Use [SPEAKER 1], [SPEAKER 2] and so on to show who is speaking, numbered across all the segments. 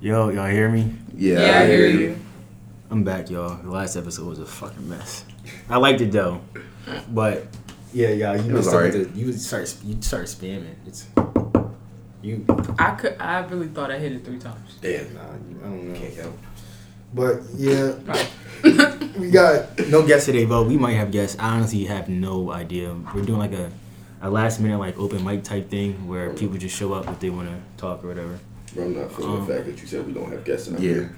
[SPEAKER 1] Yo, y'all hear me?
[SPEAKER 2] Yeah, I hear you.
[SPEAKER 1] I'm back, y'all. The last episode was a fucking mess. I liked it though, but yeah, y'all, you
[SPEAKER 2] It was
[SPEAKER 1] messed up with
[SPEAKER 2] alright.
[SPEAKER 1] the- you start you start spamming. It's you.
[SPEAKER 3] I could. I really thought I hit it three times.
[SPEAKER 1] Damn, nah, you- I don't know.
[SPEAKER 2] Can't help.
[SPEAKER 1] But yeah,
[SPEAKER 3] Right.
[SPEAKER 1] we got no guests today, but we might have guests. I honestly have no idea. We're doing like a, a last minute like open mic type thing where people just show up if they want to talk or whatever.
[SPEAKER 4] Bro, I'm not feeling
[SPEAKER 1] Um,
[SPEAKER 4] the fact that you said we don't have guests in our
[SPEAKER 2] Yeah,
[SPEAKER 4] group.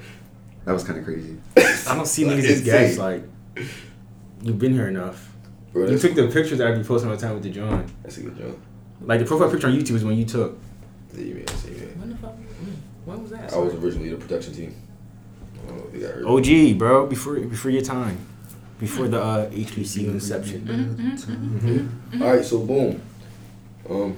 [SPEAKER 2] that was kind of crazy.
[SPEAKER 1] I don't see
[SPEAKER 4] Like,
[SPEAKER 1] niggas as
[SPEAKER 4] insane.
[SPEAKER 1] guests. Like you've been here enough.
[SPEAKER 4] Bro,
[SPEAKER 1] You
[SPEAKER 4] that's,
[SPEAKER 1] took the pictures that I be posting all the time with the John.
[SPEAKER 4] that's a good joke.
[SPEAKER 1] Like the profile picture on YouTube is when you took.
[SPEAKER 4] Yeah, you mean, I see, man.
[SPEAKER 3] when the fuck? mm, When was that?
[SPEAKER 4] I was originally the production team. I don't know if you got heard.
[SPEAKER 1] OG, bro, before before your time, before the uh, HBCU inception.
[SPEAKER 3] Mm-hmm,
[SPEAKER 4] All right, so boom. Um,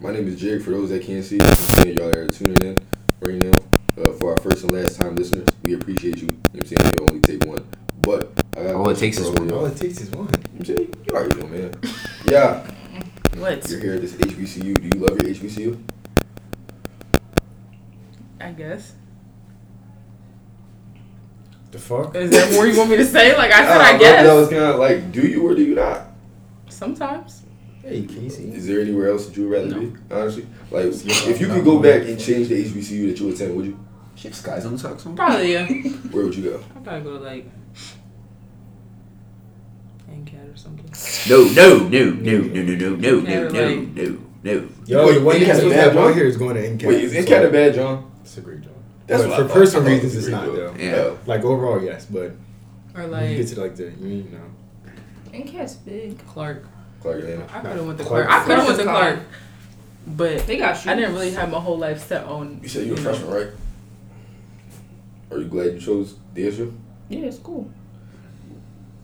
[SPEAKER 4] my name is Jig. For those that can't see, I'm y'all that are tuning in right now. Uh, for our first and last time listeners, we appreciate you. You know what I'm saying? You only take one. But I got a
[SPEAKER 2] All it
[SPEAKER 4] question
[SPEAKER 2] takes is
[SPEAKER 4] for
[SPEAKER 2] one.
[SPEAKER 4] y'all.
[SPEAKER 1] it takes is one.
[SPEAKER 4] You know what I'm saying? You already know, man. Yeah,
[SPEAKER 3] What?
[SPEAKER 4] you're here at this HBCU. Do you love your HBCU?
[SPEAKER 3] I guess.
[SPEAKER 1] The fuck?
[SPEAKER 3] Is that more you want me to say? Like I said,
[SPEAKER 4] Nah,
[SPEAKER 3] I
[SPEAKER 4] Ah, bro,
[SPEAKER 3] guess.
[SPEAKER 4] Oh, That was kind of like, do you or do you not?
[SPEAKER 3] Sometimes.
[SPEAKER 1] Hey, Casey.
[SPEAKER 4] Is there anywhere else that you would rather
[SPEAKER 3] No.
[SPEAKER 4] be? Honestly, like
[SPEAKER 1] Yeah.
[SPEAKER 4] if you could go back and change the HBCU that you attend, would you?
[SPEAKER 2] Shit, skies on the socks on.
[SPEAKER 3] Probably yeah.
[SPEAKER 4] Where would you go?
[SPEAKER 3] I probably go like. NCAT or something.
[SPEAKER 2] No, no, no, no, no, no, no, no, no, no,
[SPEAKER 3] Like-
[SPEAKER 2] no, no.
[SPEAKER 1] Yo,
[SPEAKER 4] Wait,
[SPEAKER 1] the one
[SPEAKER 4] Incat
[SPEAKER 1] that's
[SPEAKER 4] is
[SPEAKER 1] supposed to
[SPEAKER 4] bad,
[SPEAKER 1] have
[SPEAKER 4] bro?
[SPEAKER 1] on here is going to NCAT.
[SPEAKER 4] Wait, is NCAT a bad John? uh,
[SPEAKER 1] It's a great job.
[SPEAKER 4] That's
[SPEAKER 1] But
[SPEAKER 4] what
[SPEAKER 1] for
[SPEAKER 4] I thought.
[SPEAKER 1] personal
[SPEAKER 4] I thought it
[SPEAKER 1] reasons,
[SPEAKER 4] was
[SPEAKER 1] it's not
[SPEAKER 4] great,
[SPEAKER 1] though.
[SPEAKER 4] though.
[SPEAKER 2] Yeah.
[SPEAKER 4] Oh,
[SPEAKER 1] Like overall, yes, but
[SPEAKER 3] Or
[SPEAKER 1] when you
[SPEAKER 3] like.
[SPEAKER 1] get to like the you know.
[SPEAKER 5] NCAT's big.
[SPEAKER 3] Clark.
[SPEAKER 4] Clark Atlanta.
[SPEAKER 3] I could have went to
[SPEAKER 1] Clark.
[SPEAKER 3] Clark. I could have went
[SPEAKER 5] Clark
[SPEAKER 3] to
[SPEAKER 5] is
[SPEAKER 3] Clark. But
[SPEAKER 5] They got shoes.
[SPEAKER 3] I didn't really have my whole life set on.
[SPEAKER 4] You said you were a
[SPEAKER 3] know.
[SPEAKER 4] freshman, right? Are you glad you chose DSU?
[SPEAKER 5] Yeah, it's cool.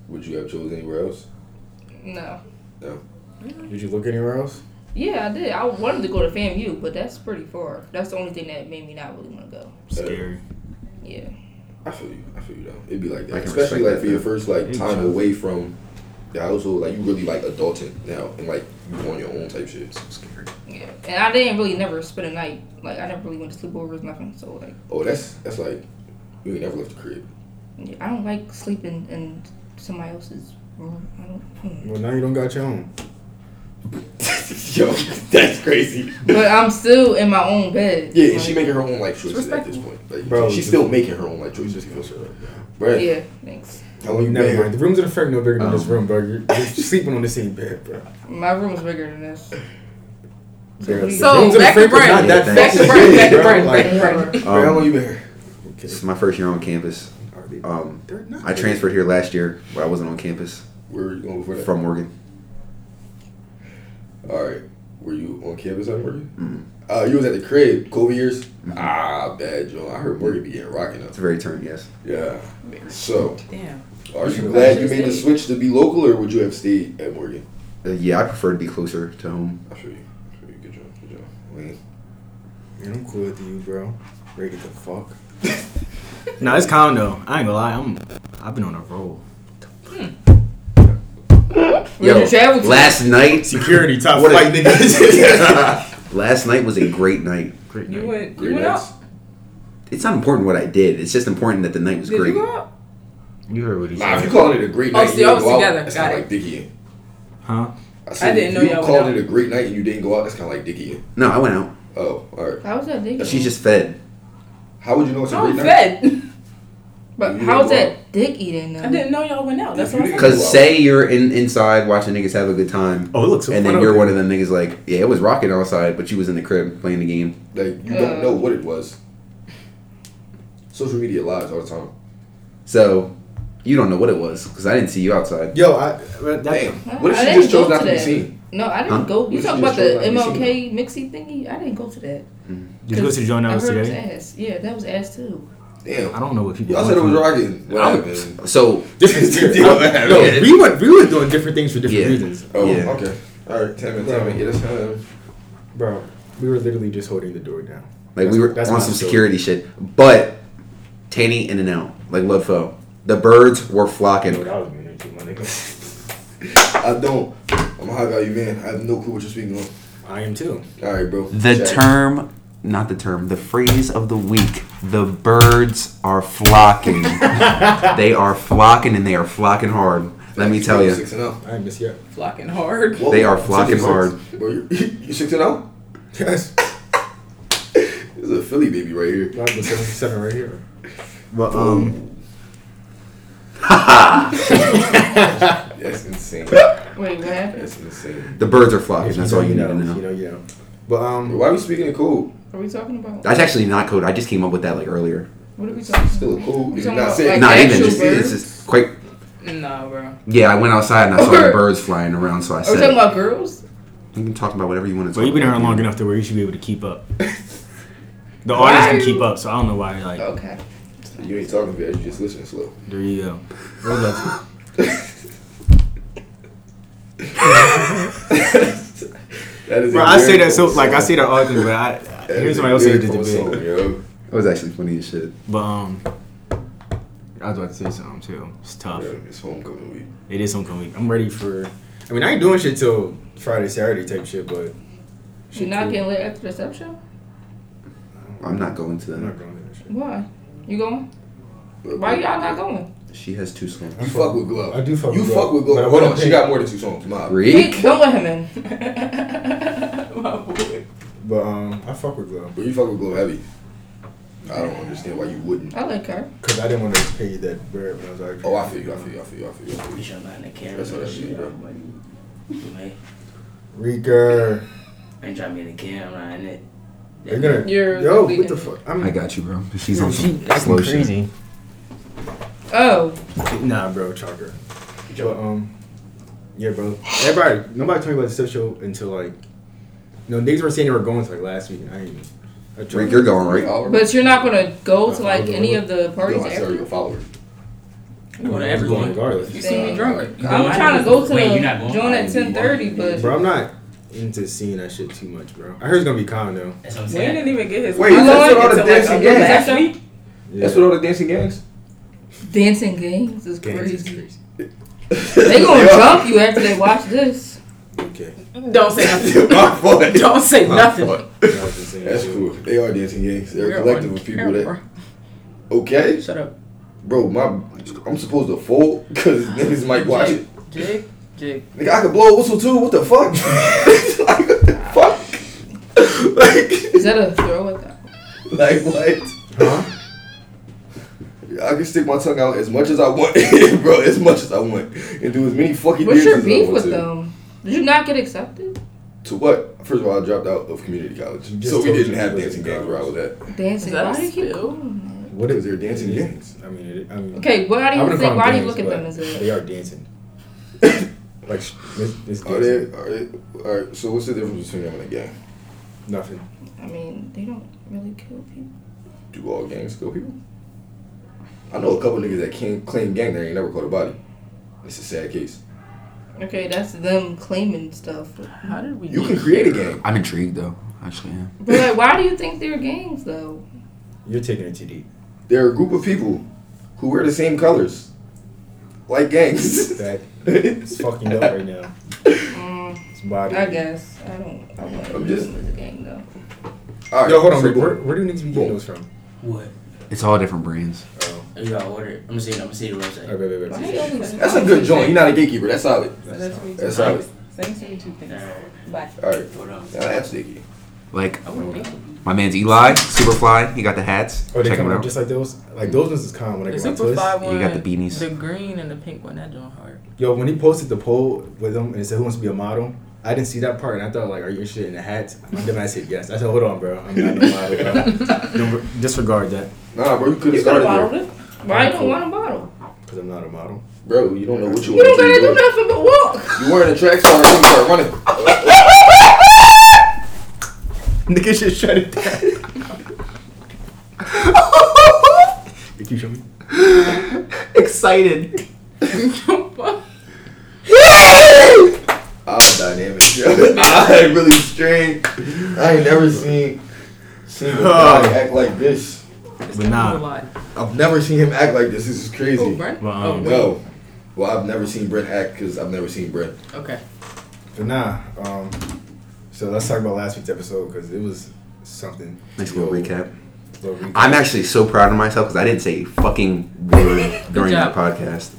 [SPEAKER 4] Would you have chose anywhere else?
[SPEAKER 5] No.
[SPEAKER 1] Did you look anywhere else?
[SPEAKER 5] Yeah, I did. I wanted to go to FAMU, but that's pretty far. That's the only thing that made me not really want to go.
[SPEAKER 1] Scary.
[SPEAKER 5] Yeah.
[SPEAKER 4] I feel you. I feel you though. It'd be like that,
[SPEAKER 2] I can
[SPEAKER 4] especially
[SPEAKER 2] respect
[SPEAKER 4] like
[SPEAKER 2] that,
[SPEAKER 4] for your
[SPEAKER 2] man.
[SPEAKER 4] first like
[SPEAKER 1] Hey,
[SPEAKER 4] time
[SPEAKER 1] John.
[SPEAKER 4] away from the household. Like you really like adulting now, and like you on your own type shit.
[SPEAKER 2] So scary.
[SPEAKER 5] Yeah. And I didn't really never spend a night. Like, I never really went to sleepovers, nothing. So, like,
[SPEAKER 4] Oh, that's that's like you ain't never left the crib.
[SPEAKER 5] yeah, I don't like sleeping in somebody else's room. I don't.
[SPEAKER 1] Well, now you don't got your own.
[SPEAKER 4] Yo, that's crazy.
[SPEAKER 5] But I'm still in my own bed.
[SPEAKER 4] Yeah, and she
[SPEAKER 5] Like,
[SPEAKER 4] making her own life choices at this point. Like,
[SPEAKER 1] Bro,
[SPEAKER 4] she's
[SPEAKER 1] just-
[SPEAKER 4] still making her own life choices. You know, so, bro,
[SPEAKER 5] Yeah, thanks.
[SPEAKER 4] how long you been
[SPEAKER 1] Never mind.
[SPEAKER 4] here?
[SPEAKER 1] The rooms in the fact no bigger than this
[SPEAKER 2] Um.
[SPEAKER 1] room, bro. You're, you're sleeping on the same bed, bro.
[SPEAKER 5] My room's bigger than this.
[SPEAKER 1] Barely.
[SPEAKER 5] So,
[SPEAKER 1] The rooms in the
[SPEAKER 3] back to
[SPEAKER 1] fact is
[SPEAKER 3] Brent.
[SPEAKER 1] not that
[SPEAKER 2] Back to
[SPEAKER 1] fucking
[SPEAKER 2] Brent,
[SPEAKER 1] big,
[SPEAKER 3] back to
[SPEAKER 1] bro.
[SPEAKER 3] Brent,
[SPEAKER 1] Like,
[SPEAKER 3] back to Brent.
[SPEAKER 4] Bro, how long
[SPEAKER 2] Um,
[SPEAKER 4] you been here?
[SPEAKER 1] okay.
[SPEAKER 2] this is my first year on campus.
[SPEAKER 1] Are they-
[SPEAKER 2] Um,
[SPEAKER 1] they're not
[SPEAKER 2] I transferred here last year, but I wasn't on campus
[SPEAKER 4] Where were you going before that?
[SPEAKER 2] from Morgan.
[SPEAKER 4] All right, were you on campus at Morgan?
[SPEAKER 2] Mhm.
[SPEAKER 4] Uh, you was at the crib, COVID years. Ah, bad John. I heard Morgan be getting rocking up.
[SPEAKER 2] It's a very turn, yes.
[SPEAKER 4] Yeah. So,
[SPEAKER 3] Damn.
[SPEAKER 4] are you
[SPEAKER 5] should've
[SPEAKER 4] glad
[SPEAKER 5] actually
[SPEAKER 4] you made the
[SPEAKER 5] stayed.
[SPEAKER 4] switch to be local, or would you have stayed at Morgan?
[SPEAKER 2] Uh, yeah, I prefer to be closer to home.
[SPEAKER 4] I feel you. I feel you. Good job. Good job. Wayne.
[SPEAKER 1] Man, I'm cool with you, bro. Ready to fuck. nah, it's calm though. I ain't gonna lie. I'm. I've been on a roll.
[SPEAKER 5] Where'd you travel to?
[SPEAKER 2] last night,
[SPEAKER 1] Security top
[SPEAKER 2] What a-
[SPEAKER 1] flight, nigga.
[SPEAKER 2] last night was a great night.
[SPEAKER 1] Great
[SPEAKER 3] You
[SPEAKER 1] night.
[SPEAKER 3] went.
[SPEAKER 4] Great
[SPEAKER 3] You went out.
[SPEAKER 4] nights.
[SPEAKER 2] It's not important what I did. It's just important that the night was
[SPEAKER 3] Did
[SPEAKER 2] great.
[SPEAKER 3] you go out?
[SPEAKER 1] You heard what he
[SPEAKER 4] Nah, if you
[SPEAKER 1] said,
[SPEAKER 4] calling it a great
[SPEAKER 3] Oh,
[SPEAKER 4] night,
[SPEAKER 3] so
[SPEAKER 4] you
[SPEAKER 3] y'all was
[SPEAKER 4] didn't go out,
[SPEAKER 3] together.
[SPEAKER 4] That's
[SPEAKER 3] Got
[SPEAKER 4] kind of
[SPEAKER 3] it.
[SPEAKER 4] like Dickie.
[SPEAKER 1] huh?
[SPEAKER 4] said
[SPEAKER 3] didn't
[SPEAKER 4] if
[SPEAKER 3] know
[SPEAKER 4] you
[SPEAKER 3] y'all went
[SPEAKER 4] called
[SPEAKER 3] out.
[SPEAKER 4] it a great night and you didn't go out. That's kind of like Dickie.
[SPEAKER 2] No, I went out.
[SPEAKER 4] Oh, all right.
[SPEAKER 5] How was that digging?
[SPEAKER 2] She's just fed.
[SPEAKER 4] How would you know it's a
[SPEAKER 3] I'm
[SPEAKER 4] great night?
[SPEAKER 3] fed.
[SPEAKER 5] But
[SPEAKER 4] You
[SPEAKER 5] how's
[SPEAKER 4] didn't go
[SPEAKER 5] that dick eating though?
[SPEAKER 3] I didn't know y'all went out. That's what I'm saying.
[SPEAKER 2] Cause say you're in inside watching niggas have a good time,
[SPEAKER 1] Oh, it looks. so
[SPEAKER 2] and
[SPEAKER 1] fun
[SPEAKER 2] then
[SPEAKER 1] out
[SPEAKER 2] you're
[SPEAKER 1] there.
[SPEAKER 2] one of them niggas like, yeah, it was rocking outside, but you was in the crib playing the game.
[SPEAKER 4] Like you
[SPEAKER 5] Uh.
[SPEAKER 4] don't know what it was. Social media lies all the time.
[SPEAKER 2] So you don't know what it was because I didn't see you outside.
[SPEAKER 1] Yo, I. That,
[SPEAKER 4] Damn.
[SPEAKER 5] No,
[SPEAKER 4] What if
[SPEAKER 5] I
[SPEAKER 4] she
[SPEAKER 5] didn't
[SPEAKER 4] just chose
[SPEAKER 5] go
[SPEAKER 4] not
[SPEAKER 5] to
[SPEAKER 4] to be
[SPEAKER 5] that.
[SPEAKER 4] seen?
[SPEAKER 5] No, I didn't
[SPEAKER 2] Huh?
[SPEAKER 5] go. You
[SPEAKER 4] Which
[SPEAKER 5] talking
[SPEAKER 4] is
[SPEAKER 5] about
[SPEAKER 4] just
[SPEAKER 5] the
[SPEAKER 4] what I be
[SPEAKER 5] MLK mixie thingy? I didn't go to that.
[SPEAKER 1] Did you go to the joint
[SPEAKER 5] I
[SPEAKER 1] that was
[SPEAKER 5] heard it was
[SPEAKER 1] today?
[SPEAKER 5] ass. Yeah, that was ass too.
[SPEAKER 4] Damn.
[SPEAKER 1] I don't know what people.
[SPEAKER 4] Y'all said it was rocking. What
[SPEAKER 2] I'm-
[SPEAKER 4] happened?
[SPEAKER 2] So
[SPEAKER 1] This is weird.
[SPEAKER 4] Yeah.
[SPEAKER 1] I- Yo, we were we were doing different things for different
[SPEAKER 2] Yeah.
[SPEAKER 1] reasons,
[SPEAKER 4] Oh,
[SPEAKER 2] Yeah.
[SPEAKER 4] okay. All right, Tammy,
[SPEAKER 1] Bro.
[SPEAKER 4] Tammy, yeah, that's kind of.
[SPEAKER 1] bro. We were literally just holding the door down.
[SPEAKER 2] like
[SPEAKER 1] That's-
[SPEAKER 2] we were
[SPEAKER 1] that's
[SPEAKER 2] on
[SPEAKER 1] my
[SPEAKER 2] some
[SPEAKER 1] story.
[SPEAKER 2] security shit, but Tanny in and out like Ludfo. The birds were flocking.
[SPEAKER 1] that was me, too, my nigga.
[SPEAKER 4] I don't. I'm a high value man. I have no clue what you're speaking on.
[SPEAKER 1] I am too.
[SPEAKER 4] All right, bro.
[SPEAKER 2] The
[SPEAKER 4] Jack.
[SPEAKER 2] term not the term, the phrase of the week. The birds are flocking. they are flocking and they are flocking hard. Let me tell you,
[SPEAKER 4] Six and oh.
[SPEAKER 1] All right, Miss Yap.
[SPEAKER 3] Flocking hard.
[SPEAKER 4] Whoa,
[SPEAKER 2] They are
[SPEAKER 4] six
[SPEAKER 2] flocking
[SPEAKER 4] and six.
[SPEAKER 2] hard.
[SPEAKER 4] Bro, you, you six and oh? Yes. this is a Philly baby right here.
[SPEAKER 1] Y'all go seven, seven right here. But um,
[SPEAKER 4] That's insane.
[SPEAKER 5] Wait, what happened?
[SPEAKER 4] That's insane.
[SPEAKER 2] the birds are flocking.
[SPEAKER 1] if
[SPEAKER 2] That's all you need to
[SPEAKER 1] You
[SPEAKER 2] know.
[SPEAKER 1] know, you know. But
[SPEAKER 4] Bro,
[SPEAKER 1] um,
[SPEAKER 4] why are we speaking in code?
[SPEAKER 5] Are we talking about?
[SPEAKER 2] That's actually not code. I just came up with that like earlier.
[SPEAKER 5] What are we talking about?
[SPEAKER 4] Still a code.
[SPEAKER 5] We
[SPEAKER 4] It's
[SPEAKER 5] talking
[SPEAKER 4] not
[SPEAKER 5] about,
[SPEAKER 4] saying.
[SPEAKER 5] like,
[SPEAKER 2] Not even.
[SPEAKER 5] actual
[SPEAKER 2] Just, it's
[SPEAKER 5] birds?
[SPEAKER 2] just quite.
[SPEAKER 3] Nah, bro.
[SPEAKER 2] Yeah, I went outside and I saw the
[SPEAKER 5] Or-
[SPEAKER 2] birds flying around, so I
[SPEAKER 5] Are we talking
[SPEAKER 2] said,
[SPEAKER 5] about girls?
[SPEAKER 2] "You can talk about whatever you want to
[SPEAKER 1] but
[SPEAKER 2] talk."
[SPEAKER 1] you've been
[SPEAKER 2] about.
[SPEAKER 1] around long enough to where you should be able to keep up. The
[SPEAKER 5] Why
[SPEAKER 1] audience can
[SPEAKER 5] you-
[SPEAKER 1] keep up, so I don't know why. Like,
[SPEAKER 5] Okay.
[SPEAKER 4] You ain't talking fast. You just listening slow.
[SPEAKER 1] there you go. What about
[SPEAKER 4] That is.
[SPEAKER 1] you? Bro, I say that so like I say that all the time, but I, I here's somebody else say it just a bit.
[SPEAKER 4] Yo.
[SPEAKER 2] It was actually funny as shit.
[SPEAKER 1] But um, I was about to say something too. It's tough.
[SPEAKER 4] Yeah, It's homecoming week.
[SPEAKER 1] It is homecoming week. I'm ready for. I mean, I ain't doing shit till Friday, Saturday type shit, but
[SPEAKER 5] You're not getting lit after the sub show?
[SPEAKER 2] I'm not going to
[SPEAKER 1] I'm not
[SPEAKER 2] that.
[SPEAKER 1] going to that shit.
[SPEAKER 5] Why? You going?
[SPEAKER 4] But-
[SPEAKER 5] Why y'all not going?
[SPEAKER 2] She has two songs.
[SPEAKER 4] You fuck with Glove.
[SPEAKER 1] I do fuck
[SPEAKER 4] You
[SPEAKER 1] with
[SPEAKER 4] fuck
[SPEAKER 1] Glove.
[SPEAKER 4] with
[SPEAKER 1] But I
[SPEAKER 4] Glove. Hold
[SPEAKER 1] wouldn't
[SPEAKER 4] on, she
[SPEAKER 1] pick-
[SPEAKER 4] got more than two songs. Nah.
[SPEAKER 2] Reek.
[SPEAKER 5] Don't let him in.
[SPEAKER 3] My boy.
[SPEAKER 1] But um, I fuck with Glove
[SPEAKER 4] But you fuck with Glow Heavy. I don't understand why you wouldn't.
[SPEAKER 5] I like her.
[SPEAKER 1] because I didn't want to pay that bird when I was like,
[SPEAKER 4] Oh, I feel you. I feel you. I feel you. I feel you. I feel you. That's what I mean, bro.
[SPEAKER 1] Reeker,
[SPEAKER 6] Ain't trying to be in the camera, I'm not in it.
[SPEAKER 1] they're gonna.
[SPEAKER 5] You're
[SPEAKER 1] Yo,
[SPEAKER 5] the
[SPEAKER 1] what the
[SPEAKER 5] leader.
[SPEAKER 1] fuck? I'm
[SPEAKER 2] I got you, bro. She's on some slow shit.
[SPEAKER 5] Oh,
[SPEAKER 1] Nah, bro, chalker. But um, yeah, bro. Everybody, nobody told me about the stuff show until like, no, niggas were saying they were going to like last week. And I ain't. even- I tried-
[SPEAKER 2] Reek, you're going
[SPEAKER 4] Three
[SPEAKER 2] right.
[SPEAKER 4] hours.
[SPEAKER 5] but you're not gonna go to like
[SPEAKER 1] Hold on,
[SPEAKER 5] any
[SPEAKER 1] hold
[SPEAKER 5] of the parties
[SPEAKER 4] no, I said
[SPEAKER 5] after.
[SPEAKER 4] you're a follower.
[SPEAKER 6] Go to
[SPEAKER 1] I'm going
[SPEAKER 6] everyone.
[SPEAKER 1] regardless.
[SPEAKER 3] You see me drunk.
[SPEAKER 6] You
[SPEAKER 5] I'm
[SPEAKER 6] going?
[SPEAKER 5] trying to go to
[SPEAKER 6] Wait,
[SPEAKER 5] the
[SPEAKER 6] you're not going?
[SPEAKER 5] joint at
[SPEAKER 6] Oh, you
[SPEAKER 5] 10:30,
[SPEAKER 6] going.
[SPEAKER 5] but-
[SPEAKER 1] Bro, I'm not into seeing that shit too much, bro. I heard it's gonna be calm though.
[SPEAKER 6] That's what I'm
[SPEAKER 3] Wayne
[SPEAKER 6] saying.
[SPEAKER 3] didn't even get his.
[SPEAKER 4] Wait,
[SPEAKER 5] that's what all the
[SPEAKER 3] Until,
[SPEAKER 4] dancing
[SPEAKER 3] a
[SPEAKER 4] gangs-
[SPEAKER 3] little
[SPEAKER 5] that's
[SPEAKER 3] last
[SPEAKER 5] what-
[SPEAKER 3] week.
[SPEAKER 1] Yeah.
[SPEAKER 4] That's what all the dancing gangs.
[SPEAKER 5] Dancing games is
[SPEAKER 1] Gangs is
[SPEAKER 5] crazy. They gonna jump you after they watch this.
[SPEAKER 1] Okay.
[SPEAKER 3] Don't say nothing.
[SPEAKER 4] My fault.
[SPEAKER 3] Don't say
[SPEAKER 4] My
[SPEAKER 3] nothing.
[SPEAKER 4] fault. That's cool. They are dancing gangs. They're
[SPEAKER 3] You're
[SPEAKER 4] a collective
[SPEAKER 3] on
[SPEAKER 4] of people that.
[SPEAKER 3] camera.
[SPEAKER 4] Okay,
[SPEAKER 3] Shut up.
[SPEAKER 4] bro, my I'm supposed to fold because niggas might watch it.
[SPEAKER 3] Jig, jig.
[SPEAKER 4] Nigga, I could blow a whistle too. What the fuck? like, what the fuck?
[SPEAKER 5] Is that a throw at that?
[SPEAKER 4] like, like what?
[SPEAKER 1] Huh?
[SPEAKER 4] I can stick my tongue out as much as I want, bro, as much as I want, and do as many fucking
[SPEAKER 5] What's your
[SPEAKER 4] dances as I
[SPEAKER 5] beef
[SPEAKER 4] want
[SPEAKER 5] with
[SPEAKER 4] to.
[SPEAKER 5] them? Did you not get accepted?
[SPEAKER 4] To what? First of all, I dropped out of community college,
[SPEAKER 1] You just
[SPEAKER 4] so we
[SPEAKER 1] told
[SPEAKER 4] didn't
[SPEAKER 1] you
[SPEAKER 4] have
[SPEAKER 1] you
[SPEAKER 4] dancing
[SPEAKER 1] wasn't
[SPEAKER 4] gangs where I was at.
[SPEAKER 5] Dancing.
[SPEAKER 3] Is that
[SPEAKER 5] Why
[SPEAKER 3] a
[SPEAKER 5] do you keep
[SPEAKER 3] spill?
[SPEAKER 5] calling that?
[SPEAKER 1] What is
[SPEAKER 4] They're dancing gangs.
[SPEAKER 1] I mean, it, I mean.
[SPEAKER 5] Okay, why do
[SPEAKER 1] I
[SPEAKER 5] you
[SPEAKER 1] wouldn't
[SPEAKER 5] think?
[SPEAKER 1] call
[SPEAKER 5] Why do you
[SPEAKER 1] gangs,
[SPEAKER 5] look at
[SPEAKER 1] but
[SPEAKER 5] them as
[SPEAKER 1] They
[SPEAKER 5] a?
[SPEAKER 1] are dancing. like sh- this, this
[SPEAKER 4] Are
[SPEAKER 1] dancing.
[SPEAKER 4] they? Are they? All right. So what's the difference between them and a gang?
[SPEAKER 1] Nothing.
[SPEAKER 5] I mean, they don't really kill people.
[SPEAKER 4] Do all gangs kill people? I know a couple niggas that can't claim gang that ain't never caught a body. It's a sad case.
[SPEAKER 5] Okay, that's them claiming stuff.
[SPEAKER 3] How did we?
[SPEAKER 4] You can create a gang.
[SPEAKER 2] I'm intrigued though. Actually, yeah.
[SPEAKER 5] But like, why do you think they're gangs though?
[SPEAKER 1] You're taking it too deep.
[SPEAKER 4] They're a group of people who wear the same colors, like gangs.
[SPEAKER 1] That
[SPEAKER 4] it's
[SPEAKER 1] it's fucking up right now.
[SPEAKER 5] Mm,
[SPEAKER 1] It's body.
[SPEAKER 5] I guess I don't. I don't
[SPEAKER 4] I'm
[SPEAKER 5] think
[SPEAKER 4] just-
[SPEAKER 5] them as a gang though.
[SPEAKER 4] All right.
[SPEAKER 1] Yo, hold on.
[SPEAKER 4] so
[SPEAKER 1] Rick,
[SPEAKER 4] boom.
[SPEAKER 1] where, where do niggas be
[SPEAKER 4] Boom.
[SPEAKER 1] getting those from?
[SPEAKER 6] What?
[SPEAKER 2] It's all different brands.
[SPEAKER 1] Oh,
[SPEAKER 6] You gotta order. I'm gonna see. I'm gonna see the website.
[SPEAKER 1] all right, wait, wait,
[SPEAKER 5] Why
[SPEAKER 1] wait.
[SPEAKER 5] you always-
[SPEAKER 4] That's a good joint. You're not a gatekeeper. That's solid.
[SPEAKER 1] That's tough.
[SPEAKER 4] That's solid.
[SPEAKER 3] Thanks for two things. Bye.
[SPEAKER 4] All right.
[SPEAKER 6] Hold on.
[SPEAKER 4] Now that's sticky.
[SPEAKER 2] Like
[SPEAKER 6] I wouldn't be.
[SPEAKER 2] my man's Eli, Superfly. He got the hats.
[SPEAKER 1] Oh, they
[SPEAKER 2] Check him
[SPEAKER 1] come out
[SPEAKER 2] out.
[SPEAKER 1] just like those.
[SPEAKER 4] Hmm.
[SPEAKER 1] Like those ones is calm when
[SPEAKER 3] The
[SPEAKER 1] they go on
[SPEAKER 3] super
[SPEAKER 1] twist.
[SPEAKER 3] five
[SPEAKER 2] You
[SPEAKER 3] one.
[SPEAKER 2] got the beanies.
[SPEAKER 3] The green and the pink one. That joint hard.
[SPEAKER 1] Yo, when he posted the poll with him and it said who wants to be a model, I didn't see that part and I thought like, are you interested in the hats? And then I said yes. I said, hold on, bro, I'm not a model. Bro. Don't disregard that
[SPEAKER 4] Nah, bro, you could have
[SPEAKER 5] You could have
[SPEAKER 4] started
[SPEAKER 5] bottled
[SPEAKER 4] there.
[SPEAKER 5] it. Why you don't want a bottle?
[SPEAKER 1] because I'm not a model.
[SPEAKER 4] Bro, you don't know what you
[SPEAKER 5] You
[SPEAKER 4] want
[SPEAKER 5] don't
[SPEAKER 4] to
[SPEAKER 5] gotta do
[SPEAKER 4] do.
[SPEAKER 5] nothing but walk.
[SPEAKER 4] You weren't a track star, you start running.
[SPEAKER 1] Nigga should shut it down. Did you show me?
[SPEAKER 2] Excited.
[SPEAKER 4] I'm dynamic, yo. I really strange. I ain't never seen seen a guy act like this.
[SPEAKER 3] It's
[SPEAKER 1] But nah.
[SPEAKER 3] a lot.
[SPEAKER 4] I've never seen him act like this. This is
[SPEAKER 3] Oh,
[SPEAKER 4] crazy.
[SPEAKER 3] Brent.
[SPEAKER 1] Well,
[SPEAKER 3] oh,
[SPEAKER 1] um,
[SPEAKER 3] wait.
[SPEAKER 4] No. Well, I've never seen Brent act because I've never seen Brent.
[SPEAKER 3] Okay.
[SPEAKER 1] But nah, um, so let's talk about last week's episode because it was
[SPEAKER 4] something.
[SPEAKER 2] Nice
[SPEAKER 4] to
[SPEAKER 2] little
[SPEAKER 4] go-
[SPEAKER 2] recap.
[SPEAKER 4] little recap.
[SPEAKER 2] I'm actually so proud of myself because I didn't say a fucking word during that
[SPEAKER 3] job.
[SPEAKER 2] podcast.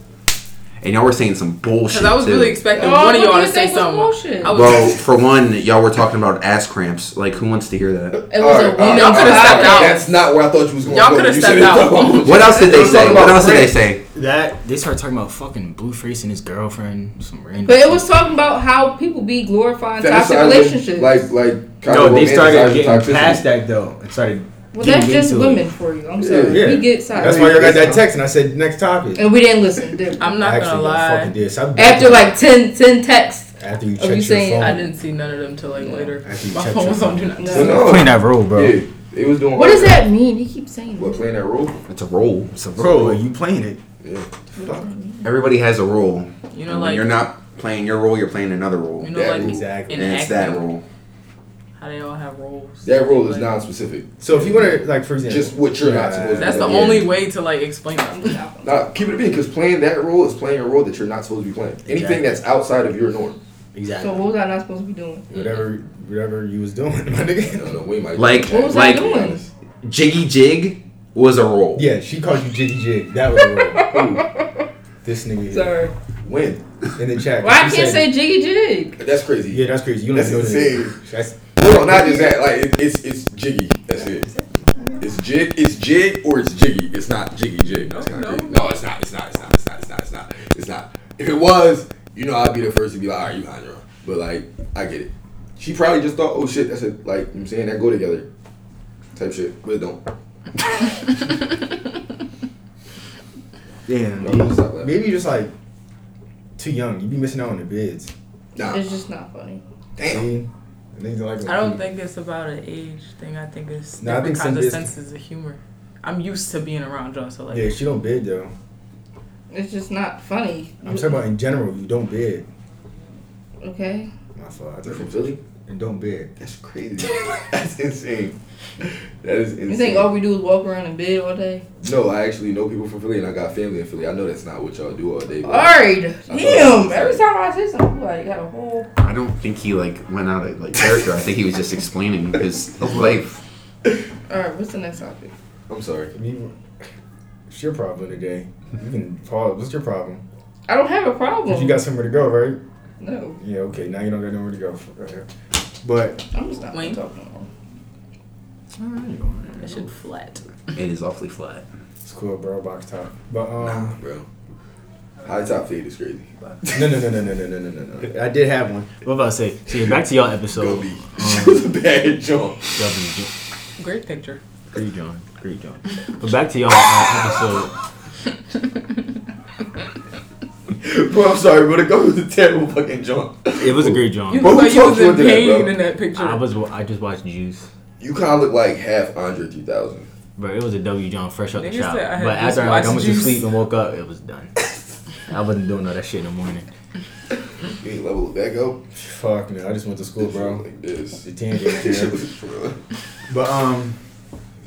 [SPEAKER 2] And y'all were saying some bullshit.
[SPEAKER 3] Because I was
[SPEAKER 2] too.
[SPEAKER 3] really expecting
[SPEAKER 5] Oh,
[SPEAKER 3] one of y'all
[SPEAKER 5] what
[SPEAKER 3] to
[SPEAKER 5] you
[SPEAKER 3] say
[SPEAKER 5] think was
[SPEAKER 3] something.
[SPEAKER 5] bullshit?
[SPEAKER 3] I was
[SPEAKER 2] Well, for one, y'all were talking about ass cramps. Like, who wants to hear that?
[SPEAKER 5] It was a
[SPEAKER 4] Alright, alright,
[SPEAKER 5] woman.
[SPEAKER 3] Y'all could've
[SPEAKER 4] alright,
[SPEAKER 3] stepped
[SPEAKER 4] alright,
[SPEAKER 3] out.
[SPEAKER 4] That's not where I thought you was going.
[SPEAKER 3] Y'all
[SPEAKER 4] go.
[SPEAKER 3] could've
[SPEAKER 4] You
[SPEAKER 3] stepped
[SPEAKER 4] said-
[SPEAKER 3] out.
[SPEAKER 2] What else did they
[SPEAKER 4] Let's talk
[SPEAKER 2] say?
[SPEAKER 4] about
[SPEAKER 2] What else did
[SPEAKER 4] cramps.
[SPEAKER 2] they say?
[SPEAKER 1] That they started talking about fucking Blueface and his girlfriend, some random.
[SPEAKER 5] But it was
[SPEAKER 1] shit.
[SPEAKER 5] talking about how people be glorifying toxic
[SPEAKER 4] Fantasizing,
[SPEAKER 5] relationships.
[SPEAKER 4] Like, like, kind
[SPEAKER 1] no,
[SPEAKER 4] of
[SPEAKER 1] they started
[SPEAKER 4] romanticizing
[SPEAKER 1] getting
[SPEAKER 4] toxicity.
[SPEAKER 1] past that though. It started.
[SPEAKER 5] well,
[SPEAKER 1] getting
[SPEAKER 5] that's just
[SPEAKER 1] into it.
[SPEAKER 5] women for you. I'm sorry.
[SPEAKER 1] Yeah.
[SPEAKER 5] We get sorry.
[SPEAKER 4] That's why y'all got that
[SPEAKER 1] text, and I said next topic.
[SPEAKER 5] and we didn't listen, did we?
[SPEAKER 3] I'm not gonna lie.
[SPEAKER 1] did. So
[SPEAKER 5] After like 10, 10 texts.
[SPEAKER 1] after you
[SPEAKER 5] checked you your saying phone-
[SPEAKER 3] I didn't see none of them till like later.
[SPEAKER 1] After you
[SPEAKER 3] My
[SPEAKER 1] checked
[SPEAKER 3] phone
[SPEAKER 1] your
[SPEAKER 3] was on
[SPEAKER 1] phone.
[SPEAKER 3] do not
[SPEAKER 5] No.
[SPEAKER 3] disturb.
[SPEAKER 4] No.
[SPEAKER 1] playing that role, bro.
[SPEAKER 4] Yeah, it was doing.
[SPEAKER 5] What does
[SPEAKER 4] all
[SPEAKER 5] that mean? He keeps saying
[SPEAKER 4] What playing that role?
[SPEAKER 2] It's a role. It's a role.
[SPEAKER 1] Bro, you playing it?
[SPEAKER 2] Everybody has a
[SPEAKER 3] You
[SPEAKER 2] role. And
[SPEAKER 3] know,
[SPEAKER 2] when
[SPEAKER 3] like
[SPEAKER 2] you're not playing your role, you're playing another role.
[SPEAKER 3] you know,
[SPEAKER 4] that
[SPEAKER 3] like
[SPEAKER 4] rule.
[SPEAKER 1] Exactly.
[SPEAKER 3] in
[SPEAKER 2] and it's that
[SPEAKER 3] acting,
[SPEAKER 2] role.
[SPEAKER 3] how they all have roles.
[SPEAKER 4] That role is
[SPEAKER 3] Like,
[SPEAKER 4] non-specific.
[SPEAKER 1] So if you want to, like, for example,
[SPEAKER 4] Just what you're not supposed to.
[SPEAKER 3] That's
[SPEAKER 4] do.
[SPEAKER 3] the only way to like explain it.
[SPEAKER 4] Nah, keep it a bean because playing that role is playing a role that you're not supposed to be playing. Anything
[SPEAKER 1] Exactly.
[SPEAKER 4] that's outside of your norm.
[SPEAKER 5] So
[SPEAKER 1] exactly.
[SPEAKER 5] what was I not supposed to be doing?
[SPEAKER 7] whatever whatever you was doing, my
[SPEAKER 4] I
[SPEAKER 7] nigga.
[SPEAKER 4] don't know, we might
[SPEAKER 2] Like-
[SPEAKER 5] What was I
[SPEAKER 2] Like-
[SPEAKER 5] doing?
[SPEAKER 2] Jiggy Jig was a role.
[SPEAKER 7] Yeah, she called you Jiggy Jig. That was a role.
[SPEAKER 4] Ooh,
[SPEAKER 7] this nigga
[SPEAKER 5] Sorry.
[SPEAKER 4] when?
[SPEAKER 7] in the chat.
[SPEAKER 5] Well, I
[SPEAKER 7] she
[SPEAKER 5] can't
[SPEAKER 7] said-
[SPEAKER 5] say jiggy jig.
[SPEAKER 4] That's crazy.
[SPEAKER 7] Yeah, that's crazy. You don't
[SPEAKER 4] That's
[SPEAKER 7] know
[SPEAKER 4] insane.
[SPEAKER 7] that. That's
[SPEAKER 4] No, not just that. Like it, it's it's jiggy. That's it. It's jig. It's jig or it's jiggy. It's not jiggy jig. No, it's not. Jiggy. No, it's not. It's not. It's not. It's not. It's not. It's not. It's not. If it was, you know, I'd be the first to be like, all right, you on your own. But like, I get it. She probably just thought, oh shit, that's it. Like, you know what I'm saying that go together, type shit. But it don't.
[SPEAKER 7] damn.
[SPEAKER 4] No, no, stop that.
[SPEAKER 7] Maybe you're just like too young. You be missing out on the bids.
[SPEAKER 4] Nah.
[SPEAKER 5] It's just not funny.
[SPEAKER 4] Damn.
[SPEAKER 7] See? And niggas like
[SPEAKER 3] I don't think it's about an age thing. I think it's
[SPEAKER 7] No, I
[SPEAKER 3] different
[SPEAKER 7] think some
[SPEAKER 3] kinds of
[SPEAKER 7] dis-
[SPEAKER 3] senses of humor. I'm used to being around y'all, so like
[SPEAKER 7] Yeah, she don't bid though.
[SPEAKER 5] It's just not funny.
[SPEAKER 7] I'm talking about in general. You don't bid.
[SPEAKER 5] Okay.
[SPEAKER 7] My fault. I
[SPEAKER 4] They're
[SPEAKER 7] took
[SPEAKER 4] from
[SPEAKER 7] it.
[SPEAKER 4] Philly.
[SPEAKER 7] And don't bid.
[SPEAKER 4] That's crazy. that's insane. That is insane.
[SPEAKER 5] You think all we do is walk around in bed all day?
[SPEAKER 4] No, I actually know people from Philly, and I got family in Philly. I know that's not what y'all do all day. but-
[SPEAKER 5] Alright. Damn. Every time I say something, you like got a whole.
[SPEAKER 2] I don't think he like went out of like character. I think he was just explaining his, his life.
[SPEAKER 5] Alright, what's the next topic?
[SPEAKER 4] I'm sorry.
[SPEAKER 7] You- It's your problem today. You can pause. What's your problem?
[SPEAKER 5] I don't have a
[SPEAKER 7] 'Cause
[SPEAKER 5] problem.
[SPEAKER 7] you got somewhere to go, right?
[SPEAKER 5] no,
[SPEAKER 7] Yeah. Okay. Now you don't got nowhere to go. Okay. But
[SPEAKER 5] I'm just not
[SPEAKER 3] Wayne?
[SPEAKER 5] talking. no more.
[SPEAKER 3] that shit flat.
[SPEAKER 2] It is awfully flat.
[SPEAKER 7] it's cool, bro. Box top. But um.
[SPEAKER 4] Nah, bro. High top fade is crazy.
[SPEAKER 7] No, no, no, no, no, no, no, no, no, no. I did have one.
[SPEAKER 1] What about to say? So yeah, back to y'all episode.
[SPEAKER 4] Gubby. She
[SPEAKER 1] Um,
[SPEAKER 4] was a bad jump.
[SPEAKER 1] W.
[SPEAKER 3] Great picture.
[SPEAKER 1] Great John. Great John. But back to y'all uh,
[SPEAKER 4] Bro, I'm sorry, bro. The gummy was a terrible fucking jump.
[SPEAKER 1] episode. It was a great
[SPEAKER 3] You
[SPEAKER 1] John.
[SPEAKER 4] Bro,
[SPEAKER 3] look
[SPEAKER 4] who
[SPEAKER 3] like you
[SPEAKER 4] told
[SPEAKER 3] was
[SPEAKER 4] you
[SPEAKER 3] in
[SPEAKER 4] to do that,
[SPEAKER 3] pain
[SPEAKER 4] bro?
[SPEAKER 3] in that picture.
[SPEAKER 1] I was I just watched Juice.
[SPEAKER 4] You kind of look like half Andre 3000.
[SPEAKER 1] Bro, it was a W John fresh out the
[SPEAKER 3] Nigga
[SPEAKER 1] shower.
[SPEAKER 3] said I had
[SPEAKER 1] But
[SPEAKER 3] just
[SPEAKER 1] after I, like, I
[SPEAKER 3] watched
[SPEAKER 1] went to
[SPEAKER 3] Juice.
[SPEAKER 1] sleep and woke up, it was done. I wasn't doing all that shit in the morning.
[SPEAKER 4] You ain't level it back up.
[SPEAKER 7] Fuck no, I just went to school, bro.
[SPEAKER 4] Like this.
[SPEAKER 7] The tangent
[SPEAKER 4] This
[SPEAKER 7] there.
[SPEAKER 4] shit was- bro.
[SPEAKER 7] But um,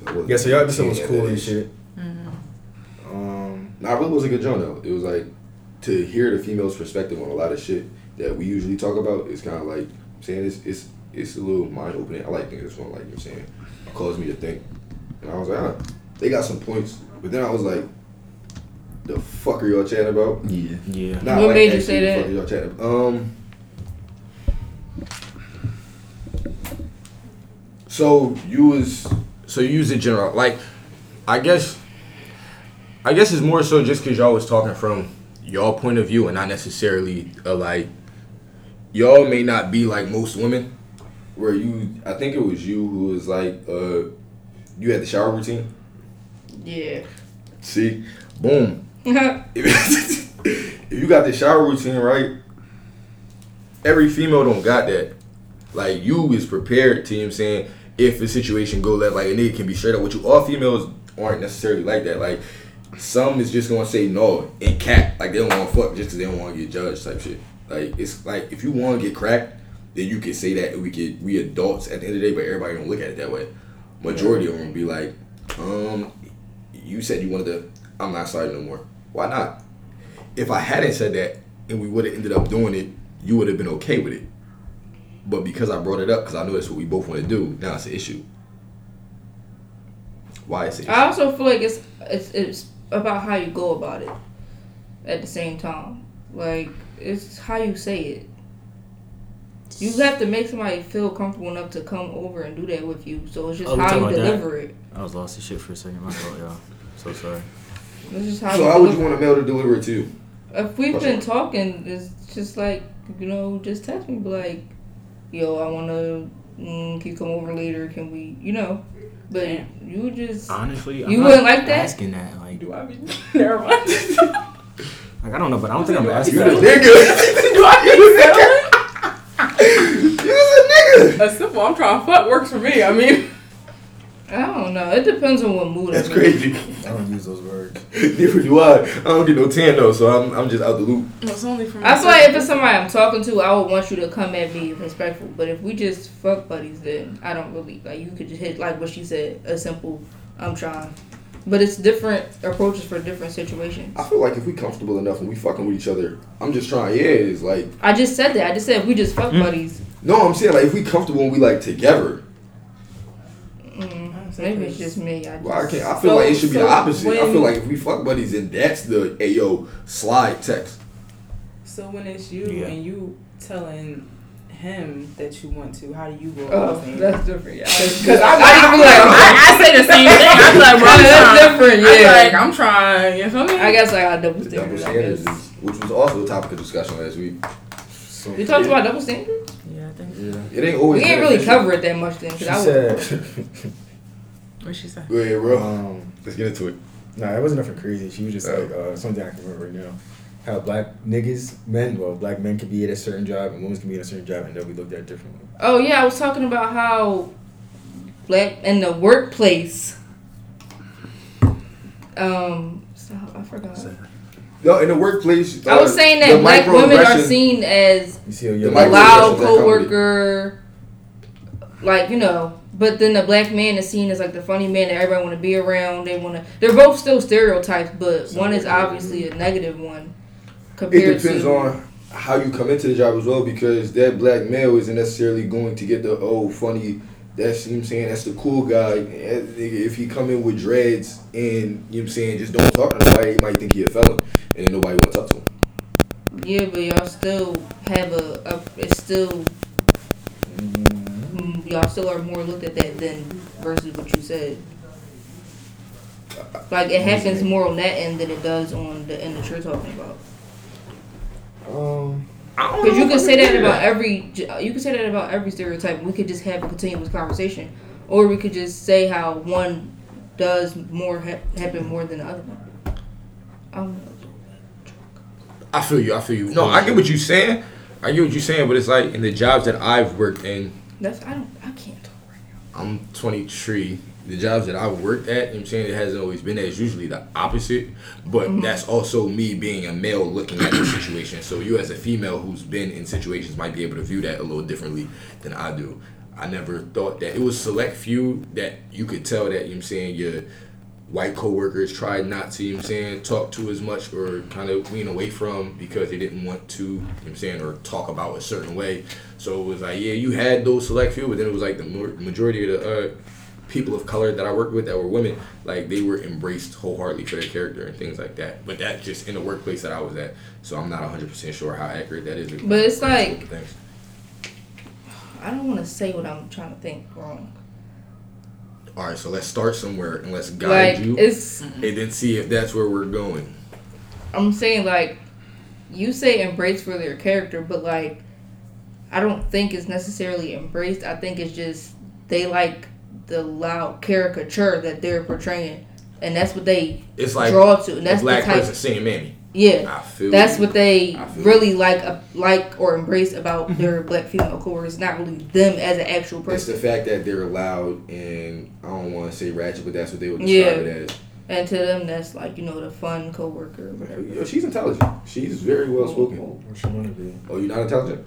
[SPEAKER 4] I wasn't-
[SPEAKER 7] yeah. So your episode was
[SPEAKER 4] Yeah,
[SPEAKER 7] cool
[SPEAKER 4] that
[SPEAKER 7] and
[SPEAKER 4] is-
[SPEAKER 7] shit. Um,
[SPEAKER 4] Nah, it really was a good jump though. It was like to hear the female's perspective on a lot of shit that we usually talk about. It's kind of like I'm saying it's it's it's a little mind opening. I like things that's going like you know what I'm saying it caused me to think, and I was like, ah, they got some points, but then I was like, the fuck are y'all chatting about?
[SPEAKER 2] Yeah.
[SPEAKER 1] Yeah.
[SPEAKER 4] Not
[SPEAKER 5] What made you
[SPEAKER 4] actually
[SPEAKER 5] say
[SPEAKER 4] the
[SPEAKER 5] that?
[SPEAKER 4] fuck Y'all chatting. Um. So you was so you was a general like, I guess. I guess it's more so just because y'all was talking from y'all point of view and not necessarily uh, like y'all may not be like most women where you I think it was you who was like uh you had the shower routine.
[SPEAKER 5] Yeah.
[SPEAKER 4] See, boom, if, if you got the shower routine right, every female don't got that. Like you is prepared to, you know what I'm saying, if the situation go left, like a nigga can be straight up with you. All females aren't necessarily like that. Like some is just gonna say no and cat. Like they don't wanna fuck just 'cause they don't wanna get judged type shit. Like it's like if you wanna get cracked, then you can say that and we get we adults at the end of the day, but everybody don't look at it that way. Majority of them be like, um, you said you wanted to I'm not sorry no more. Why not? If I hadn't said that and we would have ended up doing it, you would have been okay with it. But because I brought it up, because I know that's what we both want to do, now it's an issue. why it's
[SPEAKER 5] I also feel like it's it's it's about how you go about it. At the same time, like it's how you say it. You have to make somebody feel comfortable enough to come over and do that with you. So it's just
[SPEAKER 1] Oh, we
[SPEAKER 5] how
[SPEAKER 1] talking
[SPEAKER 5] you
[SPEAKER 1] about that?
[SPEAKER 5] deliver it.
[SPEAKER 1] I was lost as shit for a second. My fault, y'all. So sorry.
[SPEAKER 5] It's just how.
[SPEAKER 4] So
[SPEAKER 5] you
[SPEAKER 4] how would you
[SPEAKER 5] deliver
[SPEAKER 4] want a male to deliver it to you?
[SPEAKER 5] it. If we've been talking, it's just like you know, just text me be like, yo, I wanna. Mm, can you come over later? Can we? You know, but you just.
[SPEAKER 1] Honestly, I'm
[SPEAKER 5] You
[SPEAKER 1] not
[SPEAKER 5] wouldn't like that?
[SPEAKER 1] Asking that, like,
[SPEAKER 3] Do I be? Never mind. do
[SPEAKER 1] like, I don't know, but I don't think I'm asking.
[SPEAKER 4] You a
[SPEAKER 1] that.
[SPEAKER 4] nigga.
[SPEAKER 3] I
[SPEAKER 4] You a
[SPEAKER 3] be
[SPEAKER 4] nigga.
[SPEAKER 3] selling? A simple. I'm trying to fuck works for me. I mean,
[SPEAKER 5] I don't know. It depends on what mood.
[SPEAKER 4] That's
[SPEAKER 5] I'm in.
[SPEAKER 4] crazy.
[SPEAKER 7] I don't use those words.
[SPEAKER 4] Neither do I. I don't get no tan though, so I'm I'm just out the loop.
[SPEAKER 3] it's only for me.
[SPEAKER 5] I feel like if it's somebody I'm talking to, I would want you to come at me respectful. But if we just fuck buddies, then I don't really like. You could just hit like what she said, a simple "I'm trying," but it's different approaches for different situations.
[SPEAKER 4] I feel like if we comfortable enough and we fucking with each other, I'm just trying. Yeah, it's like
[SPEAKER 5] I just said that. I just said if we just
[SPEAKER 3] Hmm.
[SPEAKER 5] fuck buddies.
[SPEAKER 4] no, I'm saying like if we comfortable and we like together.
[SPEAKER 5] Mm, maybe it's just me. I just,
[SPEAKER 4] Well, I can't. I feel like it should be
[SPEAKER 3] So-
[SPEAKER 4] the opposite. I
[SPEAKER 3] when-
[SPEAKER 4] feel like if we fuck buddies, then that's the ayo slide text.
[SPEAKER 3] So when it's you
[SPEAKER 1] Yeah.
[SPEAKER 3] and you telling him that you want to, how do you go
[SPEAKER 5] Oh,
[SPEAKER 3] about things?
[SPEAKER 5] that's different. Yeah,
[SPEAKER 3] Cause I'm like,
[SPEAKER 5] I
[SPEAKER 3] I'm like, I, I say the same thing. I'm like, bro, I'm
[SPEAKER 5] That's
[SPEAKER 3] trying.
[SPEAKER 5] different.
[SPEAKER 3] I'm
[SPEAKER 5] Yeah,
[SPEAKER 3] like, I'm trying. You feel me?
[SPEAKER 5] I guess I got double
[SPEAKER 4] The double
[SPEAKER 5] standards. I
[SPEAKER 4] standards,
[SPEAKER 5] guess.
[SPEAKER 4] is- which was also a topic of discussion last week.
[SPEAKER 7] So
[SPEAKER 5] We talked about double standards.
[SPEAKER 3] Yeah, I think.
[SPEAKER 4] Yeah, it ain't always.
[SPEAKER 5] We didn't really
[SPEAKER 4] beneficial.
[SPEAKER 5] cover it that much then, because
[SPEAKER 7] She
[SPEAKER 5] I was.
[SPEAKER 7] said,
[SPEAKER 3] What she said?
[SPEAKER 4] Go ahead, bro.
[SPEAKER 7] um,
[SPEAKER 4] Let's get into it.
[SPEAKER 7] no, it wasn't nothing crazy. She was just
[SPEAKER 1] Oh.
[SPEAKER 7] like uh, something I can remember right now. How black niggas, men, well, black men can be at a certain job and women can be at a certain job, and they'll be looked at differently.
[SPEAKER 5] Oh yeah, I was talking about how black in the workplace. Um, so I forgot.
[SPEAKER 4] No, in the workplace.
[SPEAKER 5] I was
[SPEAKER 4] uh,
[SPEAKER 5] saying
[SPEAKER 4] the
[SPEAKER 5] that black women are
[SPEAKER 4] microaggression-
[SPEAKER 5] seen as
[SPEAKER 7] You see, a young
[SPEAKER 5] a
[SPEAKER 4] Microaggressions that
[SPEAKER 5] loud
[SPEAKER 4] come with it.
[SPEAKER 5] coworker, like you know. But then the black man is seen as like the funny man that everybody want to be around. They want to. They're both still stereotypes, but one is obviously a negative one. Compared
[SPEAKER 4] It depends
[SPEAKER 5] to,
[SPEAKER 4] on how you come into the job as well, because that black male isn't necessarily going to get the oh funny. That's you know what I'm saying. That's the cool guy. Eh, nigga, If he come in with dreads and you know what I'm saying, just don't talk to nobody. He might think he a fella, and nobody want to talk to him.
[SPEAKER 5] Yeah, but y'all still have a, a it's still Mm, y'all still are more looked at that than versus what you said. Like it happens more on that end than it does on the end that you're talking about.
[SPEAKER 7] Um,
[SPEAKER 5] Because you can say that about every you can say that about every stereotype. We could just have a continuous conversation, or we could just say how one does more ha- happen more than the other one. Um,
[SPEAKER 4] I feel you. I feel you. No, I get what you're saying. I get what you're saying, but it's like in the jobs that I've worked in,
[SPEAKER 5] that's I don't I can't talk right now.
[SPEAKER 4] I'm 23. The jobs that I've worked at, you know what I'm saying it hasn't always been as usually the opposite, but that's also me being a male looking at the situation. So you as a female who's been in situations might be able to view that a little differently than I do. I never thought that it was select few that you could tell that you know what I'm saying your white coworkers tried not to you know what I'm saying talk to as much or kind of lean away from because they didn't want to you know what I'm saying or talk about a certain way. So it was like, yeah, you had those select few, but then it was like the mo- majority of the uh, people of color that I worked with that were women, like they were embraced wholeheartedly for their character and things like that. But that's just in the workplace that I was at. So I'm not 100% sure how accurate that is.
[SPEAKER 5] But it's like-
[SPEAKER 4] Things.
[SPEAKER 5] I don't want to say what I'm trying to think wrong.
[SPEAKER 4] All right, so let's start somewhere and let's guide
[SPEAKER 5] Like
[SPEAKER 4] you
[SPEAKER 5] it's
[SPEAKER 4] and then see if that's where we're going.
[SPEAKER 5] I'm saying like you say embrace for their character, but like I don't think it's necessarily embraced. I think it's just they like the loud caricature that they're portraying, and that's what they
[SPEAKER 4] It's like
[SPEAKER 5] draw to. And
[SPEAKER 4] the
[SPEAKER 5] that's the,
[SPEAKER 4] black
[SPEAKER 5] type.
[SPEAKER 4] person singing Mammy.
[SPEAKER 5] Yeah,
[SPEAKER 4] I feel
[SPEAKER 5] that's
[SPEAKER 4] you.
[SPEAKER 5] what they
[SPEAKER 4] I feel
[SPEAKER 5] really like uh, like or embrace about their black female coworkers. Not really them as an actual
[SPEAKER 4] It's the
[SPEAKER 5] person.
[SPEAKER 4] fact that they're loud and I don't want to say ratchet, but that's what they would
[SPEAKER 5] Yeah.
[SPEAKER 4] describe it as.
[SPEAKER 5] And to them, that's like you know the fun coworker. Or whatever.
[SPEAKER 4] Yo, she's intelligent. She's very well spoken.
[SPEAKER 7] what you want to be?
[SPEAKER 4] Oh, you're not intelligent?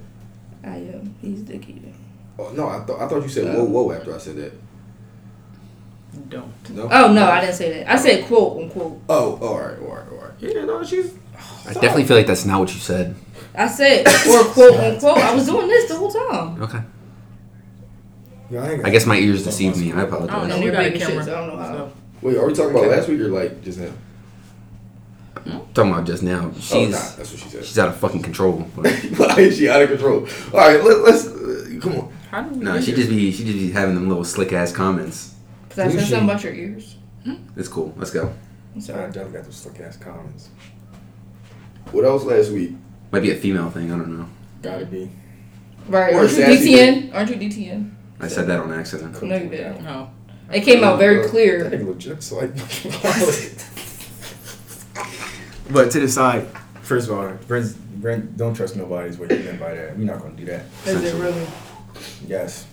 [SPEAKER 5] I am. He's the key.
[SPEAKER 4] Oh, no, I, thought I thought you said whoa, whoa after I said that.
[SPEAKER 3] Don't.
[SPEAKER 4] No.
[SPEAKER 5] Oh no, I didn't say that. I said quote unquote.
[SPEAKER 4] Oh, all right, all right, all right. Yeah, no, she's.
[SPEAKER 2] I definitely feel like that's not what you said.
[SPEAKER 5] I said or quote unquote. I was doing this the whole time.
[SPEAKER 2] Okay.
[SPEAKER 7] Yeah, I, ain't
[SPEAKER 2] I guess my ears deceived me. I apologize.
[SPEAKER 5] know.
[SPEAKER 3] We
[SPEAKER 5] They're
[SPEAKER 3] got a
[SPEAKER 5] big as
[SPEAKER 3] camera.
[SPEAKER 5] shit, so I don't know how.
[SPEAKER 3] So,
[SPEAKER 4] Wait, are we talking about last week or like just now?
[SPEAKER 2] Talking about just now,
[SPEAKER 4] oh,
[SPEAKER 2] she's
[SPEAKER 4] nah, that's what she said.
[SPEAKER 2] she's out of fucking control. Like,
[SPEAKER 4] Why is she out of control? All right, let, let's uh, come on.
[SPEAKER 3] How do we?
[SPEAKER 2] no,
[SPEAKER 3] get
[SPEAKER 2] she
[SPEAKER 3] here?
[SPEAKER 2] just be she just be having them little slick ass comments.
[SPEAKER 5] Because I
[SPEAKER 7] You
[SPEAKER 5] said
[SPEAKER 7] should-
[SPEAKER 5] something about your ears.
[SPEAKER 2] It's cool. Let's go.
[SPEAKER 5] I'm
[SPEAKER 7] I
[SPEAKER 5] sorry.
[SPEAKER 7] definitely got those slick ass comments.
[SPEAKER 4] What else last week?
[SPEAKER 2] Might be a female thing. I don't know.
[SPEAKER 7] Gotta be.
[SPEAKER 5] Right.
[SPEAKER 4] Or
[SPEAKER 5] Aren't you
[SPEAKER 4] sassy
[SPEAKER 5] DTN? Aren't you DTN?
[SPEAKER 2] I said that on accident.
[SPEAKER 7] cooked
[SPEAKER 5] No, you
[SPEAKER 7] with that
[SPEAKER 5] didn't.
[SPEAKER 7] one.
[SPEAKER 3] No.
[SPEAKER 5] It came out very
[SPEAKER 4] Uh,
[SPEAKER 7] That
[SPEAKER 5] clear.
[SPEAKER 7] nigga legit so like Brent,
[SPEAKER 1] But to the side, first of all,
[SPEAKER 7] Brent, don't trust nobody is what you meant by that. We're not gonna do that.
[SPEAKER 5] Is it really?
[SPEAKER 7] Yes.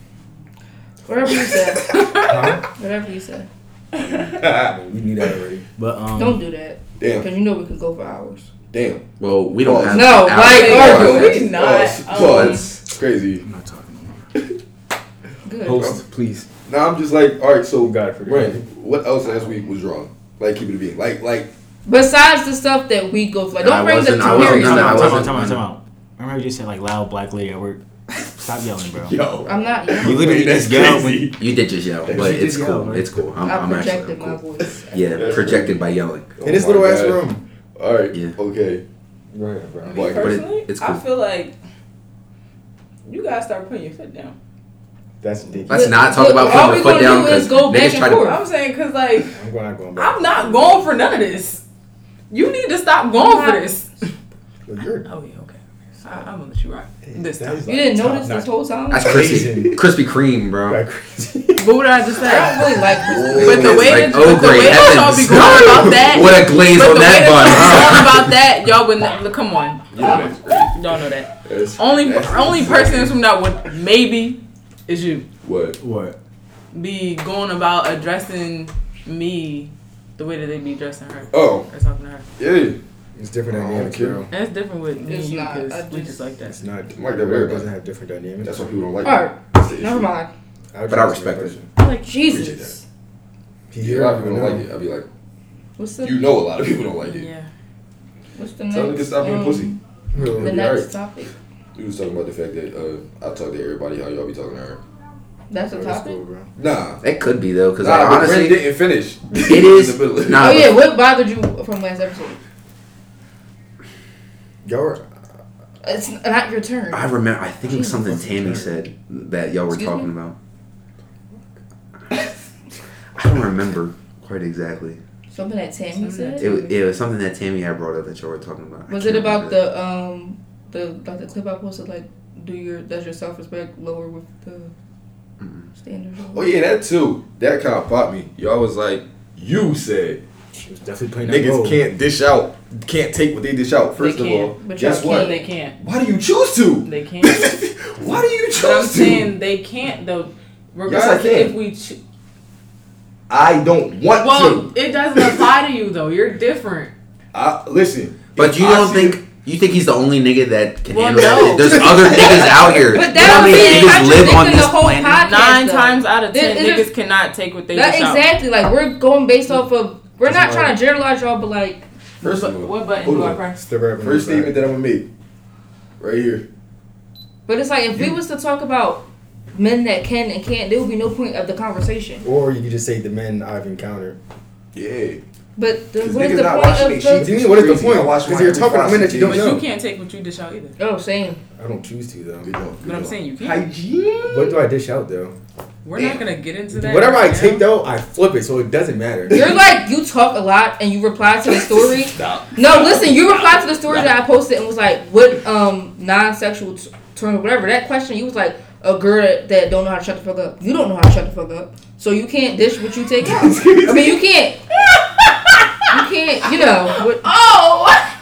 [SPEAKER 5] Whatever you said.
[SPEAKER 7] Huh?
[SPEAKER 5] Whatever you said.
[SPEAKER 7] I mean, we knew that already.
[SPEAKER 1] but um,
[SPEAKER 5] Don't do that.
[SPEAKER 4] Damn,
[SPEAKER 5] Because you know we can go for hours.
[SPEAKER 4] damn.
[SPEAKER 2] Well, we don't
[SPEAKER 4] Pause.
[SPEAKER 2] have
[SPEAKER 5] No,
[SPEAKER 2] our-
[SPEAKER 5] like,
[SPEAKER 2] our-
[SPEAKER 5] Argo,
[SPEAKER 3] we not,
[SPEAKER 4] Pause.
[SPEAKER 3] um,
[SPEAKER 4] Pause. Crazy.
[SPEAKER 1] I'm not talking. anymore.
[SPEAKER 5] Good.
[SPEAKER 7] Host, please.
[SPEAKER 4] Now I'm just like, all right. So,
[SPEAKER 7] You got it for
[SPEAKER 4] Brent, what else last week was wrong? Like, keep it a being. Like, like.
[SPEAKER 5] Besides the stuff that we go for. Like,
[SPEAKER 2] I
[SPEAKER 5] don't bring the
[SPEAKER 2] wasn't- I wasn't-
[SPEAKER 5] period.
[SPEAKER 2] no, no,
[SPEAKER 1] Time
[SPEAKER 2] I
[SPEAKER 1] out,
[SPEAKER 5] stuff.
[SPEAKER 1] time out,
[SPEAKER 2] wasn't-
[SPEAKER 1] time out, time out. Remember you just said like loud black lady at work. Stop yelling, bro.
[SPEAKER 4] Yo.
[SPEAKER 5] I'm not.
[SPEAKER 1] You
[SPEAKER 5] young.
[SPEAKER 1] literally
[SPEAKER 4] that's
[SPEAKER 1] just yelled when
[SPEAKER 4] crazy.
[SPEAKER 2] You did just yell,
[SPEAKER 1] Yeah,
[SPEAKER 2] but
[SPEAKER 1] she did
[SPEAKER 2] it's
[SPEAKER 1] yell,
[SPEAKER 2] cool.
[SPEAKER 1] right?
[SPEAKER 2] It's cool. I'm,
[SPEAKER 5] I
[SPEAKER 2] I'm actually
[SPEAKER 5] projected
[SPEAKER 2] I'm
[SPEAKER 5] my
[SPEAKER 2] cool.
[SPEAKER 5] voice.
[SPEAKER 2] Yeah, projected by yelling.
[SPEAKER 4] Oh
[SPEAKER 7] In this
[SPEAKER 4] my
[SPEAKER 7] little ass
[SPEAKER 4] God.
[SPEAKER 7] room.
[SPEAKER 4] All right.
[SPEAKER 2] Yeah.
[SPEAKER 4] Okay.
[SPEAKER 7] Right, bro.
[SPEAKER 4] Like,
[SPEAKER 2] But it-
[SPEAKER 3] Personally,
[SPEAKER 2] it's cool.
[SPEAKER 3] I feel like you gotta start putting your foot down.
[SPEAKER 7] That's ridiculous.
[SPEAKER 2] Let's not talk
[SPEAKER 5] Look,
[SPEAKER 2] about
[SPEAKER 5] all
[SPEAKER 2] putting the
[SPEAKER 5] we
[SPEAKER 2] foot
[SPEAKER 5] gonna
[SPEAKER 2] down
[SPEAKER 5] do is
[SPEAKER 2] because
[SPEAKER 5] go back
[SPEAKER 2] niggas
[SPEAKER 5] and
[SPEAKER 2] try to.
[SPEAKER 5] forth.
[SPEAKER 3] I'm saying because like
[SPEAKER 7] I'm glad going back.
[SPEAKER 3] I'm not going for none of this. You need to stop going for this.
[SPEAKER 7] Look, you're,
[SPEAKER 3] Oh yeah, okay. I, I'm gonna let you rock this
[SPEAKER 7] that
[SPEAKER 3] time.
[SPEAKER 7] is
[SPEAKER 5] You didn't
[SPEAKER 7] top
[SPEAKER 5] notice
[SPEAKER 7] notch.
[SPEAKER 5] this whole time?
[SPEAKER 2] That's
[SPEAKER 5] I
[SPEAKER 2] crispy,
[SPEAKER 7] Amazing.
[SPEAKER 2] Krispy Kreme, bro.
[SPEAKER 7] Like, crazy.
[SPEAKER 3] But what I just
[SPEAKER 5] don't really like this.
[SPEAKER 4] Whoa.
[SPEAKER 3] But the
[SPEAKER 2] It's
[SPEAKER 3] way that,
[SPEAKER 2] like,
[SPEAKER 3] but
[SPEAKER 2] oh,
[SPEAKER 3] the
[SPEAKER 2] great
[SPEAKER 3] way that y'all be
[SPEAKER 2] heavens.
[SPEAKER 3] going about that,
[SPEAKER 2] What a glaze
[SPEAKER 3] but
[SPEAKER 2] on
[SPEAKER 3] the way
[SPEAKER 2] that bun, huh?
[SPEAKER 3] that y'all going about that, y'all would not. Come on,
[SPEAKER 4] Yeah, that's crazy.
[SPEAKER 3] y'all know that.
[SPEAKER 4] That's-
[SPEAKER 3] Only
[SPEAKER 4] that's
[SPEAKER 3] only
[SPEAKER 4] insane.
[SPEAKER 3] person from that would maybe is you
[SPEAKER 4] What?
[SPEAKER 1] What?
[SPEAKER 3] be going about addressing me the way that they be addressing her
[SPEAKER 4] Oh,
[SPEAKER 3] or talking to her.
[SPEAKER 4] yeah.
[SPEAKER 7] It's different
[SPEAKER 4] Oh,
[SPEAKER 7] dynamics,
[SPEAKER 4] okay.
[SPEAKER 7] bro.
[SPEAKER 3] And it's different with me
[SPEAKER 5] It's
[SPEAKER 3] and you
[SPEAKER 5] not.
[SPEAKER 3] because
[SPEAKER 5] I
[SPEAKER 3] we
[SPEAKER 5] just-
[SPEAKER 3] just like that.
[SPEAKER 7] It's not.
[SPEAKER 4] Like that
[SPEAKER 7] it
[SPEAKER 4] weird,
[SPEAKER 7] doesn't
[SPEAKER 4] but-
[SPEAKER 7] have different dynamics.
[SPEAKER 4] That's why people don't like.
[SPEAKER 5] All right.
[SPEAKER 4] it. That's the issue.
[SPEAKER 5] Never mind.
[SPEAKER 2] But I respect it.
[SPEAKER 5] I'm like,
[SPEAKER 4] Appreciate
[SPEAKER 5] Jesus.
[SPEAKER 4] that.
[SPEAKER 7] He
[SPEAKER 4] Yeah, a
[SPEAKER 7] here.
[SPEAKER 4] lot of people
[SPEAKER 7] I
[SPEAKER 4] don't
[SPEAKER 7] know.
[SPEAKER 4] like it. I'd be like,
[SPEAKER 5] What's the
[SPEAKER 4] you know, a lot of people don't like it.
[SPEAKER 3] Yeah.
[SPEAKER 5] What's the
[SPEAKER 4] Tell them
[SPEAKER 5] next?
[SPEAKER 4] to stop being
[SPEAKER 5] um,
[SPEAKER 4] pussy.
[SPEAKER 5] The
[SPEAKER 4] It'll be
[SPEAKER 5] next
[SPEAKER 4] alright.
[SPEAKER 5] topic.
[SPEAKER 4] You was talking about the fact that uh, I talk to everybody how y'all be talking to her.
[SPEAKER 5] That's a
[SPEAKER 7] That's
[SPEAKER 5] topic.
[SPEAKER 7] cool, bro.
[SPEAKER 4] Nah.
[SPEAKER 2] That could be though, because
[SPEAKER 4] Nah, but Brent
[SPEAKER 2] honestly,
[SPEAKER 4] didn't finish.
[SPEAKER 2] it is.
[SPEAKER 4] In the middle of it.
[SPEAKER 2] Nah,
[SPEAKER 5] Oh yeah, what bothered you from last episode?
[SPEAKER 7] Y'all are,
[SPEAKER 5] It's not your turn.
[SPEAKER 2] I remember. I think it was something Tammy said that y'all were
[SPEAKER 5] Excuse
[SPEAKER 2] talking about. I don't remember quite exactly.
[SPEAKER 5] Something that Tammy
[SPEAKER 3] Something that
[SPEAKER 5] said.
[SPEAKER 2] It, wa- it was something that Tammy had brought up that y'all were talking about. I
[SPEAKER 5] Was
[SPEAKER 2] can't
[SPEAKER 5] it about
[SPEAKER 2] remember.
[SPEAKER 5] the um the like the clip I posted like do your does your self respect lower with the
[SPEAKER 2] Mm-mm.
[SPEAKER 5] standards?
[SPEAKER 4] Oh yeah, that too. That kind of popped me. Y'all was like, you said
[SPEAKER 7] she was definitely playing that
[SPEAKER 4] niggas
[SPEAKER 7] role.
[SPEAKER 4] can't dish out, can't take what they dish out. First of
[SPEAKER 3] can,
[SPEAKER 4] all,
[SPEAKER 5] but
[SPEAKER 4] guess
[SPEAKER 5] y'all
[SPEAKER 4] what?
[SPEAKER 3] They can't.
[SPEAKER 4] Why do you choose to?
[SPEAKER 3] They can't.
[SPEAKER 4] Why do you
[SPEAKER 3] But I'm
[SPEAKER 4] choose to?
[SPEAKER 3] saying they can't though.
[SPEAKER 4] Yes, I
[SPEAKER 3] Regardless,
[SPEAKER 4] can.
[SPEAKER 3] if we ch-
[SPEAKER 4] I don't want
[SPEAKER 3] well,
[SPEAKER 4] to.
[SPEAKER 3] it doesn't apply to you though. You're different.
[SPEAKER 4] I, listen,
[SPEAKER 2] But
[SPEAKER 4] if
[SPEAKER 2] you
[SPEAKER 4] I
[SPEAKER 2] don't
[SPEAKER 4] see-
[SPEAKER 2] think you think he's the only nigga that can
[SPEAKER 3] Well,
[SPEAKER 2] handle
[SPEAKER 3] no.
[SPEAKER 2] that? There's other niggas out here.
[SPEAKER 5] But
[SPEAKER 2] You know
[SPEAKER 5] that
[SPEAKER 2] how
[SPEAKER 5] would
[SPEAKER 2] many
[SPEAKER 5] be
[SPEAKER 2] niggas live on
[SPEAKER 5] contradicting
[SPEAKER 2] this
[SPEAKER 5] the whole
[SPEAKER 2] planet?
[SPEAKER 5] podcast.
[SPEAKER 3] Nine
[SPEAKER 5] though.
[SPEAKER 3] times out of ten,
[SPEAKER 5] There- it
[SPEAKER 3] niggas
[SPEAKER 5] is-
[SPEAKER 3] cannot take what they
[SPEAKER 5] That
[SPEAKER 3] dish
[SPEAKER 5] exactly like we're going based off of we're not
[SPEAKER 7] That's
[SPEAKER 5] trying to generalize y'all, but like
[SPEAKER 4] First
[SPEAKER 3] out.
[SPEAKER 4] of all,
[SPEAKER 3] What button
[SPEAKER 4] hold
[SPEAKER 3] do I
[SPEAKER 4] on.
[SPEAKER 3] press?
[SPEAKER 7] It's the rap on
[SPEAKER 4] First
[SPEAKER 7] the side.
[SPEAKER 4] statement that I'm gonna make, right here.
[SPEAKER 5] but it's like if
[SPEAKER 2] Mm.
[SPEAKER 5] we was to talk about men that can and can't, there would be no point of the conversation.
[SPEAKER 7] Or you could just say the men I've encountered.
[SPEAKER 4] Yeah.
[SPEAKER 5] But the,
[SPEAKER 4] 'Cause
[SPEAKER 5] what
[SPEAKER 4] niggas
[SPEAKER 5] is the
[SPEAKER 4] not
[SPEAKER 5] point
[SPEAKER 4] watching
[SPEAKER 5] of
[SPEAKER 4] they
[SPEAKER 5] the?
[SPEAKER 4] cheat.
[SPEAKER 7] You mean, what is the
[SPEAKER 4] Crazy.
[SPEAKER 7] point?
[SPEAKER 4] I watch
[SPEAKER 7] Because you're
[SPEAKER 4] Miami
[SPEAKER 7] talking about men
[SPEAKER 4] Vice
[SPEAKER 7] that you don't
[SPEAKER 4] and
[SPEAKER 3] But
[SPEAKER 7] know.
[SPEAKER 3] you can't take what you dish out either.
[SPEAKER 5] Oh, same.
[SPEAKER 7] I don't choose to though.
[SPEAKER 4] Good job, good
[SPEAKER 3] But I'm
[SPEAKER 4] job.
[SPEAKER 3] saying you can't.
[SPEAKER 4] Hygiene.
[SPEAKER 7] What do I dish out though?
[SPEAKER 3] We're
[SPEAKER 4] Damn.
[SPEAKER 3] not gonna get into that.
[SPEAKER 7] Whatever I
[SPEAKER 3] right
[SPEAKER 7] take
[SPEAKER 3] now.
[SPEAKER 7] though, I flip it, so it doesn't matter.
[SPEAKER 5] You're like you talk a lot and you reply to the story.
[SPEAKER 4] Stop.
[SPEAKER 5] No, listen, you replied to the story that I posted and was like, "What um non-sexual t- term or whatever that question?" You was like, "A girl that don't know how to shut the fuck up. You don't know how to shut the fuck up, so you can't dish what you take out. I mean, you can't. You can't. You know. What,
[SPEAKER 3] Oh,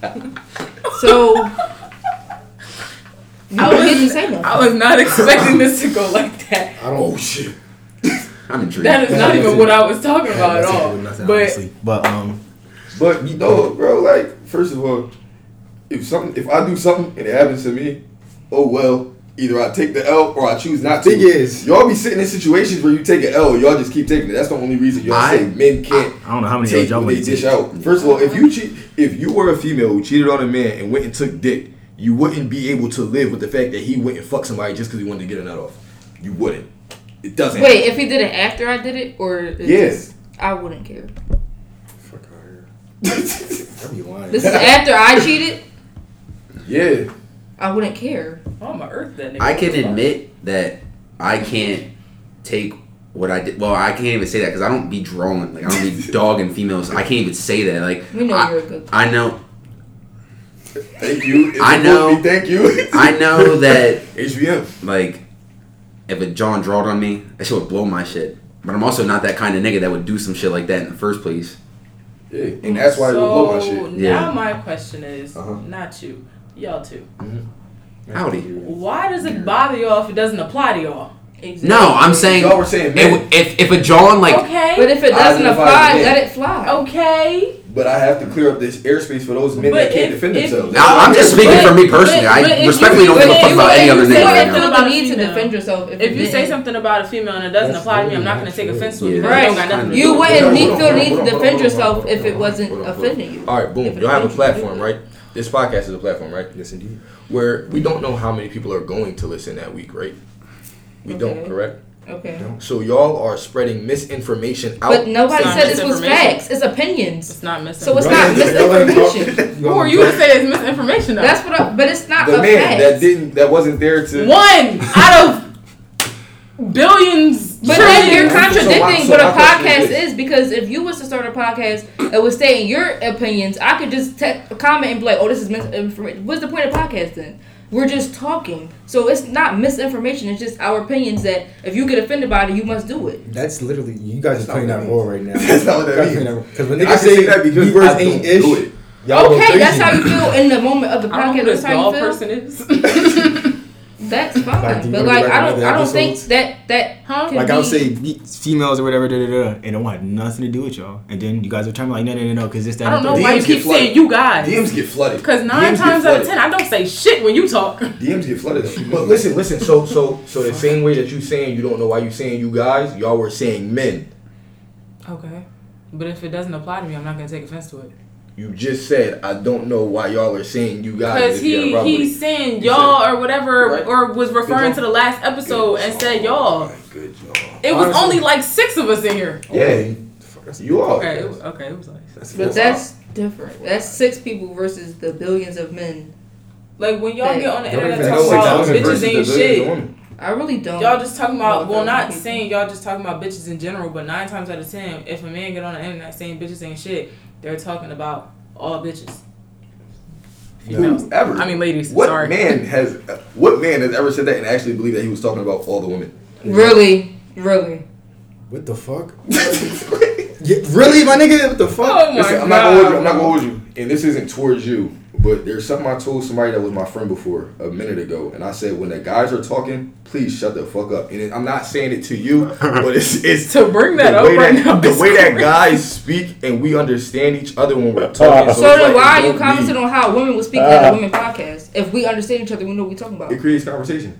[SPEAKER 5] so you
[SPEAKER 3] I
[SPEAKER 5] don't get to
[SPEAKER 3] was-
[SPEAKER 5] say nothing.
[SPEAKER 3] I was not expecting this to go like that.
[SPEAKER 7] I
[SPEAKER 4] Oh
[SPEAKER 7] don't.
[SPEAKER 4] shit.
[SPEAKER 2] I'm intrigued.
[SPEAKER 3] That is not even what I was talking about at all.
[SPEAKER 1] Nothing,
[SPEAKER 3] But
[SPEAKER 1] honestly. but um,
[SPEAKER 4] But you know, bro, like first of all, if something, if I do something and it happens to me, oh well. Either I take the L or I choose not to.
[SPEAKER 7] Thing is-
[SPEAKER 4] y'all be sitting in situations where you take an L, y'all just keep taking it. That's the only reason y'all
[SPEAKER 2] I-
[SPEAKER 4] say men can't
[SPEAKER 1] I don't know how many of
[SPEAKER 4] take
[SPEAKER 1] y'all
[SPEAKER 4] what they
[SPEAKER 1] would
[SPEAKER 4] dish
[SPEAKER 1] dish
[SPEAKER 4] out. First of all, if you cheat, if you were a female who cheated on a man and went and took dick, you wouldn't be able to live with the fact that he went and fucked somebody just because he wanted to get a nut off. You wouldn't. It doesn't.
[SPEAKER 5] Wait, if he did it after I did it, or it's
[SPEAKER 4] Yes.
[SPEAKER 5] just- I wouldn't care.
[SPEAKER 7] Fuck out here. I'd be lying.
[SPEAKER 5] This is after I cheated.
[SPEAKER 4] Yeah.
[SPEAKER 5] I wouldn't care.
[SPEAKER 3] Oh, I'm gonna earth that nigga.
[SPEAKER 2] I can admit that I can't take what I did. Well, I can't even say that because I don't be drawing. Like I don't be dogging females. I can't even say that. Like
[SPEAKER 5] We know
[SPEAKER 2] I,
[SPEAKER 5] you're a good.
[SPEAKER 2] I know,
[SPEAKER 4] Thank you.
[SPEAKER 2] I
[SPEAKER 4] It's
[SPEAKER 2] know.
[SPEAKER 4] supposed to be Thank you.
[SPEAKER 2] I know that
[SPEAKER 4] HBM.
[SPEAKER 2] like if a John drawed on me, that shit would blow my shit. But I'm also not that kind of nigga that would do some shit like that in the first place.
[SPEAKER 4] Yeah. And that's why they will blow my
[SPEAKER 3] So
[SPEAKER 4] shit.
[SPEAKER 3] now
[SPEAKER 2] Yeah.
[SPEAKER 3] my question is,
[SPEAKER 4] Uh-huh.
[SPEAKER 3] not you, y'all too.
[SPEAKER 2] Howdy.
[SPEAKER 3] Why does it bother y'all if it doesn't apply to y'all?
[SPEAKER 5] Exactly.
[SPEAKER 2] No, I'm saying
[SPEAKER 4] Y'all were saying
[SPEAKER 2] if
[SPEAKER 4] men,
[SPEAKER 2] if, if a John like
[SPEAKER 3] okay.
[SPEAKER 5] But if it doesn't
[SPEAKER 4] I
[SPEAKER 5] apply,
[SPEAKER 4] identify as
[SPEAKER 5] let it fly.
[SPEAKER 2] Oh,
[SPEAKER 3] okay.
[SPEAKER 4] but I have to clear up this airspace for those men that
[SPEAKER 3] But
[SPEAKER 4] can't
[SPEAKER 3] if-
[SPEAKER 4] defend
[SPEAKER 3] if-
[SPEAKER 4] themselves.
[SPEAKER 2] Now, I'm just speaking
[SPEAKER 3] But-
[SPEAKER 2] for me personally.
[SPEAKER 3] but- but if
[SPEAKER 2] I
[SPEAKER 3] you-
[SPEAKER 2] respectfully don't
[SPEAKER 5] But
[SPEAKER 2] give a
[SPEAKER 5] if
[SPEAKER 2] fuck
[SPEAKER 5] you-
[SPEAKER 2] about
[SPEAKER 5] if
[SPEAKER 2] any
[SPEAKER 5] you
[SPEAKER 2] other
[SPEAKER 5] say
[SPEAKER 2] nigga right
[SPEAKER 5] you
[SPEAKER 2] now.
[SPEAKER 5] feel
[SPEAKER 3] About
[SPEAKER 5] the need to
[SPEAKER 3] female.
[SPEAKER 5] defend yourself, if,
[SPEAKER 3] If you say
[SPEAKER 5] didn't.
[SPEAKER 3] something about a female and it doesn't
[SPEAKER 7] That's
[SPEAKER 3] apply to me, I'm
[SPEAKER 7] really
[SPEAKER 3] not gonna
[SPEAKER 7] not
[SPEAKER 3] take
[SPEAKER 7] true.
[SPEAKER 3] offense to it.
[SPEAKER 2] Yeah,
[SPEAKER 3] because it don't
[SPEAKER 5] that's
[SPEAKER 3] got nothing to
[SPEAKER 5] you
[SPEAKER 3] do with
[SPEAKER 5] wouldn't
[SPEAKER 3] it.
[SPEAKER 5] need feel the need
[SPEAKER 4] Hold
[SPEAKER 5] to
[SPEAKER 4] on, hold on, hold on,
[SPEAKER 5] defend
[SPEAKER 4] hold on, hold
[SPEAKER 5] yourself
[SPEAKER 4] on,
[SPEAKER 5] if it
[SPEAKER 4] hold on,
[SPEAKER 5] wasn't
[SPEAKER 4] hold on, hold on.
[SPEAKER 5] offending you.
[SPEAKER 4] All right, boom.
[SPEAKER 5] If it
[SPEAKER 4] Y'all have a
[SPEAKER 5] offends you, you
[SPEAKER 4] platform,
[SPEAKER 5] do it.
[SPEAKER 4] right? This podcast is a platform, right?
[SPEAKER 7] yes, indeed.
[SPEAKER 4] Where we don't know how many people are going to listen that week, right? We don't,
[SPEAKER 5] Okay.
[SPEAKER 4] correct?
[SPEAKER 5] Okay.
[SPEAKER 4] So y'all are spreading misinformation out.
[SPEAKER 5] But
[SPEAKER 3] It's
[SPEAKER 5] nobody
[SPEAKER 3] not
[SPEAKER 5] said this was
[SPEAKER 3] misinformation.
[SPEAKER 5] facts. It's opinions.
[SPEAKER 3] It's not missing.
[SPEAKER 5] So it's
[SPEAKER 7] Y'all
[SPEAKER 5] not
[SPEAKER 7] ain't- y'all ain't
[SPEAKER 5] misinformation.
[SPEAKER 7] talking-
[SPEAKER 3] Who are you to say it's misinformation? Though?
[SPEAKER 5] That's what. I, but it's not
[SPEAKER 4] the
[SPEAKER 5] a
[SPEAKER 4] man
[SPEAKER 5] fact.
[SPEAKER 4] that didn't, that wasn't there to.
[SPEAKER 3] one out of billions.
[SPEAKER 5] But then you're
[SPEAKER 3] trillions.
[SPEAKER 5] contradicting
[SPEAKER 4] so
[SPEAKER 5] what a
[SPEAKER 4] my question
[SPEAKER 5] podcast
[SPEAKER 4] is-
[SPEAKER 5] is because if you was to start a podcast that was stating your opinions, I could just te- comment and be like, "Oh, this is misinformation." What's the point of podcast then? We're just talking, so it's not misinformation. It's just our opinions that if you get offended by it, you must do it.
[SPEAKER 7] That's literally you guys
[SPEAKER 4] That's
[SPEAKER 7] are
[SPEAKER 4] not
[SPEAKER 7] playing
[SPEAKER 4] what
[SPEAKER 7] that
[SPEAKER 4] that
[SPEAKER 7] role
[SPEAKER 4] means.
[SPEAKER 7] right now.
[SPEAKER 4] That's not what that means.
[SPEAKER 7] Because when
[SPEAKER 4] I
[SPEAKER 7] niggas
[SPEAKER 4] can
[SPEAKER 7] say
[SPEAKER 4] say that because
[SPEAKER 7] you verse
[SPEAKER 4] I
[SPEAKER 7] ain't
[SPEAKER 4] don't do
[SPEAKER 7] ish,
[SPEAKER 4] it.
[SPEAKER 7] y'all go
[SPEAKER 5] okay, that's
[SPEAKER 7] crazy.
[SPEAKER 5] how you feel in the moment of the
[SPEAKER 3] I don't know
[SPEAKER 5] podcast.
[SPEAKER 3] who
[SPEAKER 5] That's
[SPEAKER 3] this
[SPEAKER 5] how
[SPEAKER 3] dog
[SPEAKER 5] you feel.
[SPEAKER 3] person is.
[SPEAKER 5] That's fine,
[SPEAKER 7] Like, do you
[SPEAKER 5] but
[SPEAKER 7] wanna go
[SPEAKER 5] like
[SPEAKER 7] back
[SPEAKER 5] I
[SPEAKER 7] to
[SPEAKER 5] don't,
[SPEAKER 7] the
[SPEAKER 5] I don't think
[SPEAKER 7] episodes?
[SPEAKER 5] that that
[SPEAKER 3] huh?
[SPEAKER 5] Could
[SPEAKER 7] Like
[SPEAKER 5] be-
[SPEAKER 7] I would say,
[SPEAKER 1] be- females or whatever, da da da, and it want nothing to do with y'all. And then you guys are trying to like, no, no, no, no, because this, that,
[SPEAKER 3] I don't
[SPEAKER 1] and
[SPEAKER 3] know
[SPEAKER 1] the
[SPEAKER 3] why you
[SPEAKER 4] DMs get
[SPEAKER 3] keep
[SPEAKER 4] flooded.
[SPEAKER 3] saying you guys.
[SPEAKER 4] DMs get flooded.
[SPEAKER 3] Because
[SPEAKER 4] DMs
[SPEAKER 3] nine times
[SPEAKER 4] get
[SPEAKER 3] out of
[SPEAKER 4] flooded.
[SPEAKER 3] ten, I don't say shit when you talk.
[SPEAKER 4] DMs get flooded. But listen, listen. So, so, so the same way that you saying you don't know why you saying you guys, y'all were saying men.
[SPEAKER 3] Okay, but if it doesn't apply to me, I'm not gonna take offense to it.
[SPEAKER 4] You just said I don't know why y'all are saying you guys.
[SPEAKER 3] Because
[SPEAKER 4] if you got a
[SPEAKER 3] he
[SPEAKER 4] problem with
[SPEAKER 3] he's
[SPEAKER 4] it."
[SPEAKER 3] saying
[SPEAKER 4] You
[SPEAKER 3] y'all
[SPEAKER 4] said-
[SPEAKER 3] or whatever,
[SPEAKER 4] Right.
[SPEAKER 3] or was referring
[SPEAKER 4] job.
[SPEAKER 3] to the last episode and said
[SPEAKER 7] Oh
[SPEAKER 3] y'all.
[SPEAKER 4] Good y'all.
[SPEAKER 3] It was
[SPEAKER 7] Honestly.
[SPEAKER 3] only like six of us in here.
[SPEAKER 4] Yeah,
[SPEAKER 7] Oh, Fuck, that's-
[SPEAKER 4] you are.
[SPEAKER 3] Okay, it was, okay, it was like
[SPEAKER 7] that's-
[SPEAKER 5] but that's different. That's six people versus the billions of men.
[SPEAKER 3] like when y'all
[SPEAKER 5] Hey,
[SPEAKER 3] get on the
[SPEAKER 7] don't
[SPEAKER 3] internet
[SPEAKER 7] even
[SPEAKER 3] talking
[SPEAKER 7] know
[SPEAKER 3] about
[SPEAKER 7] 6,000 versus
[SPEAKER 3] bitches ain't shit.
[SPEAKER 5] I really don't.
[SPEAKER 3] Y'all just talking about
[SPEAKER 5] No,
[SPEAKER 3] well, not
[SPEAKER 5] okay.
[SPEAKER 3] saying y'all just talking about bitches in general, but nine times out of ten, if a man get on the internet saying bitches ain't shit, they're talking about all bitches. Females.
[SPEAKER 4] Whoever.
[SPEAKER 3] I mean, ladies.
[SPEAKER 4] what
[SPEAKER 3] sorry.
[SPEAKER 4] man has what man has ever said that and actually believed that he was talking about all the women?
[SPEAKER 5] really, really.
[SPEAKER 7] What the fuck?
[SPEAKER 4] Listen,
[SPEAKER 7] Yeah, really, my nigga? What the fuck?
[SPEAKER 3] Oh my god.
[SPEAKER 4] I'm not gonna hold you. I'm not gonna hold you. And this isn't towards you, but there's something I told somebody that was my friend before a minute ago, and I said when the guys are talking, please shut the fuck up. And it, I'm not saying it to you, but it's it's
[SPEAKER 3] To bring that
[SPEAKER 4] the
[SPEAKER 3] up
[SPEAKER 4] way
[SPEAKER 3] right
[SPEAKER 4] that,
[SPEAKER 3] now.
[SPEAKER 4] The
[SPEAKER 3] is
[SPEAKER 4] way that
[SPEAKER 3] crazy.
[SPEAKER 4] guys speak and we understand each other when we're talking. it's
[SPEAKER 5] So
[SPEAKER 4] Ah.
[SPEAKER 5] then
[SPEAKER 4] like,
[SPEAKER 5] why are you
[SPEAKER 4] don't
[SPEAKER 5] commenting
[SPEAKER 4] leave.
[SPEAKER 5] on how women would speak at a women podcast? If we understand each other, we know what we're talking about.
[SPEAKER 4] It creates conversation.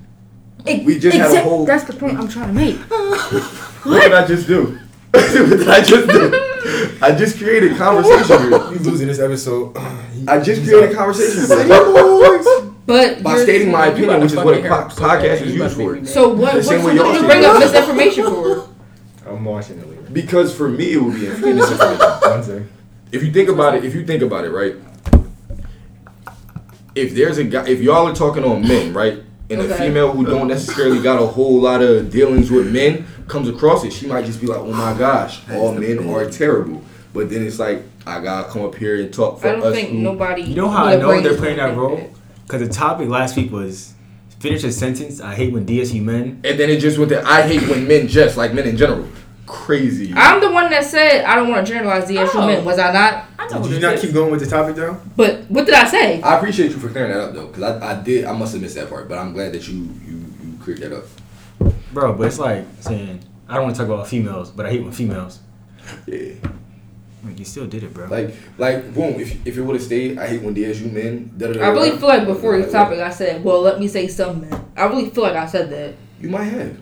[SPEAKER 5] Ex-
[SPEAKER 4] we just had a whole-
[SPEAKER 5] That's the point I'm trying to make.
[SPEAKER 4] What did I just do? what did I just do? I just created conversation. here.
[SPEAKER 7] You losing this episode.
[SPEAKER 4] I just created conversation for you.
[SPEAKER 5] But
[SPEAKER 4] by
[SPEAKER 5] you're-
[SPEAKER 4] stating my
[SPEAKER 3] You about to
[SPEAKER 4] opinion, which is
[SPEAKER 3] fuck
[SPEAKER 4] what a
[SPEAKER 3] your hair
[SPEAKER 4] po-
[SPEAKER 3] up so bad.
[SPEAKER 4] podcast is
[SPEAKER 3] You about
[SPEAKER 4] used
[SPEAKER 3] to make
[SPEAKER 4] for.
[SPEAKER 3] me mad.
[SPEAKER 5] So what?
[SPEAKER 4] The
[SPEAKER 5] What, so
[SPEAKER 4] same way
[SPEAKER 5] what
[SPEAKER 4] y'all
[SPEAKER 5] did you
[SPEAKER 4] see
[SPEAKER 5] bring
[SPEAKER 4] it.
[SPEAKER 5] up misinformation for?
[SPEAKER 7] I'm watching it later.
[SPEAKER 4] Because for me, it would be information.
[SPEAKER 7] Wednesday.
[SPEAKER 4] if you think about it, if you think about it, right? If there's a guy, if y'all are talking on men, right, and a
[SPEAKER 5] Okay.
[SPEAKER 4] female who don't necessarily got a whole lot of dealings with men comes across it, she might just be like, "Oh my gosh, all men are terrible." But then it's like, I gotta come up here and talk for
[SPEAKER 5] I don't
[SPEAKER 4] us.
[SPEAKER 5] think
[SPEAKER 4] who-
[SPEAKER 5] nobody.
[SPEAKER 1] You know how I
[SPEAKER 5] would
[SPEAKER 1] know
[SPEAKER 5] bring
[SPEAKER 1] they're
[SPEAKER 5] this
[SPEAKER 1] playing that
[SPEAKER 5] up.
[SPEAKER 1] role? Because the topic last week was finish a sentence. I hate when DSU men.
[SPEAKER 4] and then it just went to, I hate when men jest like men in general. Crazy.
[SPEAKER 5] I'm the one that said I don't want to generalize the issue
[SPEAKER 3] Oh.
[SPEAKER 5] men. Was I not?
[SPEAKER 3] I
[SPEAKER 7] Did
[SPEAKER 3] know who
[SPEAKER 7] you
[SPEAKER 3] this
[SPEAKER 7] not
[SPEAKER 3] Oh, is.
[SPEAKER 7] keep going with the topic though?
[SPEAKER 5] But what did I say?
[SPEAKER 4] I appreciate you for clearing that up though, because I, I did I must have missed that part, but I'm glad that you you, you cleared that up.
[SPEAKER 1] Bro, but it's like saying, I don't want to talk about females, but I hate when females.
[SPEAKER 4] Yeah.
[SPEAKER 1] Like, you still did it, bro.
[SPEAKER 4] Like like boom, if, if it would have stayed, I hate when DSU men. Da, da, da,
[SPEAKER 5] I really
[SPEAKER 4] da.
[SPEAKER 5] feel like before the topic, I said, "Well, let me say some men." I really feel like I said that.
[SPEAKER 4] You might have.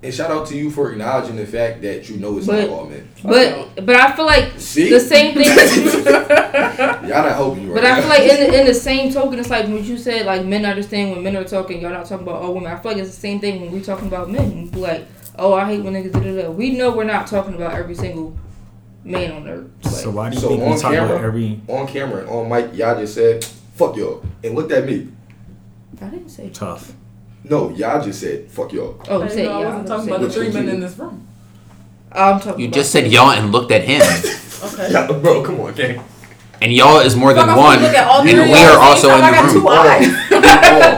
[SPEAKER 4] And shout out to you for acknowledging the fact that you know it's not
[SPEAKER 5] But-
[SPEAKER 4] all men.
[SPEAKER 5] But but I feel like
[SPEAKER 4] See?
[SPEAKER 5] the same thing.
[SPEAKER 4] Y'all not helping you right
[SPEAKER 5] But I
[SPEAKER 4] now.
[SPEAKER 5] feel like in the, in the same token, it's like when you said like men understand when men are talking, y'all not talking about all women. I feel like it's the same thing when we talking about men. We be like, oh, I hate when niggas da da da. We know we're not talking about every single man on earth. Like,
[SPEAKER 1] So why do you
[SPEAKER 4] So
[SPEAKER 1] think we
[SPEAKER 4] on
[SPEAKER 1] talk about
[SPEAKER 4] camera?
[SPEAKER 1] every
[SPEAKER 4] On camera, and on mic, y'all just said, fuck y'all. And looked at me.
[SPEAKER 5] I didn't say.
[SPEAKER 1] tough?
[SPEAKER 4] No, y'all just said, fuck y'all.
[SPEAKER 5] Oh, you
[SPEAKER 3] I know,
[SPEAKER 5] said y'all.
[SPEAKER 3] I wasn't
[SPEAKER 5] I'm
[SPEAKER 3] talking about the
[SPEAKER 4] What you
[SPEAKER 3] three men
[SPEAKER 4] do?
[SPEAKER 3] in this room.
[SPEAKER 5] I'm talking.
[SPEAKER 2] You
[SPEAKER 5] about
[SPEAKER 2] just said
[SPEAKER 5] me.
[SPEAKER 2] y'all and looked at him,
[SPEAKER 3] Okay.
[SPEAKER 4] Yeah, bro, come on, gang.
[SPEAKER 2] and y'all is more than
[SPEAKER 3] Fuck, I'm
[SPEAKER 2] one,
[SPEAKER 3] gonna look at all
[SPEAKER 2] and
[SPEAKER 3] three of
[SPEAKER 2] we
[SPEAKER 3] y'all
[SPEAKER 2] are
[SPEAKER 3] at the
[SPEAKER 2] also
[SPEAKER 3] same
[SPEAKER 2] in
[SPEAKER 3] time. I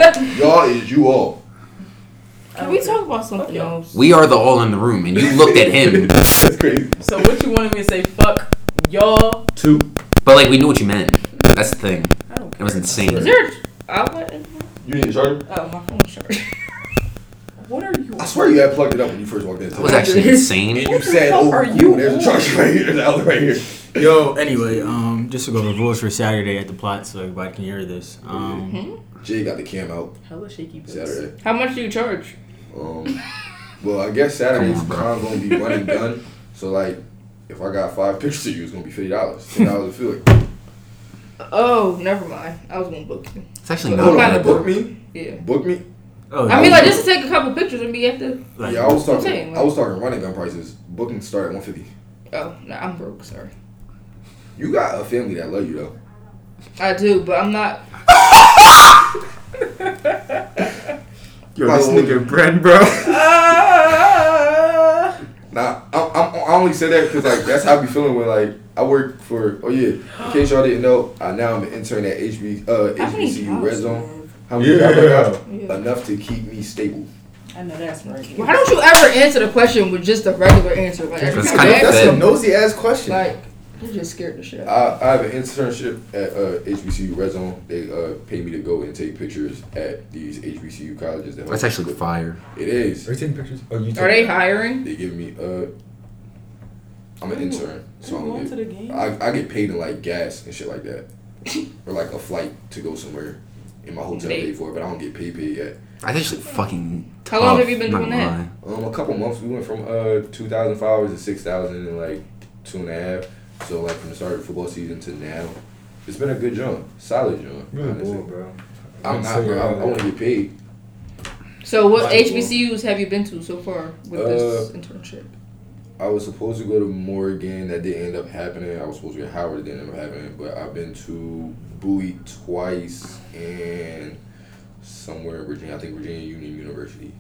[SPEAKER 3] got
[SPEAKER 2] the
[SPEAKER 3] two
[SPEAKER 2] room.
[SPEAKER 4] y'all, y'all is you all.
[SPEAKER 5] Can we talk about something
[SPEAKER 3] Okay.
[SPEAKER 5] else?
[SPEAKER 2] We are the all in the room, and you looked at him,
[SPEAKER 4] That's crazy.
[SPEAKER 3] So what you wanted me to say? Fuck y'all.
[SPEAKER 4] Two.
[SPEAKER 2] but like we knew what you meant. That's the thing.
[SPEAKER 3] I don't
[SPEAKER 2] It was insane.
[SPEAKER 5] Is there? I went.
[SPEAKER 4] You didn't charge it?
[SPEAKER 3] Oh my.
[SPEAKER 5] I'm sure.
[SPEAKER 3] What are you?
[SPEAKER 4] I swear you had plugged it up when you first walked in.
[SPEAKER 2] That was actually insane.
[SPEAKER 4] And you said,
[SPEAKER 3] hell
[SPEAKER 4] oh,
[SPEAKER 3] are
[SPEAKER 4] cool,
[SPEAKER 3] you
[SPEAKER 4] there's a
[SPEAKER 3] on?
[SPEAKER 4] charger right here, there's an outlet right here.
[SPEAKER 1] Yo, anyway, um, just to go over rules for Saturday at the plot so everybody can hear this. Um,
[SPEAKER 4] Jay got the cam out
[SPEAKER 3] Hella shaky. bits.
[SPEAKER 4] Saturday.
[SPEAKER 5] How much do you charge?
[SPEAKER 4] Um, well, I guess Saturday's
[SPEAKER 2] Come on, bro.
[SPEAKER 4] con gonna be running gun. So like, if I got five pictures of you, it's gonna be fifty dollars. Ten dollars a field.
[SPEAKER 5] Oh, never mind. I was gonna book you.
[SPEAKER 2] It's actually
[SPEAKER 4] Hold
[SPEAKER 2] not
[SPEAKER 5] Kind
[SPEAKER 4] on,
[SPEAKER 5] of
[SPEAKER 2] bad.
[SPEAKER 4] book me,
[SPEAKER 5] Yeah.
[SPEAKER 4] book me.
[SPEAKER 1] oh,
[SPEAKER 5] I mean, like just to take a couple pictures and be at the.
[SPEAKER 1] like,
[SPEAKER 4] yeah, I was talking.
[SPEAKER 5] saying,
[SPEAKER 4] I was talking running gun prices. Booking start at one fifty.
[SPEAKER 5] Oh, no, I'm broke. Sorry.
[SPEAKER 4] You got a family that love you though.
[SPEAKER 5] I do, but I'm not.
[SPEAKER 2] Yo,
[SPEAKER 4] this nigga
[SPEAKER 2] Brent, bro.
[SPEAKER 3] Ah.
[SPEAKER 4] Nah, I, I'm, I only say that because like that's how I be feeling when like I work for. Oh yeah, in case y'all didn't know, I now am an intern at HB uh,
[SPEAKER 5] How many
[SPEAKER 4] HBCU
[SPEAKER 5] jobs
[SPEAKER 4] Red
[SPEAKER 5] do
[SPEAKER 4] Zone.
[SPEAKER 5] you
[SPEAKER 4] How
[SPEAKER 7] Oh,
[SPEAKER 4] many jobs I got?
[SPEAKER 5] have? Yeah.
[SPEAKER 4] Enough to keep me stable.
[SPEAKER 3] I know that's right.
[SPEAKER 5] Why don't you ever answer the question with just a regular answer? Like, every
[SPEAKER 2] That's
[SPEAKER 5] time
[SPEAKER 2] kinda
[SPEAKER 5] you ask
[SPEAKER 7] That's a
[SPEAKER 2] Fed.
[SPEAKER 7] nosy ass question.
[SPEAKER 5] Like, you just scared the shit. out
[SPEAKER 4] I, I have an internship at uh, HBCU Red Zone. They uh, pay me to go and take pictures at these HBCU colleges. That
[SPEAKER 2] That's actually fire.
[SPEAKER 4] it is.
[SPEAKER 7] Are you taking pictures? Oh, you
[SPEAKER 5] of me. Are they hiring?
[SPEAKER 4] They give me uh, I'm an intern, so
[SPEAKER 3] I'm
[SPEAKER 4] I'm
[SPEAKER 3] going to
[SPEAKER 4] get,
[SPEAKER 3] the game.
[SPEAKER 4] I I get paid in like gas and shit like that, or like a flight to go somewhere, and my hotel paid for it, but I don't get paid paid yet.
[SPEAKER 2] That's actually fucking.
[SPEAKER 5] How long
[SPEAKER 2] tough,
[SPEAKER 5] have you been
[SPEAKER 2] not
[SPEAKER 5] doing
[SPEAKER 2] gonna
[SPEAKER 5] that?
[SPEAKER 2] lie.
[SPEAKER 4] Um, a couple months we went from uh 2,000 followers to 6,000 in like two and a half. So like from the start of football season to now, it's been a good jump, solid jump.
[SPEAKER 7] Really
[SPEAKER 4] honestly.
[SPEAKER 7] bored, bro.
[SPEAKER 4] I'm not, bro. I, I want to get paid.
[SPEAKER 5] So, what
[SPEAKER 4] Like, Uh,
[SPEAKER 5] HBCUs have you been to so far with this internship?
[SPEAKER 4] I was supposed to go to Morgan. That didn't end up happening. I was supposed to go to Howard. It didn't end up happening. But I've been to Bowie twice and somewhere in Virginia. I think Virginia Union University.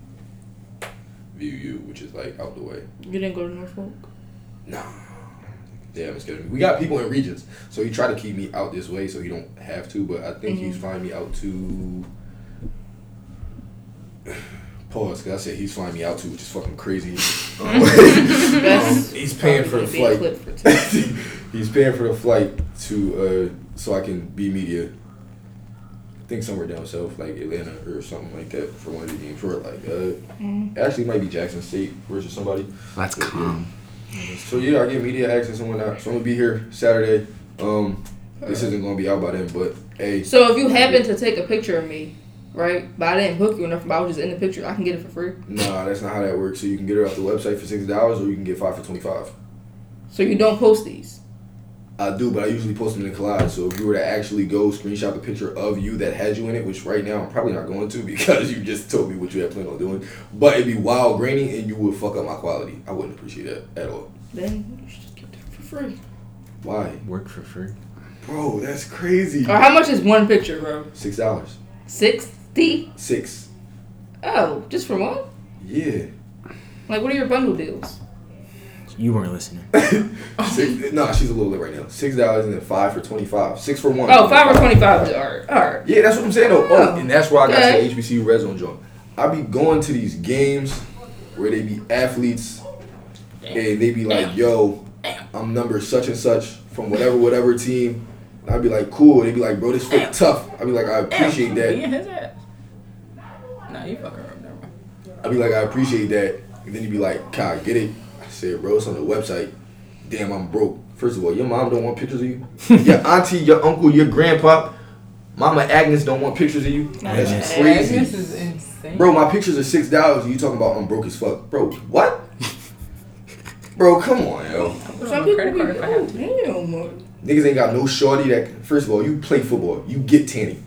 [SPEAKER 4] VU, which is like out the way.
[SPEAKER 5] You didn't go to Norfolk.
[SPEAKER 4] Nah. They haven't scheduled me. We got people in regions. So he tried to keep me out this way so he don't have to. But I think he's flying me out to... Pause, because I said he's flying me out to, which is fucking crazy. Um,
[SPEAKER 5] That's
[SPEAKER 4] he's paying for the flight.
[SPEAKER 5] probably gonna be a clip for today.
[SPEAKER 4] he's paying for the flight to uh, so I can be media. I think somewhere down south, like Atlanta or something like that, for one of the games. Or like uh, actually it might be Jackson State versus somebody.
[SPEAKER 2] That's
[SPEAKER 4] Yeah.
[SPEAKER 2] calm.
[SPEAKER 4] So yeah, I get media access and whatnot. So I'm gonna be here Saturday. Um, this isn't gonna be out by then, but hey,
[SPEAKER 5] So, if you happen to take a picture of me, right? But I didn't book you enough. But I was just in the picture. I can get it for free.
[SPEAKER 4] nah, that's not how that works. So you can get it off the website for six dollars, or you can get five for twenty five.
[SPEAKER 5] So you don't post these.
[SPEAKER 4] I do, but I usually post them in collage. So if you were to actually go screenshot the picture of you that had you in it, which right now I'm probably not going to because you just told me what you had planned on doing, but it'd be wild grainy and you would fuck up my quality. I wouldn't appreciate that at all.
[SPEAKER 5] Then you should just get that for free.
[SPEAKER 4] Why,
[SPEAKER 7] Work for free.
[SPEAKER 4] bro? That's crazy.
[SPEAKER 5] Or how much is one picture, bro?
[SPEAKER 4] Six dollars.
[SPEAKER 5] Sixty.
[SPEAKER 4] Six.
[SPEAKER 5] Oh, just for one?
[SPEAKER 4] Yeah.
[SPEAKER 5] Like, what are your bundle deals?
[SPEAKER 1] you weren't listening.
[SPEAKER 4] Six. nah, she's a little late right now. Six dollars and then five for twenty five. Six for one.
[SPEAKER 5] Oh, five or twenty-five. All right, all right.
[SPEAKER 4] Yeah, that's what I'm saying though. Oh, and that's why I got
[SPEAKER 5] Okay.
[SPEAKER 4] to the HBCU red zone joint. I be going to these games where they be athletes and they be like, yo, I'm number such and such from whatever, whatever team. And I'd be like, cool. They'd be like, bro, this fit tough. I'd be like, I appreciate
[SPEAKER 3] Yeah,
[SPEAKER 4] that.
[SPEAKER 3] his ass. Nah, you fucking remember. Never mind.
[SPEAKER 4] I'd be like, I appreciate that. And then he'd be like, Kai, get it. I said, bro, it's on the website. Damn, I'm broke. First of all, your mom don't want pictures of you. Your auntie, your uncle, your grandpa, Mama Agnes don't want pictures of you. That's
[SPEAKER 1] Agnes.
[SPEAKER 4] crazy.
[SPEAKER 3] Agnes is insane.
[SPEAKER 4] Bro, my pictures are six dollars. and You talking about I'm broke as fuck, bro? What? bro, come on, yo.
[SPEAKER 3] Put it on
[SPEAKER 5] Some
[SPEAKER 3] my
[SPEAKER 5] people
[SPEAKER 3] credit
[SPEAKER 5] be,
[SPEAKER 3] card if I have
[SPEAKER 5] oh,
[SPEAKER 3] to.
[SPEAKER 5] damn. uh, like,
[SPEAKER 4] Niggas ain't got no shorty. That first of all, you play football, you get tanning,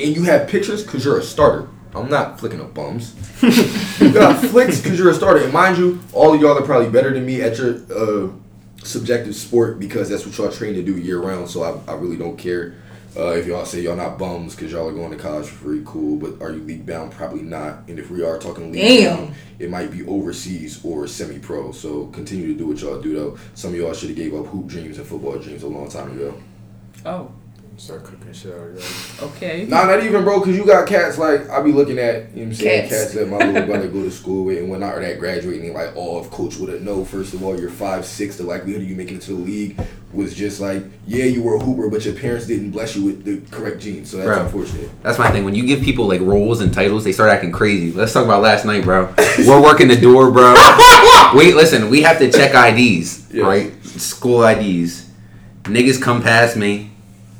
[SPEAKER 4] and you have pictures because you're a starter. I'm not flicking up bums. you got flicks because you're a starter. And mind you, all of y'all are probably better than me at your uh, subjective sport because that's what y'all train to do year round. So I, I really don't care uh, if y'all say y'all not bums because y'all are going to college for free. Cool, but are you league bound? Probably not. And if we are talking league
[SPEAKER 5] Damn.
[SPEAKER 4] bound, it might be overseas or semi pro. So continue to do what y'all do though. Some of y'all should have gave up hoop dreams and football dreams a long time ago.
[SPEAKER 3] Oh,
[SPEAKER 7] Start cooking shit out here.
[SPEAKER 3] okay.
[SPEAKER 4] Nah, not even, bro, because you got cats like I be looking at, you know what I'm saying?
[SPEAKER 5] Cats.
[SPEAKER 4] Cats, that my little brother go to school with and whatnot, or that graduating, and like, oh, if coach would have known, first of all, you're five, six, the likelihood of you making it to the league was just like, yeah, you were a hooper, but your parents didn't bless you with the correct genes. So that's
[SPEAKER 2] Bro.
[SPEAKER 4] unfortunate.
[SPEAKER 2] That's my thing. When you give people like roles and titles, they start acting crazy. Let's talk about last night, bro. We're working the door, bro. Wait, listen. We have to check IDs,
[SPEAKER 4] Yeah.
[SPEAKER 2] right? School IDs. Niggas come past me,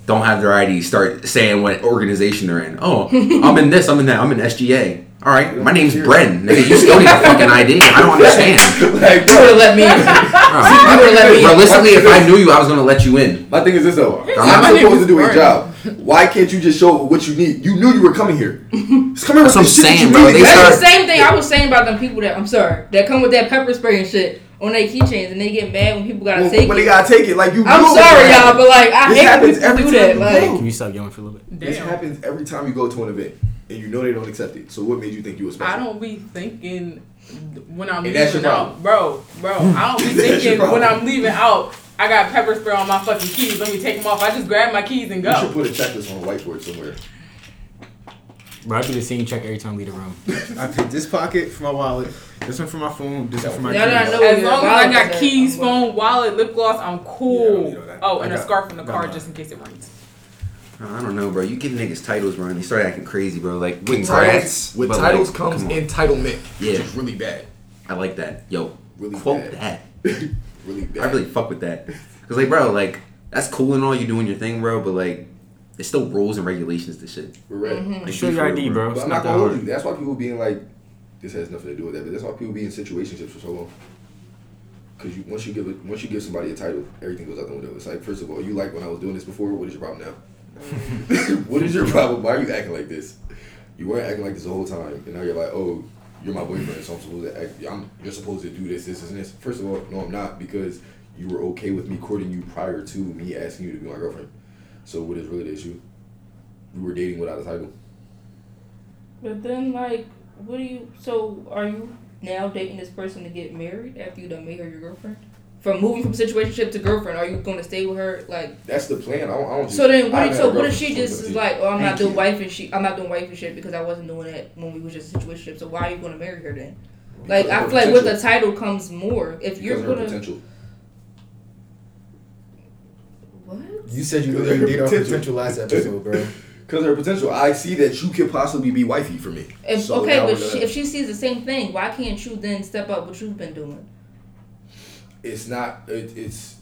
[SPEAKER 2] don't have their ID. Start saying what organization they're in. Oh, I'm in this. I'm in that. I'm in SGA. All right, my name's Bren. Nigga, you still need a fucking ID. I don't understand.
[SPEAKER 4] like,
[SPEAKER 5] You would
[SPEAKER 4] bro,
[SPEAKER 5] have let me in.
[SPEAKER 2] Bro.
[SPEAKER 5] You would have let me in.
[SPEAKER 2] Realistically, if I knew you, I was gonna let you in.
[SPEAKER 4] my thing is this, though.
[SPEAKER 3] Here's
[SPEAKER 4] I'm
[SPEAKER 3] my
[SPEAKER 4] not
[SPEAKER 3] thing
[SPEAKER 4] supposed
[SPEAKER 3] is
[SPEAKER 4] to do a
[SPEAKER 3] burn.
[SPEAKER 4] job. Why can't you just show what you need? You knew you were coming here. Just come here
[SPEAKER 2] That's
[SPEAKER 4] with
[SPEAKER 2] what I'm
[SPEAKER 4] the shit that
[SPEAKER 2] saying,
[SPEAKER 4] you
[SPEAKER 2] bro.
[SPEAKER 4] need.
[SPEAKER 2] They
[SPEAKER 4] Hey,
[SPEAKER 5] That's
[SPEAKER 2] start-
[SPEAKER 5] the same thing I was saying about them people that I'm sorry that come with that pepper spray and shit on their keychains and they get mad when people gotta
[SPEAKER 4] when-
[SPEAKER 5] take
[SPEAKER 4] when
[SPEAKER 5] it.
[SPEAKER 4] they gotta take it, like you.
[SPEAKER 5] I'm
[SPEAKER 4] knew it was
[SPEAKER 5] sorry,
[SPEAKER 4] gonna
[SPEAKER 5] y'all,
[SPEAKER 4] happen.
[SPEAKER 5] but like I
[SPEAKER 4] This
[SPEAKER 5] hate when
[SPEAKER 4] happens
[SPEAKER 5] people
[SPEAKER 4] every
[SPEAKER 5] do
[SPEAKER 4] time
[SPEAKER 5] that.
[SPEAKER 4] you
[SPEAKER 5] Like,
[SPEAKER 4] go.
[SPEAKER 1] Can you stop yelling for a little bit?
[SPEAKER 4] This
[SPEAKER 3] Damn.
[SPEAKER 4] happens every time you go to an event, and you know they don't accept it. So what made you think you were special?
[SPEAKER 3] I don't be thinking when I'm
[SPEAKER 4] And that's
[SPEAKER 3] leaving
[SPEAKER 4] your
[SPEAKER 3] out, bro, bro. I don't be
[SPEAKER 4] That's your
[SPEAKER 3] thinking when
[SPEAKER 4] problem.
[SPEAKER 3] I'm leaving out. I got pepper spray on my fucking keys. Let me take them off. I just grab my keys and
[SPEAKER 4] You should
[SPEAKER 3] go.
[SPEAKER 4] put a checklist on a whiteboard somewhere.
[SPEAKER 1] Bro, I do the same check every time I leave the room.
[SPEAKER 7] I picked this pocket for my wallet, this one for my phone, this one for my
[SPEAKER 5] Now Oh, that I
[SPEAKER 7] keys.
[SPEAKER 5] know
[SPEAKER 3] As
[SPEAKER 5] your
[SPEAKER 3] long as
[SPEAKER 5] wallet
[SPEAKER 3] I
[SPEAKER 5] is
[SPEAKER 3] got
[SPEAKER 5] there,
[SPEAKER 3] keys,
[SPEAKER 5] I'm
[SPEAKER 3] phone, wallet, lip gloss, I'm cool.
[SPEAKER 7] need all that.
[SPEAKER 3] Oh,
[SPEAKER 7] I
[SPEAKER 3] and a
[SPEAKER 7] got-
[SPEAKER 3] scarf in the
[SPEAKER 7] got
[SPEAKER 3] car
[SPEAKER 7] mine.
[SPEAKER 3] just in case it rains.
[SPEAKER 2] I don't know, bro. You give niggas titles, bro, and they start acting crazy, bro. Like,
[SPEAKER 4] With
[SPEAKER 2] congrats.
[SPEAKER 4] titles, with
[SPEAKER 2] but,
[SPEAKER 4] titles
[SPEAKER 2] like,
[SPEAKER 4] comes
[SPEAKER 2] come on.
[SPEAKER 4] entitlement,
[SPEAKER 2] Yeah.
[SPEAKER 4] which is really bad.
[SPEAKER 2] I like that. Yo,
[SPEAKER 4] Really
[SPEAKER 2] quote
[SPEAKER 4] bad.
[SPEAKER 2] that.
[SPEAKER 4] really bad.
[SPEAKER 2] I really fuck with that. Cause like, bro, like that's cool and all you doing your thing, bro, but like, it's still rules and regulations. This shit.
[SPEAKER 4] We're right.
[SPEAKER 3] Mm-hmm.
[SPEAKER 2] Like,
[SPEAKER 1] Show
[SPEAKER 2] be
[SPEAKER 1] your
[SPEAKER 2] for
[SPEAKER 1] ID,
[SPEAKER 2] real,
[SPEAKER 1] bro.
[SPEAKER 4] But
[SPEAKER 1] It's
[SPEAKER 4] I'm
[SPEAKER 1] not
[SPEAKER 4] not
[SPEAKER 1] that
[SPEAKER 4] gonna hold you.
[SPEAKER 1] hard.
[SPEAKER 4] That's why people being like, this has nothing to do with that. But that's why people be in situationships for so long. Cause you once you give it, once you give somebody a title, everything goes out the window. It's like first of all, you like when I was doing this before. What is your problem now? what is your problem? Why are you acting like this? You weren't acting like this the whole time, and now you're like, oh, you're my boyfriend, so I'm supposed to act. I'm you're supposed to do this, this, this, and this. First of all, no, I'm not because you were okay with me courting you prior to me asking you to be my girlfriend. So what is really the issue? We were dating without a title.
[SPEAKER 5] But then, like, what do you? So, are you now dating this person to get married after you done made her your girlfriend? From moving from situationship to girlfriend, are you going to stay with her? Like,
[SPEAKER 4] That's the plan. I don't. I don't
[SPEAKER 5] so then
[SPEAKER 4] I've
[SPEAKER 5] what? If,
[SPEAKER 4] had
[SPEAKER 5] so
[SPEAKER 4] a
[SPEAKER 5] what if
[SPEAKER 4] girlfriend
[SPEAKER 5] she
[SPEAKER 4] for
[SPEAKER 5] just is
[SPEAKER 4] 15
[SPEAKER 5] like, oh, I'm not
[SPEAKER 4] Thank
[SPEAKER 5] doing
[SPEAKER 4] you.
[SPEAKER 5] wife and she, I'm not doing wife and shit because I wasn't doing that when we was just situationship. So why are you going to marry her then? Like,
[SPEAKER 4] Because
[SPEAKER 5] I
[SPEAKER 4] of
[SPEAKER 5] feel like
[SPEAKER 4] her
[SPEAKER 5] with a
[SPEAKER 4] potential.
[SPEAKER 5] title comes more. If
[SPEAKER 4] Because
[SPEAKER 5] you're
[SPEAKER 4] of her
[SPEAKER 5] gonna
[SPEAKER 4] potential.
[SPEAKER 5] what?
[SPEAKER 7] You said you
[SPEAKER 4] Because
[SPEAKER 7] literally
[SPEAKER 4] of
[SPEAKER 7] did
[SPEAKER 4] her
[SPEAKER 7] our
[SPEAKER 4] potential.
[SPEAKER 7] potential last episode, bro.
[SPEAKER 4] Because of her potential, I see that you could possibly be wifey for me.
[SPEAKER 5] If,
[SPEAKER 4] So
[SPEAKER 5] okay,
[SPEAKER 4] now
[SPEAKER 5] but
[SPEAKER 4] we're
[SPEAKER 5] she,
[SPEAKER 4] gonna-
[SPEAKER 5] if she sees the same thing, why can't you then step up what you've been doing?
[SPEAKER 4] it's not. It, it's.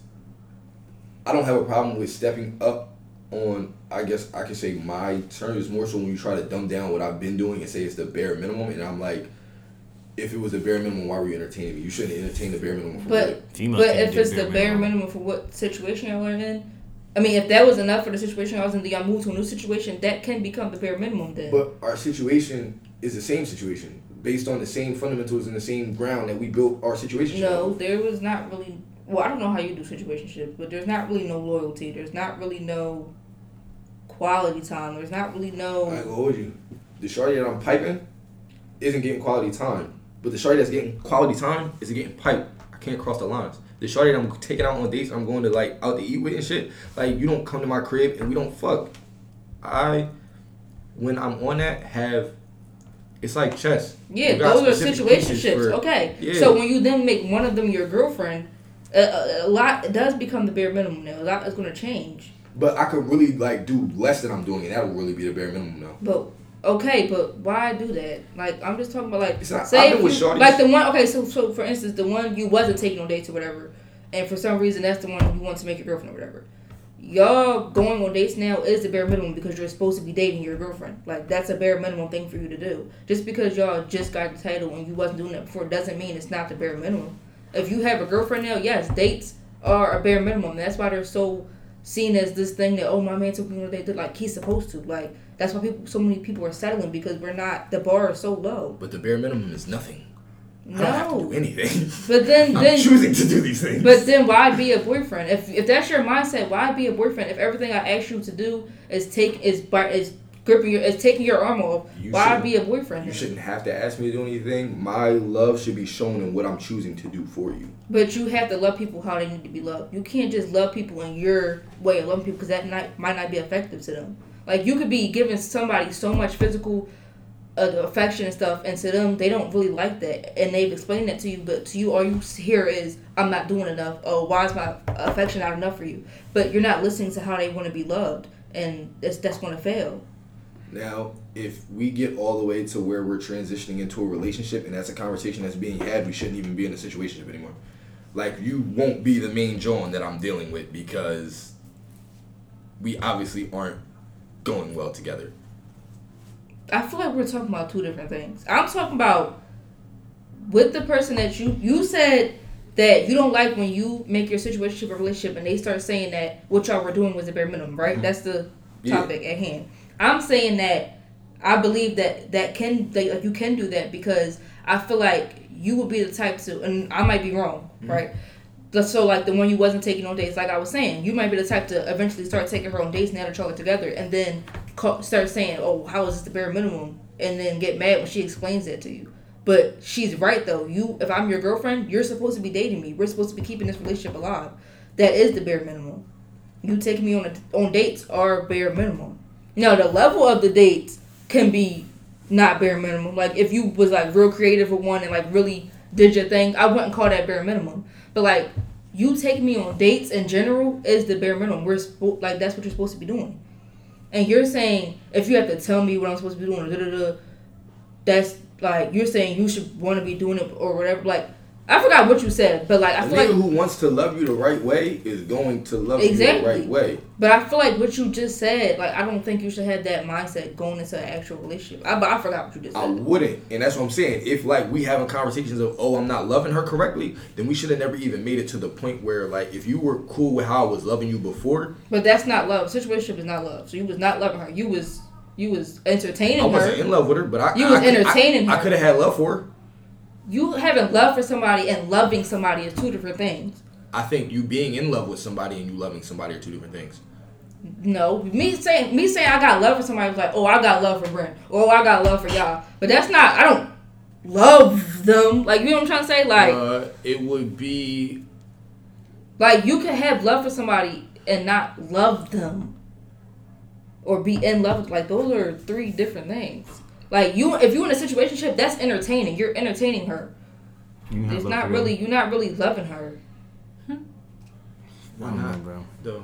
[SPEAKER 4] I don't have a problem with stepping up on. I guess I could say my terms more so when you try to dumb down what I've been doing and say it's the bare minimum, and I'm like, if it was the bare minimum, why were you entertaining me? You shouldn't entertain the bare minimum. For
[SPEAKER 5] But-
[SPEAKER 4] what?
[SPEAKER 1] Females
[SPEAKER 5] But
[SPEAKER 1] can't
[SPEAKER 5] if
[SPEAKER 1] do
[SPEAKER 5] it's the bare minimum for what situation y'all are in, I mean, if that was enough for the situation I was in, then y'all move to a new situation, that can become the bare minimum then.
[SPEAKER 4] But our situation is the same situation based on the same fundamentals and the same ground that we built our situation.
[SPEAKER 5] no, there was not really. Well, I don't know how you do situationships, but there's not really no loyalty. There's not really no quality time. There's not really
[SPEAKER 4] I ain't
[SPEAKER 5] no.
[SPEAKER 4] gonna hold you. The shorty that I'm piping isn't getting quality time. But the shorty that's getting quality time is getting piped. I can't cross the lines. The shorty that I'm taking out on dates, I'm going to like out to eat with and shit. Like you don't come to my crib and we don't fuck. I when I'm on that have it's like chess.
[SPEAKER 5] Yeah,
[SPEAKER 4] You got
[SPEAKER 5] those are
[SPEAKER 4] specific pieces
[SPEAKER 5] situationships.
[SPEAKER 4] for-
[SPEAKER 5] okay.
[SPEAKER 4] Yeah.
[SPEAKER 5] So when you then make one of them your girlfriend, a, a, a lot it does become the bare minimum now. A lot is going to change.
[SPEAKER 4] But I could really like do less than I'm doing, and that would really be the bare minimum now.
[SPEAKER 5] But okay, but why do that? Like I'm just talking about like
[SPEAKER 4] It's not- I've
[SPEAKER 5] say
[SPEAKER 4] been
[SPEAKER 5] if
[SPEAKER 4] with
[SPEAKER 5] you,
[SPEAKER 4] shorties-
[SPEAKER 5] like the one okay, so so for instance the one you wasn't taking on dates or whatever, and for some reason that's the one you want to make your girlfriend or whatever. Y'all going on dates now is the bare minimum because you're supposed to be dating your girlfriend. Like that's a bare minimum thing for you to do. Just because y'all just got the title and you wasn't doing that before doesn't mean it's not the bare minimum. If you have a girlfriend now, yes, dates are a bare minimum. That's why they're so seen as this thing that oh my man took me on a date that like he's supposed to like That's why people, so many people are settling because we're not. The bar is so low.
[SPEAKER 8] But the bare minimum is nothing. I don't have to do
[SPEAKER 5] No,
[SPEAKER 8] anything.
[SPEAKER 5] but then
[SPEAKER 8] I'm
[SPEAKER 5] then
[SPEAKER 8] choosing to do these things.
[SPEAKER 5] But then why be a boyfriend? If if that's your mindset, why be a boyfriend? If everything I ask you to do is take is bar- is gripping your is taking your arm off,
[SPEAKER 4] You
[SPEAKER 5] why
[SPEAKER 4] shouldn't-
[SPEAKER 5] be a boyfriend?
[SPEAKER 4] You
[SPEAKER 5] then?
[SPEAKER 4] shouldn't have to ask me to do anything. My love should be shown in what I'm choosing to do for you.
[SPEAKER 5] But you have to love people how they need to be loved. You can't just love people in your way of loving people because that not, might not be effective to them. Like you could be giving somebody so much physical uh, affection and stuff, and to them they don't really like that, and they've explained that to you. But to you, all you hear is, "I'm not doing enough." Oh, why is my affection not enough for you? But you're not listening to how they want to be loved, and that's that's going to fail.
[SPEAKER 4] Now, if we get all the way to where we're transitioning into a relationship and that's a conversation that's being had, we shouldn't even be in a situation anymore. Like you won't be the main John that I'm dealing with because we obviously aren't going well together.
[SPEAKER 5] I feel like we're talking about two different things. I'm talking about with the person that you you said that you don't like when you make your situation a relationship and they start saying that what y'all were doing was the bare minimum, right? That's the
[SPEAKER 4] Yeah.
[SPEAKER 5] topic at hand. I'm saying that I believe that that can that like, you can do that because I feel like you would be the type to, and I might be wrong, right? But So like the one you wasn't taking on dates, like I was saying, you might be the type to eventually start taking her on dates now that y'all are together, and then call, start saying, "Oh, how is this the bare minimum?" and then get mad when she explains that to you. But she's right though. You, if I'm your girlfriend, you're supposed to be dating me. We're supposed to be keeping this relationship alive. That is the bare minimum. You taking me on a, on dates are bare minimum. Now the level of the dates can be not bare minimum. Like if you was like real creative with one and like really did your thing, I wouldn't call that bare minimum. But like you taking me on dates in general is the bare minimum. We're spo- like that's what you're supposed to be doing. And you're saying if you have to tell me what I'm supposed to be doing, da da da, that's like you're saying you should want to be doing it or whatever. Like I forgot what you said, but like
[SPEAKER 4] A
[SPEAKER 5] I feel
[SPEAKER 4] nigga
[SPEAKER 5] like
[SPEAKER 4] who wants to love you the right way is going to love you
[SPEAKER 5] Exactly.
[SPEAKER 4] the right way.
[SPEAKER 5] But I feel like what you just said, like I don't think you should have that mindset going into an actual relationship. I, but I forgot what you just
[SPEAKER 4] I
[SPEAKER 5] said.
[SPEAKER 4] wouldn't, and that's what I'm saying. If like we having conversations of oh I'm not loving her correctly, then we should have never even made it to the point where like if you were cool with how I was loving you before,
[SPEAKER 5] But that's not love. Situationship is not love. So you was not loving her. You was you was entertaining
[SPEAKER 4] I wasn't
[SPEAKER 5] her.
[SPEAKER 4] in love with her, but I
[SPEAKER 5] You
[SPEAKER 4] I,
[SPEAKER 5] was
[SPEAKER 4] I could- I-
[SPEAKER 5] entertaining
[SPEAKER 4] I,
[SPEAKER 5] her.
[SPEAKER 4] could have had love for her.
[SPEAKER 5] you having love for somebody and loving somebody is two different things.
[SPEAKER 4] I think you being in love with somebody and you loving somebody are two different things.
[SPEAKER 5] No, me saying me saying I got love for somebody was like, oh I got love for Brent, or oh, I got love for y'all. But that's not. I don't love them. Like you know what I'm trying to say. Like
[SPEAKER 4] uh, it would be
[SPEAKER 5] Like you can have love for somebody and not love them, or be in love. with Like those are three different things. Like you, if you're in a situationship, that's entertaining. You're entertaining her.
[SPEAKER 1] You have
[SPEAKER 5] It's
[SPEAKER 1] love
[SPEAKER 5] not
[SPEAKER 1] for
[SPEAKER 5] really
[SPEAKER 1] them.
[SPEAKER 5] you're not really loving her.
[SPEAKER 1] I don't know, bro.
[SPEAKER 4] though.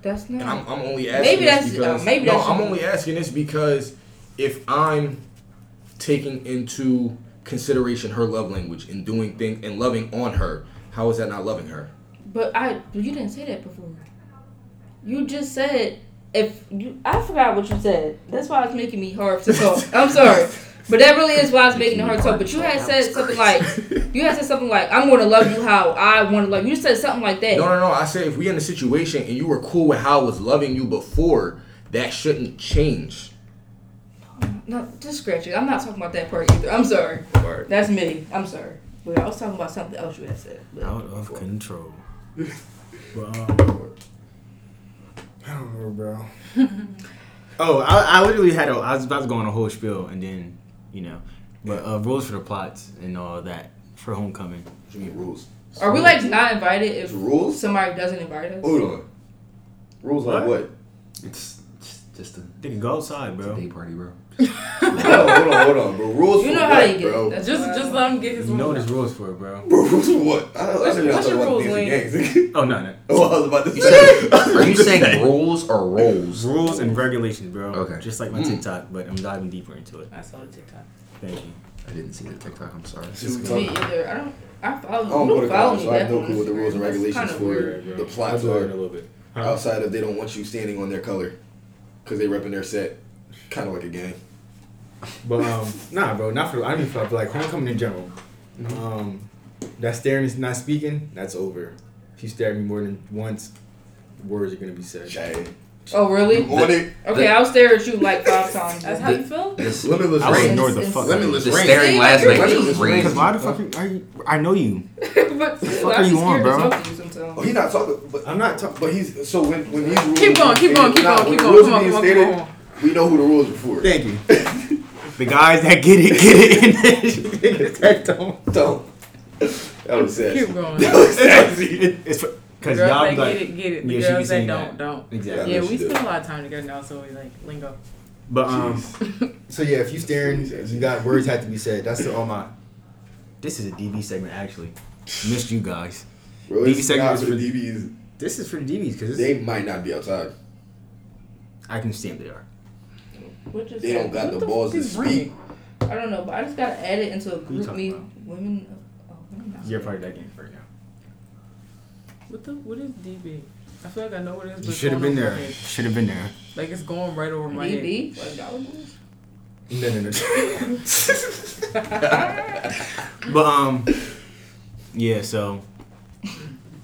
[SPEAKER 5] That's
[SPEAKER 4] And I'm,
[SPEAKER 5] not.
[SPEAKER 4] I'm only asking
[SPEAKER 5] Maybe
[SPEAKER 4] this
[SPEAKER 5] that's-
[SPEAKER 4] because
[SPEAKER 5] uh, maybe
[SPEAKER 4] no,
[SPEAKER 5] that should
[SPEAKER 4] I'm
[SPEAKER 5] be-
[SPEAKER 4] only asking this because if I'm taking into consideration her love language and doing things and loving on her, how is that not loving her?
[SPEAKER 5] But I, but you didn't say that before. You just said if you. I forgot what you said. That's why it's making me hard to talk. I'm sorry. But that really is why it's making it hard to talk. But you had said something like, you had said something like, "I'm going to love you how I want to love you." You said something like that.
[SPEAKER 4] No, no, no. I said if we in a situation and you were cool with how I was loving you before, that shouldn't change.
[SPEAKER 5] No, just scratch it. I'm not talking about that part either. I'm sorry.
[SPEAKER 4] Word.
[SPEAKER 5] That's me. I'm sorry. But I was talking about something else you had said. But
[SPEAKER 1] Out of control. but,
[SPEAKER 4] uh,
[SPEAKER 1] um,
[SPEAKER 7] I don't know, bro.
[SPEAKER 1] oh, I, I literally had a. I was about to go on a whole spiel, and then you know, but uh, rules for the plots and all that for homecoming.
[SPEAKER 4] What you mean rules?
[SPEAKER 5] Are we like not invited if
[SPEAKER 4] Rules?
[SPEAKER 5] somebody doesn't invite us?
[SPEAKER 4] Hold on.
[SPEAKER 1] Rules
[SPEAKER 4] Like what?
[SPEAKER 2] It's just, just a,
[SPEAKER 1] They can go outside,
[SPEAKER 2] it's a
[SPEAKER 1] bro.
[SPEAKER 2] day party, bro.
[SPEAKER 4] hold on, hold on, hold on, bro. Rules
[SPEAKER 5] You
[SPEAKER 4] for
[SPEAKER 5] know
[SPEAKER 4] what,
[SPEAKER 5] how you get.
[SPEAKER 4] bro?
[SPEAKER 5] That's
[SPEAKER 3] Just
[SPEAKER 5] why-
[SPEAKER 3] just let him get his.
[SPEAKER 1] You know
[SPEAKER 3] own.
[SPEAKER 1] there's rules for it, bro.
[SPEAKER 4] Bro, rules for what? I, I
[SPEAKER 3] What's-
[SPEAKER 4] said y'all
[SPEAKER 3] what's your
[SPEAKER 4] talking about
[SPEAKER 3] rules,
[SPEAKER 4] dancing gangs.
[SPEAKER 1] Oh no, no.
[SPEAKER 4] oh, I was about to say.
[SPEAKER 2] Are you saying rules or rolls?
[SPEAKER 1] Rules and regulations, bro.
[SPEAKER 2] Okay.
[SPEAKER 1] Just like my TikTok, but I'm diving deeper into it.
[SPEAKER 3] I saw the TikTok.
[SPEAKER 1] Thank you.
[SPEAKER 2] I didn't see the TikTok. I'm sorry.
[SPEAKER 5] Me either. I don't. I
[SPEAKER 4] I don't go
[SPEAKER 5] follow you. You
[SPEAKER 4] to
[SPEAKER 5] follow
[SPEAKER 4] college,
[SPEAKER 5] me
[SPEAKER 4] so I
[SPEAKER 5] back
[SPEAKER 4] have no
[SPEAKER 5] on
[SPEAKER 4] clue what the
[SPEAKER 5] Instagram.
[SPEAKER 4] rules and
[SPEAKER 5] That's
[SPEAKER 4] regulations for
[SPEAKER 5] kinda weird.
[SPEAKER 4] the Oh. plots
[SPEAKER 7] I'm learning a
[SPEAKER 4] are
[SPEAKER 7] little bit.
[SPEAKER 4] outside of they don't want you standing on their color because they repping their set. Kind of like a gang.
[SPEAKER 7] But um, nah, bro, not for I don't even feel like homecoming in general. Um, that staring is not speaking. That's over. If you stare at me more than once, words are gonna be said.
[SPEAKER 4] Shade.
[SPEAKER 5] Oh really?
[SPEAKER 4] You on it?
[SPEAKER 5] Okay, I'll stare at you like five times.
[SPEAKER 3] That's how you feel?
[SPEAKER 2] This,
[SPEAKER 4] Limitless
[SPEAKER 1] I would
[SPEAKER 4] range.
[SPEAKER 1] ignore the fuck. out of
[SPEAKER 4] Limitless
[SPEAKER 2] the
[SPEAKER 4] range.
[SPEAKER 2] staring
[SPEAKER 5] See,
[SPEAKER 2] last
[SPEAKER 5] like,
[SPEAKER 2] night
[SPEAKER 4] you're
[SPEAKER 2] was
[SPEAKER 4] crazy.
[SPEAKER 2] crazy.
[SPEAKER 1] Because why the fuck are you? I know you.
[SPEAKER 5] but still,
[SPEAKER 1] fuck
[SPEAKER 5] I'd
[SPEAKER 1] are
[SPEAKER 5] be
[SPEAKER 1] you on,
[SPEAKER 5] scared
[SPEAKER 1] bro?
[SPEAKER 5] to talk to you
[SPEAKER 4] Oh,
[SPEAKER 5] sometimes.
[SPEAKER 4] he's not talking. But I'm not talking. But he's so when when these rules
[SPEAKER 3] Keep going,
[SPEAKER 4] are
[SPEAKER 3] keep
[SPEAKER 4] being
[SPEAKER 3] going, keep
[SPEAKER 4] stated-
[SPEAKER 3] going,
[SPEAKER 4] when
[SPEAKER 3] keep going,
[SPEAKER 4] rules
[SPEAKER 3] come
[SPEAKER 4] are
[SPEAKER 3] on,
[SPEAKER 4] being
[SPEAKER 3] come on,
[SPEAKER 4] stated,
[SPEAKER 3] come on.
[SPEAKER 4] We know who the rules are for.
[SPEAKER 1] Thank you. the guys that get it, get it, and the niggas that don't.
[SPEAKER 4] Don't. That was sad.
[SPEAKER 3] Keep going.
[SPEAKER 4] That was sassy.
[SPEAKER 1] It, it's because
[SPEAKER 3] Girls
[SPEAKER 1] y'all
[SPEAKER 3] that
[SPEAKER 1] be like,
[SPEAKER 3] get it, get it. The
[SPEAKER 1] yeah, she be
[SPEAKER 3] girls that
[SPEAKER 1] saying
[SPEAKER 3] don't,
[SPEAKER 1] that.
[SPEAKER 3] don't.
[SPEAKER 4] Yeah,
[SPEAKER 1] exactly.
[SPEAKER 3] Yeah,
[SPEAKER 4] she
[SPEAKER 3] we
[SPEAKER 4] do.
[SPEAKER 3] spend a lot of time together now, so we like lingo.
[SPEAKER 1] But um,
[SPEAKER 7] So yeah, if you staring, you got words have to be said. That's the all my.
[SPEAKER 1] this is a DB segment actually. Missed you guys.
[SPEAKER 4] Bro,
[SPEAKER 1] DB
[SPEAKER 4] it's
[SPEAKER 1] segment
[SPEAKER 4] not
[SPEAKER 1] is
[SPEAKER 4] for
[SPEAKER 1] for-
[SPEAKER 4] the DBs.
[SPEAKER 1] This is for the DBs because
[SPEAKER 4] They might not be outside.
[SPEAKER 1] I can see them. They are.
[SPEAKER 5] What just
[SPEAKER 4] They don't got
[SPEAKER 3] What
[SPEAKER 4] the
[SPEAKER 3] the
[SPEAKER 4] balls
[SPEAKER 3] fuck
[SPEAKER 4] to
[SPEAKER 3] is
[SPEAKER 4] speak.
[SPEAKER 5] I don't know, but I just gotta add it into a
[SPEAKER 1] you
[SPEAKER 5] group
[SPEAKER 1] talking
[SPEAKER 5] me.
[SPEAKER 1] about?
[SPEAKER 5] Women. of- oh, women of-
[SPEAKER 1] You're part of that game right now.
[SPEAKER 3] What the? What is DB? I feel like I know what it is. but
[SPEAKER 1] You
[SPEAKER 3] it's
[SPEAKER 1] should have
[SPEAKER 3] going
[SPEAKER 1] been
[SPEAKER 3] over my
[SPEAKER 1] there.
[SPEAKER 3] head.
[SPEAKER 1] Should have been there.
[SPEAKER 3] Like it's going right over my head.
[SPEAKER 5] DB. Like, dollar bills?
[SPEAKER 7] No, no, no.
[SPEAKER 1] But um, yeah. So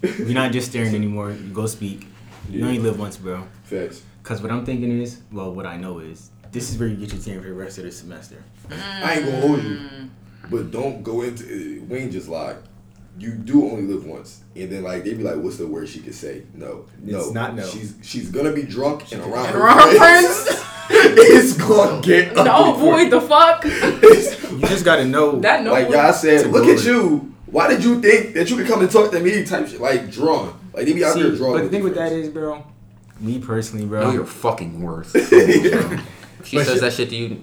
[SPEAKER 1] you're not just staring anymore. You go speak. You
[SPEAKER 4] Yeah.
[SPEAKER 1] only live once, bro.
[SPEAKER 4] Facts.
[SPEAKER 1] Cause what I'm thinking is, well, what I know is, this is where you get your team for the rest of the semester.
[SPEAKER 4] I ain't gonna hold you,
[SPEAKER 3] Mm.
[SPEAKER 4] but don't go into. uh, Wayne just lied. You do only live once, and then like they be like, "What's the worst she could say?" No, no,
[SPEAKER 7] It's not no.
[SPEAKER 4] She's she's gonna be drunk and around her
[SPEAKER 3] Around her
[SPEAKER 4] friends.
[SPEAKER 3] friends.
[SPEAKER 4] it's gonna get
[SPEAKER 3] No,
[SPEAKER 4] ugly for
[SPEAKER 3] avoid the fuck.
[SPEAKER 4] you.
[SPEAKER 1] You just gotta know.
[SPEAKER 3] That no.
[SPEAKER 4] like
[SPEAKER 3] Like,
[SPEAKER 4] y'all said,
[SPEAKER 1] To
[SPEAKER 4] look
[SPEAKER 1] go
[SPEAKER 4] at
[SPEAKER 1] in.
[SPEAKER 4] you. Why did you think that you could come and talk to me? Type shit, like drawing. Like they be out
[SPEAKER 1] See,
[SPEAKER 4] there drawing.
[SPEAKER 1] but the thing with that
[SPEAKER 4] friends.
[SPEAKER 1] is, bro. Me personally,
[SPEAKER 2] Know
[SPEAKER 1] bro.
[SPEAKER 2] your fucking worth. If she
[SPEAKER 7] But
[SPEAKER 2] says
[SPEAKER 7] she-
[SPEAKER 2] that shit to you,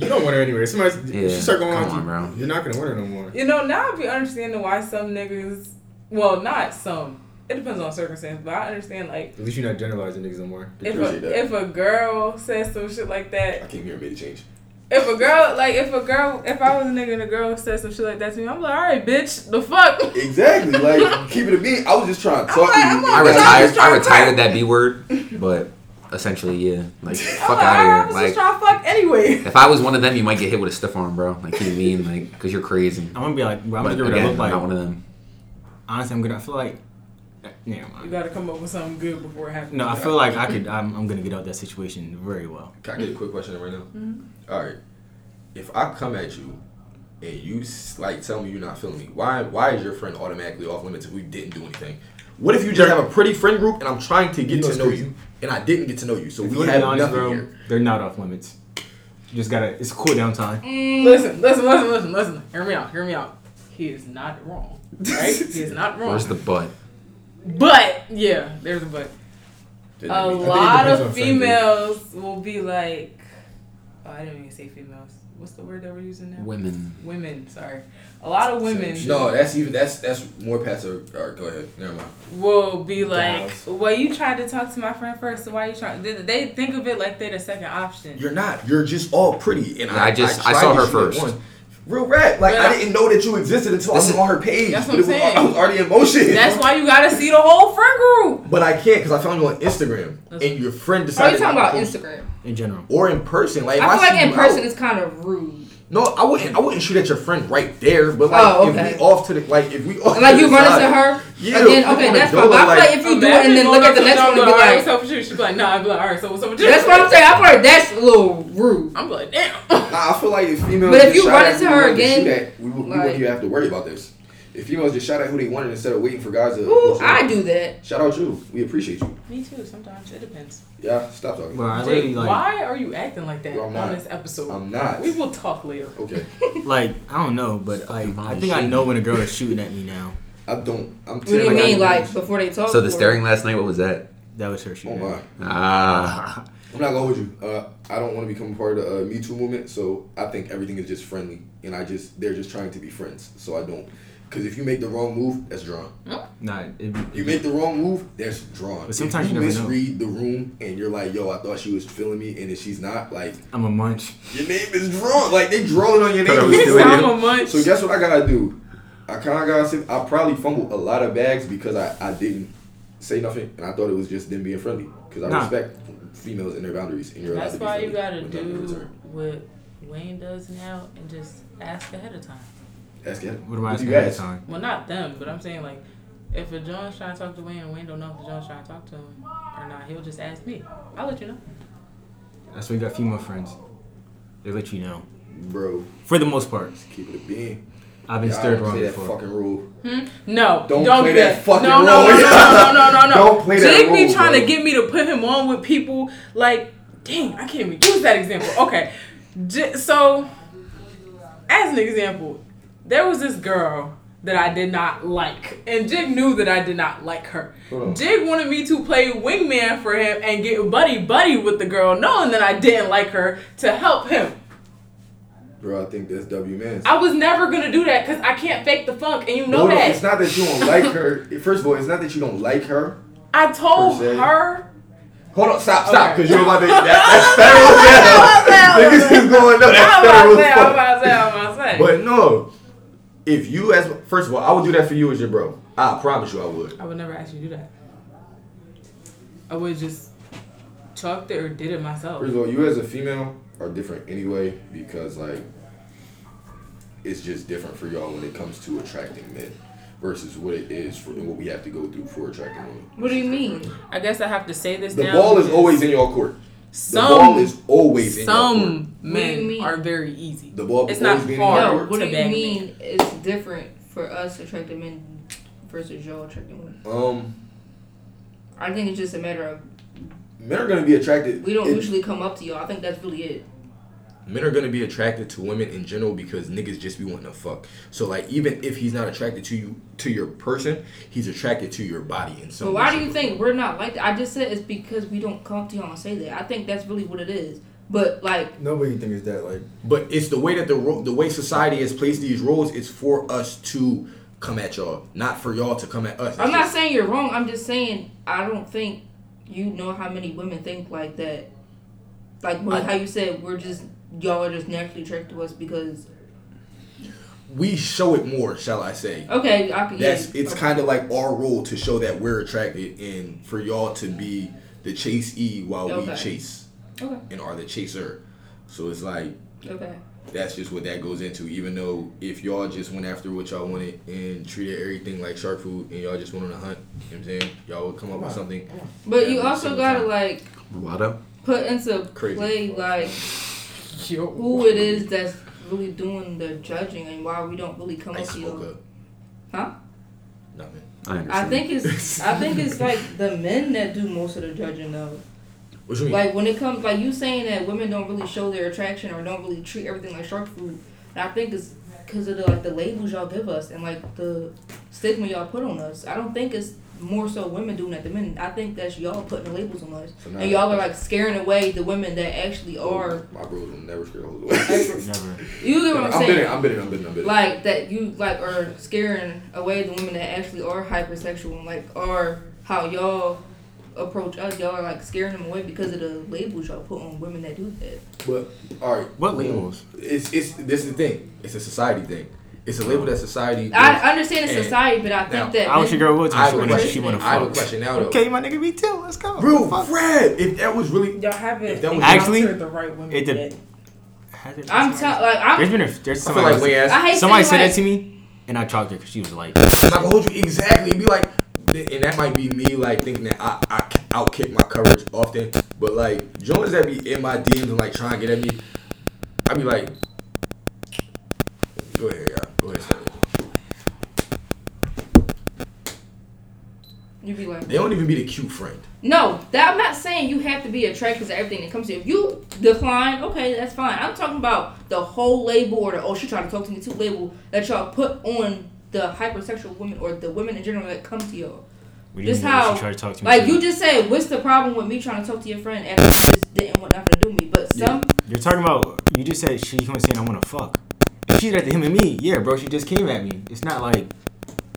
[SPEAKER 7] you don't want her anywhere. Somebody,
[SPEAKER 2] yeah.
[SPEAKER 7] if she start going
[SPEAKER 2] come
[SPEAKER 7] on,
[SPEAKER 2] on,
[SPEAKER 7] with
[SPEAKER 2] bro.
[SPEAKER 7] you, you're not gonna want her no more.
[SPEAKER 3] you know now I be understanding why some niggas. Well, not some. It depends on circumstance, but I understand like
[SPEAKER 7] At least you're not generalizing niggas no more.
[SPEAKER 3] if
[SPEAKER 4] Appreciate that.
[SPEAKER 3] a, if a girl says some shit like that,
[SPEAKER 4] I came here and made a change.
[SPEAKER 3] if a girl like if a girl if I was a nigga and a girl said some shit like that to me, I'm like, all right, bitch, the fuck.
[SPEAKER 4] Exactly. Like keep it a beat. I was just trying to
[SPEAKER 3] I'm
[SPEAKER 4] talk
[SPEAKER 3] like-
[SPEAKER 4] to
[SPEAKER 3] I'm
[SPEAKER 4] you.
[SPEAKER 3] like,
[SPEAKER 2] I
[SPEAKER 3] Yeah,
[SPEAKER 2] retired.
[SPEAKER 3] just try
[SPEAKER 2] I
[SPEAKER 3] to
[SPEAKER 2] retired
[SPEAKER 3] fuck.
[SPEAKER 2] that B word, but essentially, yeah.
[SPEAKER 3] I'm
[SPEAKER 2] Like, fuck
[SPEAKER 3] like, all right, I
[SPEAKER 2] out
[SPEAKER 3] was
[SPEAKER 2] of here.
[SPEAKER 3] just
[SPEAKER 2] Like,
[SPEAKER 3] trying to fuck anyway.
[SPEAKER 2] if I was one of them, you might get hit with a stiff arm, bro. Like, you mean like, because you're crazy.
[SPEAKER 1] I'm gonna be like, bro, I'm
[SPEAKER 2] But
[SPEAKER 1] gonna give her
[SPEAKER 2] again,
[SPEAKER 1] that look like.
[SPEAKER 2] I'm not one of them.
[SPEAKER 1] honestly, I'm gonna. I feel like. eh, Never mind.
[SPEAKER 3] You gotta come up with something good before it happens.
[SPEAKER 1] No, I feel like I could. I'm, I'm gonna get out that situation very well.
[SPEAKER 4] Can I get a quick question right now?
[SPEAKER 3] Mm-hmm.
[SPEAKER 4] All right. If I come at you and you s- like tell me you're not feeling me, why why is your friend automatically off limits if we didn't do anything? What if you just have a pretty friend group and I'm trying to get
[SPEAKER 7] know
[SPEAKER 4] to
[SPEAKER 7] it's
[SPEAKER 4] know
[SPEAKER 7] crazy.
[SPEAKER 4] you and I didn't get to know you, so
[SPEAKER 1] If you
[SPEAKER 4] we
[SPEAKER 1] wanna
[SPEAKER 4] have
[SPEAKER 1] be honest,
[SPEAKER 4] nothing
[SPEAKER 1] bro,
[SPEAKER 4] here.
[SPEAKER 1] they're not off limits. You just gotta. It's cool down time.
[SPEAKER 3] Mm, Listen, listen, listen, listen, listen. Hear me out. Hear me out. He is not wrong. Right? he is not wrong.
[SPEAKER 2] Where's the butt?
[SPEAKER 3] but yeah, there's a but. A lot
[SPEAKER 7] depends
[SPEAKER 3] of
[SPEAKER 7] on friend group.
[SPEAKER 3] females will be like, oh, I didn't even say females. What's the word that we're using now?
[SPEAKER 2] Women.
[SPEAKER 3] Women. Sorry. A lot of women
[SPEAKER 4] No,
[SPEAKER 5] eh.
[SPEAKER 4] that's even that's that's more past. Or, all right, go ahead. Never mind.
[SPEAKER 3] will be like, well, you tried to talk to my friend first, so why you trying? They- They think of it like they're the second option.
[SPEAKER 4] You're not. You're just all pretty. And
[SPEAKER 2] Yeah, I just- I
[SPEAKER 4] tried
[SPEAKER 2] saw
[SPEAKER 4] to
[SPEAKER 2] her
[SPEAKER 4] shoot
[SPEAKER 2] first.
[SPEAKER 4] it once. Real rap. Like
[SPEAKER 3] Yeah.
[SPEAKER 4] I didn't know that you existed until I
[SPEAKER 2] This
[SPEAKER 4] was
[SPEAKER 2] is-
[SPEAKER 4] on her page.
[SPEAKER 3] That's what
[SPEAKER 4] but
[SPEAKER 3] I'm
[SPEAKER 4] it was, I
[SPEAKER 3] saying.
[SPEAKER 4] was already in motion.
[SPEAKER 3] That's why you gotta see the whole friend group.
[SPEAKER 4] But I can't because I found you on Instagram
[SPEAKER 3] That's-
[SPEAKER 4] and your friend
[SPEAKER 5] Are
[SPEAKER 4] decided.
[SPEAKER 5] you talking
[SPEAKER 4] not
[SPEAKER 5] about
[SPEAKER 4] to
[SPEAKER 5] Instagram?
[SPEAKER 1] In general,
[SPEAKER 4] post- Or in person, like if
[SPEAKER 5] I feel
[SPEAKER 4] see
[SPEAKER 5] like in
[SPEAKER 4] you
[SPEAKER 5] person
[SPEAKER 4] out-
[SPEAKER 5] it's kind of rude.
[SPEAKER 4] no, I wouldn't. I wouldn't shoot at your friend right there. But like,
[SPEAKER 5] Oh,
[SPEAKER 4] if
[SPEAKER 5] okay.
[SPEAKER 4] we off to the like, if we off
[SPEAKER 5] And like
[SPEAKER 4] to
[SPEAKER 5] you
[SPEAKER 4] the
[SPEAKER 5] run
[SPEAKER 4] side-
[SPEAKER 5] into her,
[SPEAKER 4] Yeah,
[SPEAKER 5] and then
[SPEAKER 4] you
[SPEAKER 5] okay,
[SPEAKER 4] wanna
[SPEAKER 5] that's
[SPEAKER 4] go,
[SPEAKER 5] fine. But I
[SPEAKER 4] like-
[SPEAKER 5] feel like if you do it and then look at the next one and be
[SPEAKER 3] All right, what's
[SPEAKER 5] like,
[SPEAKER 3] up with you? She'd be like, nah, I'd be like, all right, so what's up with you?
[SPEAKER 5] that's what I'm saying. I feel like that's a little rude.
[SPEAKER 3] I'm like, damn.
[SPEAKER 4] Nah, I feel like if females.
[SPEAKER 5] But if
[SPEAKER 4] just
[SPEAKER 5] you
[SPEAKER 4] shot
[SPEAKER 5] run
[SPEAKER 4] at who they
[SPEAKER 5] into her
[SPEAKER 4] wanted to shoot
[SPEAKER 5] again,
[SPEAKER 4] at, we, would- we
[SPEAKER 5] like-
[SPEAKER 4] wouldn't even have to worry about this. If females just shot at who they wanted instead of waiting for guys to.
[SPEAKER 5] Ooh, I do that.
[SPEAKER 4] Shout out you. We appreciate you.
[SPEAKER 3] Me too. Sometimes it depends.
[SPEAKER 4] Yeah, stop talking.
[SPEAKER 1] bro, I literally
[SPEAKER 3] Jake,
[SPEAKER 1] like,
[SPEAKER 3] why are you acting like that
[SPEAKER 4] Bro, I'm
[SPEAKER 3] on
[SPEAKER 4] not.
[SPEAKER 3] this episode?
[SPEAKER 4] I'm not.
[SPEAKER 3] We will talk later.
[SPEAKER 4] Okay,
[SPEAKER 1] like I don't know, but like I think I know when a girl is shooting at me now.
[SPEAKER 4] I don't. I'm.
[SPEAKER 5] What do you mean, like before they talk?
[SPEAKER 2] So the
[SPEAKER 5] or-
[SPEAKER 2] staring last night, what was that?
[SPEAKER 1] That was her
[SPEAKER 4] Oh
[SPEAKER 1] shooting. at
[SPEAKER 4] my.
[SPEAKER 1] me.
[SPEAKER 2] Ah.
[SPEAKER 4] I'm not gonna hold you. Uh, I don't want to become a part of the uh, Me Too movement, so I think everything is just friendly, and I just they're just trying to be friends. So I don't, because if you make the wrong move, that's drawn.
[SPEAKER 1] Nah, it,
[SPEAKER 4] You make the wrong move, that's drawn.
[SPEAKER 1] But sometimes
[SPEAKER 4] if
[SPEAKER 1] you never know.
[SPEAKER 4] misread the room, and you're like, "Yo, I thought she was feeling me, and if she's not, like
[SPEAKER 1] I'm a munch.
[SPEAKER 4] your name is drawn. Like they drawing on your
[SPEAKER 2] Thought I
[SPEAKER 4] name."
[SPEAKER 2] was doing
[SPEAKER 3] I'm a munch.
[SPEAKER 4] So guess what I gotta do? I kind of gotta say I probably fumbled a lot of bags because I, I didn't say nothing and I thought it was just them being friendly because I
[SPEAKER 1] Nah.
[SPEAKER 4] respect females and their boundaries and you're allowed
[SPEAKER 3] That's
[SPEAKER 4] to be
[SPEAKER 3] why you
[SPEAKER 4] friendly
[SPEAKER 3] gotta
[SPEAKER 4] with nothing in
[SPEAKER 3] do
[SPEAKER 4] return.
[SPEAKER 3] what Wayne does now and just ask ahead of time.
[SPEAKER 4] Ask him.
[SPEAKER 1] What am I
[SPEAKER 4] do
[SPEAKER 1] asking
[SPEAKER 4] you
[SPEAKER 1] at the
[SPEAKER 4] ask?
[SPEAKER 1] time?
[SPEAKER 3] Well, not them, but I'm saying like If a John's trying to talk to Wayne and Wayne don't know if the John's trying to talk to him or not, he'll just ask me. I'll let you know.
[SPEAKER 1] That's why you got female friends. They let you know.
[SPEAKER 4] Bro,
[SPEAKER 1] For the most part.
[SPEAKER 4] keep it a being.
[SPEAKER 1] I've been
[SPEAKER 4] Y'all
[SPEAKER 1] stirred
[SPEAKER 4] don't
[SPEAKER 1] wrong
[SPEAKER 4] play that
[SPEAKER 1] before.
[SPEAKER 4] fucking rule.
[SPEAKER 3] No,
[SPEAKER 4] Don't
[SPEAKER 3] don't,
[SPEAKER 4] play
[SPEAKER 3] do
[SPEAKER 4] that
[SPEAKER 3] that.
[SPEAKER 4] fucking
[SPEAKER 3] no, no,
[SPEAKER 4] role.
[SPEAKER 3] no, no, no, no, no, no.
[SPEAKER 4] Don't play that
[SPEAKER 3] Jake
[SPEAKER 4] role,
[SPEAKER 3] be trying
[SPEAKER 4] bro.
[SPEAKER 3] to get me to put him on with people like, dang, I can't even use that example. Okay, J- so as an example, there was this girl that I did not like, and Jig knew that I did not like her.
[SPEAKER 4] Hold on.
[SPEAKER 3] Jig wanted me to play wingman for him and get buddy buddy with the girl, knowing that I didn't like her to help him.
[SPEAKER 4] Bro, I think that's W man.
[SPEAKER 3] I was never gonna do that because I can't fake the funk, and you know
[SPEAKER 4] Hold on,
[SPEAKER 3] that.
[SPEAKER 4] It's not that you don't like her. First of all, it's not that you don't like her.
[SPEAKER 3] I told
[SPEAKER 4] Per se.
[SPEAKER 3] her
[SPEAKER 4] Hold on, stop, stop,
[SPEAKER 3] Okay.
[SPEAKER 4] because you're about to. That, that's federal jail. Niggas is going no. That's
[SPEAKER 3] I'm about
[SPEAKER 4] federal
[SPEAKER 3] to say,
[SPEAKER 4] as
[SPEAKER 3] I'm
[SPEAKER 4] fuck.
[SPEAKER 3] about to say, I'm about to say.
[SPEAKER 4] But no, if you as first of all, I would do that for you as your bro. I promise you, I would.
[SPEAKER 3] I would never actually do that. I would just chalked it or did it myself.
[SPEAKER 4] First of all, you as a female are different anyway because like it's just different for y'all when it comes to attracting men versus what it is for and what we have to go through for attracting women.
[SPEAKER 5] What do you mean?
[SPEAKER 3] I guess I have to say this
[SPEAKER 4] The
[SPEAKER 3] now.
[SPEAKER 4] ball is
[SPEAKER 3] because
[SPEAKER 4] always in your court. The
[SPEAKER 3] some,
[SPEAKER 4] ball is always in your court.
[SPEAKER 3] some
[SPEAKER 5] What do you
[SPEAKER 3] men
[SPEAKER 5] mean?
[SPEAKER 3] are very easy.
[SPEAKER 4] The ball
[SPEAKER 3] It's
[SPEAKER 4] is
[SPEAKER 3] not
[SPEAKER 4] always being in
[SPEAKER 3] hard.
[SPEAKER 5] No,
[SPEAKER 4] your
[SPEAKER 3] Or
[SPEAKER 5] what
[SPEAKER 4] court.
[SPEAKER 5] do
[SPEAKER 3] to
[SPEAKER 5] you
[SPEAKER 3] bang
[SPEAKER 5] mean it's different for us attractive men versus y'all attractive women?
[SPEAKER 4] Um,
[SPEAKER 5] I think it's just a matter of
[SPEAKER 4] men are gonna be attracted.
[SPEAKER 5] we don't
[SPEAKER 4] in-
[SPEAKER 5] usually come up to y'all. I think that's really it.
[SPEAKER 8] Men are gonna be attracted to women in general because niggas just be wanting to fuck. So like, even if he's not attracted to you, to your person, he's attracted to your body in some.
[SPEAKER 5] But why do
[SPEAKER 8] way,
[SPEAKER 5] you
[SPEAKER 8] shape, or
[SPEAKER 5] think we're not like that? I just said it's because we don't come up to y'all and say that. I think that's really what it is. But like,
[SPEAKER 7] Nobody thinks that like
[SPEAKER 8] But it's the way that the ro- the way society has placed these roles is for us to come at y'all, not for y'all to come at us.
[SPEAKER 5] I'm
[SPEAKER 8] It's
[SPEAKER 5] not
[SPEAKER 8] just-
[SPEAKER 5] saying you're wrong. I'm just saying I don't think you know how many women think like that. Like when,
[SPEAKER 8] I-
[SPEAKER 5] how you said we're just y'all are just naturally attracted to us because
[SPEAKER 8] we show it more, shall I say?
[SPEAKER 5] okay, I could.
[SPEAKER 8] That's
[SPEAKER 5] yeah,
[SPEAKER 8] it's
[SPEAKER 5] okay.
[SPEAKER 8] kind of like our role to show that we're attracted, and for y'all to be the chasee while we
[SPEAKER 5] Okay.
[SPEAKER 8] chase
[SPEAKER 5] Okay.
[SPEAKER 8] and are the chaser. So it's like
[SPEAKER 5] Okay.
[SPEAKER 8] that's just what that goes into. Even though if y'all just went after what y'all wanted and treated everything like shark food, and y'all just went on a hunt, you know what I'm saying y'all would come up with something
[SPEAKER 5] But
[SPEAKER 8] Yeah,
[SPEAKER 5] you
[SPEAKER 8] but
[SPEAKER 5] also
[SPEAKER 8] same
[SPEAKER 5] gotta
[SPEAKER 8] time.
[SPEAKER 5] like
[SPEAKER 2] Mulatto?
[SPEAKER 5] put into
[SPEAKER 8] Crazy.
[SPEAKER 5] play like
[SPEAKER 3] Yo.
[SPEAKER 5] who it is that's really doing the judging and why we don't really come
[SPEAKER 8] like
[SPEAKER 5] up to
[SPEAKER 8] smoke
[SPEAKER 5] you.
[SPEAKER 8] up.
[SPEAKER 5] Huh?
[SPEAKER 8] Nothing.
[SPEAKER 2] I understand.
[SPEAKER 5] I think it's I think it's like the men that do most of the judging though.
[SPEAKER 8] What you mean?
[SPEAKER 5] Like when it comes like you saying that women don't really show their attraction or don't really treat everything like shark food. And I think it's because of the like the labels y'all give us and like the stigma y'all put on us. I don't think it's more so women doing that than men. I think that's y'all putting the labels on us.
[SPEAKER 4] So now-
[SPEAKER 5] And y'all are like scaring away the women that actually
[SPEAKER 4] Oh.
[SPEAKER 5] are
[SPEAKER 4] my bros will never scare all the way.
[SPEAKER 1] Never.
[SPEAKER 5] you get what I'm
[SPEAKER 4] I'm bidding,
[SPEAKER 5] saying?
[SPEAKER 4] I'm bidding, I'm bidding, I'm bidding.
[SPEAKER 5] Like that you like are scaring away the women that actually are hypersexual and like are how y'all approach us. Y'all are like scaring them away because of the labels y'all put on women that do that.
[SPEAKER 4] But all right,
[SPEAKER 1] What labels?
[SPEAKER 8] It's it's this is the thing. It's a society thing. It's a label that society.
[SPEAKER 5] I understand it's
[SPEAKER 8] And
[SPEAKER 5] society, but I think
[SPEAKER 8] now,
[SPEAKER 5] that
[SPEAKER 1] I wish your girl would.
[SPEAKER 8] I have
[SPEAKER 1] She
[SPEAKER 8] a
[SPEAKER 1] wanna,
[SPEAKER 8] question.
[SPEAKER 1] she wanna
[SPEAKER 8] I have a
[SPEAKER 1] fuck.
[SPEAKER 8] question now though.
[SPEAKER 1] Okay, my nigga, me too. Let's go.
[SPEAKER 8] Bro,
[SPEAKER 1] Fuck.
[SPEAKER 8] Fred, if that was really
[SPEAKER 3] Y'all haven't
[SPEAKER 8] If that was-
[SPEAKER 1] Actually,
[SPEAKER 3] encountered the right women
[SPEAKER 1] it dep-
[SPEAKER 3] yet.
[SPEAKER 5] I'm telling like
[SPEAKER 1] There's
[SPEAKER 5] I'm.
[SPEAKER 1] been a, there's
[SPEAKER 8] I feel
[SPEAKER 1] somebody
[SPEAKER 8] like
[SPEAKER 1] else-
[SPEAKER 8] way ass.
[SPEAKER 5] I hate
[SPEAKER 1] somebody said
[SPEAKER 5] saying,
[SPEAKER 1] that
[SPEAKER 5] like,
[SPEAKER 1] to me, and I chalked her because she was like,
[SPEAKER 8] I'm not gonna hold you exactly. Be like, and that might be me like thinking that I I outkick my coverage often, but like Jones that be in my DMs and like trying to get at me, I be like, go ahead, y'all, go ahead. Start.
[SPEAKER 5] You be like,
[SPEAKER 8] They don't even be the cute friend.
[SPEAKER 5] no, that I'm not saying you have to be attracted to everything that comes to you. If you decline, okay, that's fine. I'm talking about the whole label or the oh she trying to talk to me too label that y'all put on the hypersexual women or the women in general that come to y'all.
[SPEAKER 1] "What do
[SPEAKER 5] Just
[SPEAKER 1] mean
[SPEAKER 5] how-
[SPEAKER 1] she tried to talk to me?"
[SPEAKER 5] Like
[SPEAKER 1] too?"
[SPEAKER 5] you just said, what's the problem with me trying to talk to your friend after you just didn't want nothing to do with me? But some
[SPEAKER 1] You're talking about you just said she was saying I want to fuck. If she's at the him and me, yeah, bro. She just came at me. It's not like, like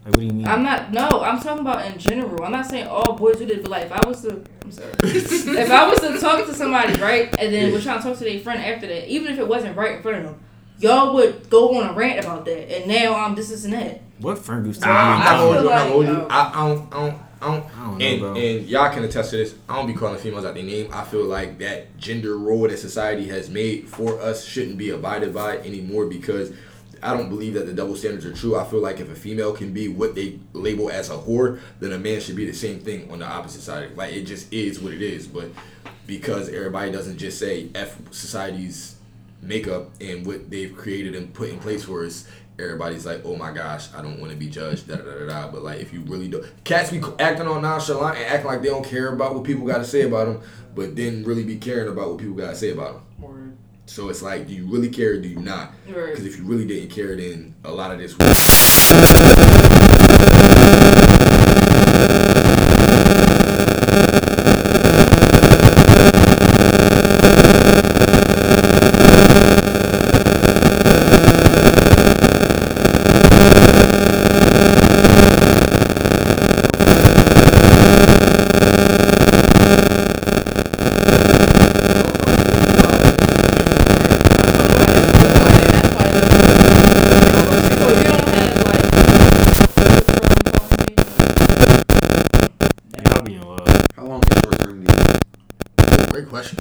[SPEAKER 1] what do you mean?
[SPEAKER 5] I'm not. No, I'm talking about in general. I'm not saying all boys do this, but like if I was to, I'm sorry. if I was to talk to somebody right, and then was trying to talk to their friend after that, even if it wasn't right in front of them, y'all would go on a rant about that. And now I'm this, this, and that.
[SPEAKER 1] what friend groups? do you
[SPEAKER 8] I'm not
[SPEAKER 1] even
[SPEAKER 8] gonna
[SPEAKER 1] know?
[SPEAKER 8] hold you. I'm not gonna hold you.
[SPEAKER 5] like,
[SPEAKER 8] I, I don't. I don't. I don't
[SPEAKER 1] I don't know,
[SPEAKER 8] and
[SPEAKER 1] bro.
[SPEAKER 8] and y'all can attest to this. I don't be calling females out their name. I feel like that gender role that society has made for us shouldn't be abided by anymore because
[SPEAKER 4] I don't believe that the double standards are true. I feel like if a female can be what they label as a whore, then a man should be the same thing on the opposite side. Like it just is what it is. But because everybody doesn't just say F society's makeup and what they've created and put in place for us, everybody's like, oh my gosh, I don't want to be judged, da da da da. da. But like, if you really do, cats be acting all nonchalant and acting like they don't care about what people got to say about them, but then really be caring about what people got to say about them.
[SPEAKER 3] Word.
[SPEAKER 4] So it's like, do you really care or do you not?
[SPEAKER 5] Right.
[SPEAKER 4] Because if you really didn't care, then a lot of this. Would-
[SPEAKER 1] Y'all be in love.
[SPEAKER 2] How long is short term? do you-
[SPEAKER 4] Great question.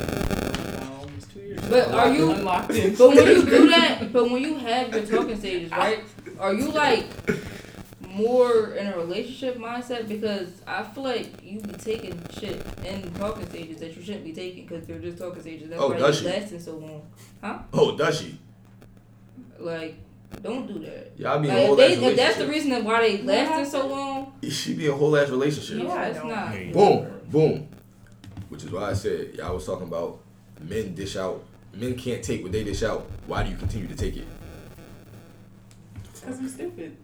[SPEAKER 3] Almost two years.
[SPEAKER 5] But are you?
[SPEAKER 3] Unlocked it.
[SPEAKER 5] But when you do that, but when you have your talking stages, right? Are you like more in a relationship mindset? Because I feel like you be taking shit in talking stages that you shouldn't be taking because they're just talking stages. That's
[SPEAKER 4] Oh,
[SPEAKER 5] why
[SPEAKER 4] does
[SPEAKER 5] you
[SPEAKER 4] she?
[SPEAKER 5] lasting so long.
[SPEAKER 4] Oh, does she?
[SPEAKER 5] Like, don't do that.
[SPEAKER 4] Y'all be in a
[SPEAKER 5] Like, if,
[SPEAKER 4] whole
[SPEAKER 5] they,
[SPEAKER 4] ass
[SPEAKER 5] if that's the
[SPEAKER 4] relationship.
[SPEAKER 5] reason that why they
[SPEAKER 3] What
[SPEAKER 5] lasting so
[SPEAKER 3] happened?
[SPEAKER 5] long,
[SPEAKER 4] She be in a whole ass relationship.
[SPEAKER 5] no,
[SPEAKER 3] Yeah, I
[SPEAKER 5] that's
[SPEAKER 3] don't.
[SPEAKER 5] not.
[SPEAKER 1] Hey,
[SPEAKER 4] Boom, boom. Which is why I said y'all was talking about men dish out. Men can't take what they dish out. Why do you continue to take it?
[SPEAKER 3] Because I'm stupid.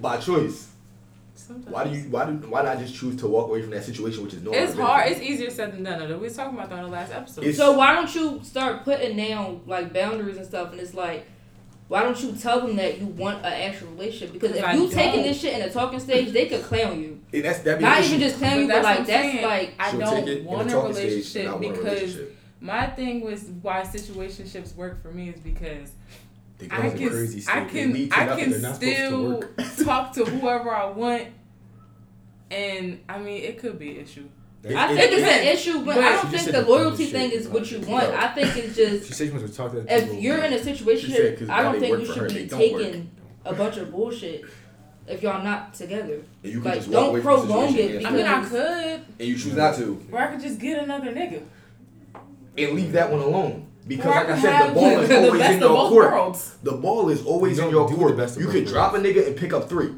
[SPEAKER 4] By choice.
[SPEAKER 3] Sometimes.
[SPEAKER 4] Why do you? Why do? Why not just choose to walk away from that situation, which is no.
[SPEAKER 3] It's hard. It's easier said than done. though. We was talking about that on the last episode.
[SPEAKER 4] It's-
[SPEAKER 5] So why don't you start putting down like boundaries and stuff? And it's like, why don't you tell them that you want an actual relationship? Because if
[SPEAKER 3] I
[SPEAKER 5] you taking
[SPEAKER 3] don't.
[SPEAKER 5] this shit in a talking stage, they could clown you.
[SPEAKER 4] and that's that. Be
[SPEAKER 5] Not
[SPEAKER 4] the
[SPEAKER 5] even
[SPEAKER 4] issue.
[SPEAKER 5] just clown you, but
[SPEAKER 3] that's what
[SPEAKER 5] like
[SPEAKER 3] I'm
[SPEAKER 5] that's
[SPEAKER 3] saying.
[SPEAKER 5] like
[SPEAKER 3] I
[SPEAKER 4] She'll
[SPEAKER 3] don't
[SPEAKER 4] take it in
[SPEAKER 3] want
[SPEAKER 4] the
[SPEAKER 3] a
[SPEAKER 4] talking stage,
[SPEAKER 3] relationship
[SPEAKER 4] not want a
[SPEAKER 3] because
[SPEAKER 4] relationship.
[SPEAKER 3] my thing was why situationships work for me is because
[SPEAKER 4] They
[SPEAKER 3] I
[SPEAKER 4] go
[SPEAKER 3] can,
[SPEAKER 7] crazy state.
[SPEAKER 3] I
[SPEAKER 7] They
[SPEAKER 3] can,
[SPEAKER 7] lead to
[SPEAKER 3] I
[SPEAKER 7] nothing. They're
[SPEAKER 3] can
[SPEAKER 7] not supposed to
[SPEAKER 3] still talk to whoever I want, and I mean it could be an issue.
[SPEAKER 5] I think it's an
[SPEAKER 3] depends.
[SPEAKER 5] issue, but
[SPEAKER 3] But-
[SPEAKER 5] I
[SPEAKER 3] She
[SPEAKER 5] don't
[SPEAKER 7] just
[SPEAKER 5] think
[SPEAKER 7] said
[SPEAKER 5] the
[SPEAKER 7] the whole
[SPEAKER 5] loyalty
[SPEAKER 7] shit.
[SPEAKER 5] thing is what you want.
[SPEAKER 4] No.
[SPEAKER 5] I think it's
[SPEAKER 7] She
[SPEAKER 5] just
[SPEAKER 7] said she wants to talk to
[SPEAKER 5] if you're in a
[SPEAKER 4] said,
[SPEAKER 5] situation,
[SPEAKER 4] 'cause
[SPEAKER 5] I
[SPEAKER 4] now they
[SPEAKER 5] don't think
[SPEAKER 4] work
[SPEAKER 5] you
[SPEAKER 4] for
[SPEAKER 5] should
[SPEAKER 4] her,
[SPEAKER 5] be
[SPEAKER 4] they don't work.
[SPEAKER 5] taking a bunch of bullshit if y'all not together.
[SPEAKER 4] And you can
[SPEAKER 5] Like,
[SPEAKER 4] just walk
[SPEAKER 5] don't
[SPEAKER 4] away from the
[SPEAKER 5] prolong
[SPEAKER 4] situation
[SPEAKER 5] it
[SPEAKER 3] I
[SPEAKER 4] and-
[SPEAKER 3] mean I could,
[SPEAKER 4] and you choose not to,
[SPEAKER 3] or I could just get another nigga.
[SPEAKER 4] and leave that one alone. Because
[SPEAKER 3] Or
[SPEAKER 4] like
[SPEAKER 3] could
[SPEAKER 4] I said, the
[SPEAKER 3] have
[SPEAKER 4] ball is
[SPEAKER 3] the
[SPEAKER 4] always
[SPEAKER 3] best
[SPEAKER 4] in
[SPEAKER 3] of
[SPEAKER 4] your
[SPEAKER 3] both
[SPEAKER 4] court.
[SPEAKER 3] worlds.
[SPEAKER 4] The ball is always
[SPEAKER 7] You
[SPEAKER 4] in
[SPEAKER 7] don't
[SPEAKER 4] your
[SPEAKER 7] do the
[SPEAKER 4] court.
[SPEAKER 7] best of
[SPEAKER 4] You
[SPEAKER 7] both
[SPEAKER 4] could drop a nigga and pick up three.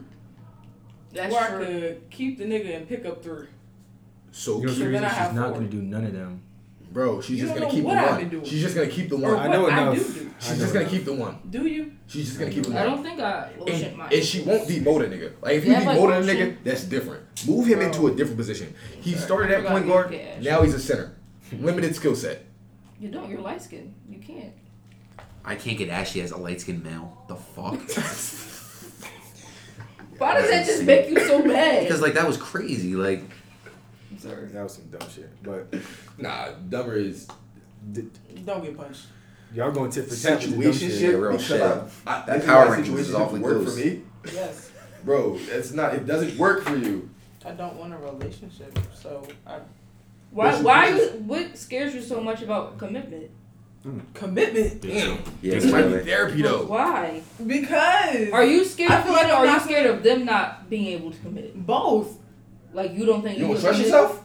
[SPEAKER 5] That's
[SPEAKER 3] or I
[SPEAKER 5] true.
[SPEAKER 3] could keep the nigga and pick up three.
[SPEAKER 1] You
[SPEAKER 4] So
[SPEAKER 1] know what's
[SPEAKER 4] keep
[SPEAKER 3] then
[SPEAKER 1] crazy?
[SPEAKER 3] I
[SPEAKER 1] She's
[SPEAKER 3] have
[SPEAKER 1] not
[SPEAKER 3] four.
[SPEAKER 1] gonna do none of them.
[SPEAKER 4] Bro, she's
[SPEAKER 3] You
[SPEAKER 4] just
[SPEAKER 3] don't
[SPEAKER 4] gonna
[SPEAKER 3] know
[SPEAKER 4] keep the
[SPEAKER 3] what I've been
[SPEAKER 4] one.
[SPEAKER 3] doing.
[SPEAKER 4] She's just gonna keep the
[SPEAKER 3] Or
[SPEAKER 4] one.
[SPEAKER 7] I know
[SPEAKER 3] what
[SPEAKER 7] enough.
[SPEAKER 3] I do do.
[SPEAKER 7] I
[SPEAKER 4] She's
[SPEAKER 7] know
[SPEAKER 4] just gonna
[SPEAKER 7] that.
[SPEAKER 4] keep the one.
[SPEAKER 3] Do you?
[SPEAKER 4] She's just gonna keep the
[SPEAKER 5] I don't
[SPEAKER 4] one.
[SPEAKER 5] think I bullshit
[SPEAKER 4] And,
[SPEAKER 5] my.
[SPEAKER 4] and she won't demote a nigga. Like if you
[SPEAKER 5] Yeah, but
[SPEAKER 4] demote a
[SPEAKER 5] she-
[SPEAKER 4] nigga, that's different. Move him
[SPEAKER 5] Bro.
[SPEAKER 4] into a different position. He
[SPEAKER 5] Sorry.
[SPEAKER 4] started at
[SPEAKER 5] Forgot
[SPEAKER 4] point
[SPEAKER 5] you
[SPEAKER 4] guard.
[SPEAKER 5] could ask.
[SPEAKER 4] Now he's a center. Limited skill set.
[SPEAKER 5] You don't. You're light skinned. You can't.
[SPEAKER 2] I can't get Ashley as a light skinned male. The fuck?
[SPEAKER 5] Why does that just make you so mad?
[SPEAKER 2] because like that was crazy. Like
[SPEAKER 5] I'm sorry.
[SPEAKER 7] That was some dumb shit. But
[SPEAKER 4] Nah, dumber is
[SPEAKER 7] th-
[SPEAKER 3] Don't get punched.
[SPEAKER 7] y'all going tit for tat with the dumb
[SPEAKER 4] situation
[SPEAKER 7] shit.
[SPEAKER 4] shit.
[SPEAKER 2] Yeah, real
[SPEAKER 4] because
[SPEAKER 2] shit.
[SPEAKER 4] I, I,
[SPEAKER 2] That
[SPEAKER 4] this
[SPEAKER 2] power
[SPEAKER 4] why
[SPEAKER 2] rankings is
[SPEAKER 4] situations
[SPEAKER 2] awfully
[SPEAKER 4] work
[SPEAKER 2] loose.
[SPEAKER 4] for me,
[SPEAKER 3] Yes,
[SPEAKER 4] bro. That's not. It doesn't work for you.
[SPEAKER 3] I don't want a relationship, so I,
[SPEAKER 5] Why?
[SPEAKER 4] Listen,
[SPEAKER 5] Why?
[SPEAKER 4] this-
[SPEAKER 5] you- What scares you so much about commitment?
[SPEAKER 3] commitment
[SPEAKER 4] Damn.
[SPEAKER 2] yeah,
[SPEAKER 4] This might be
[SPEAKER 2] really.
[SPEAKER 4] therapy though.
[SPEAKER 5] Why?
[SPEAKER 3] because
[SPEAKER 5] Are you scared?
[SPEAKER 3] I
[SPEAKER 5] of
[SPEAKER 3] feel like
[SPEAKER 5] commitment
[SPEAKER 3] I'm
[SPEAKER 5] or are you
[SPEAKER 3] not-
[SPEAKER 5] scared of them not being able to commit?
[SPEAKER 3] both?
[SPEAKER 5] Like you don't think
[SPEAKER 4] You don't
[SPEAKER 5] can
[SPEAKER 4] trust
[SPEAKER 5] commit?
[SPEAKER 4] yourself?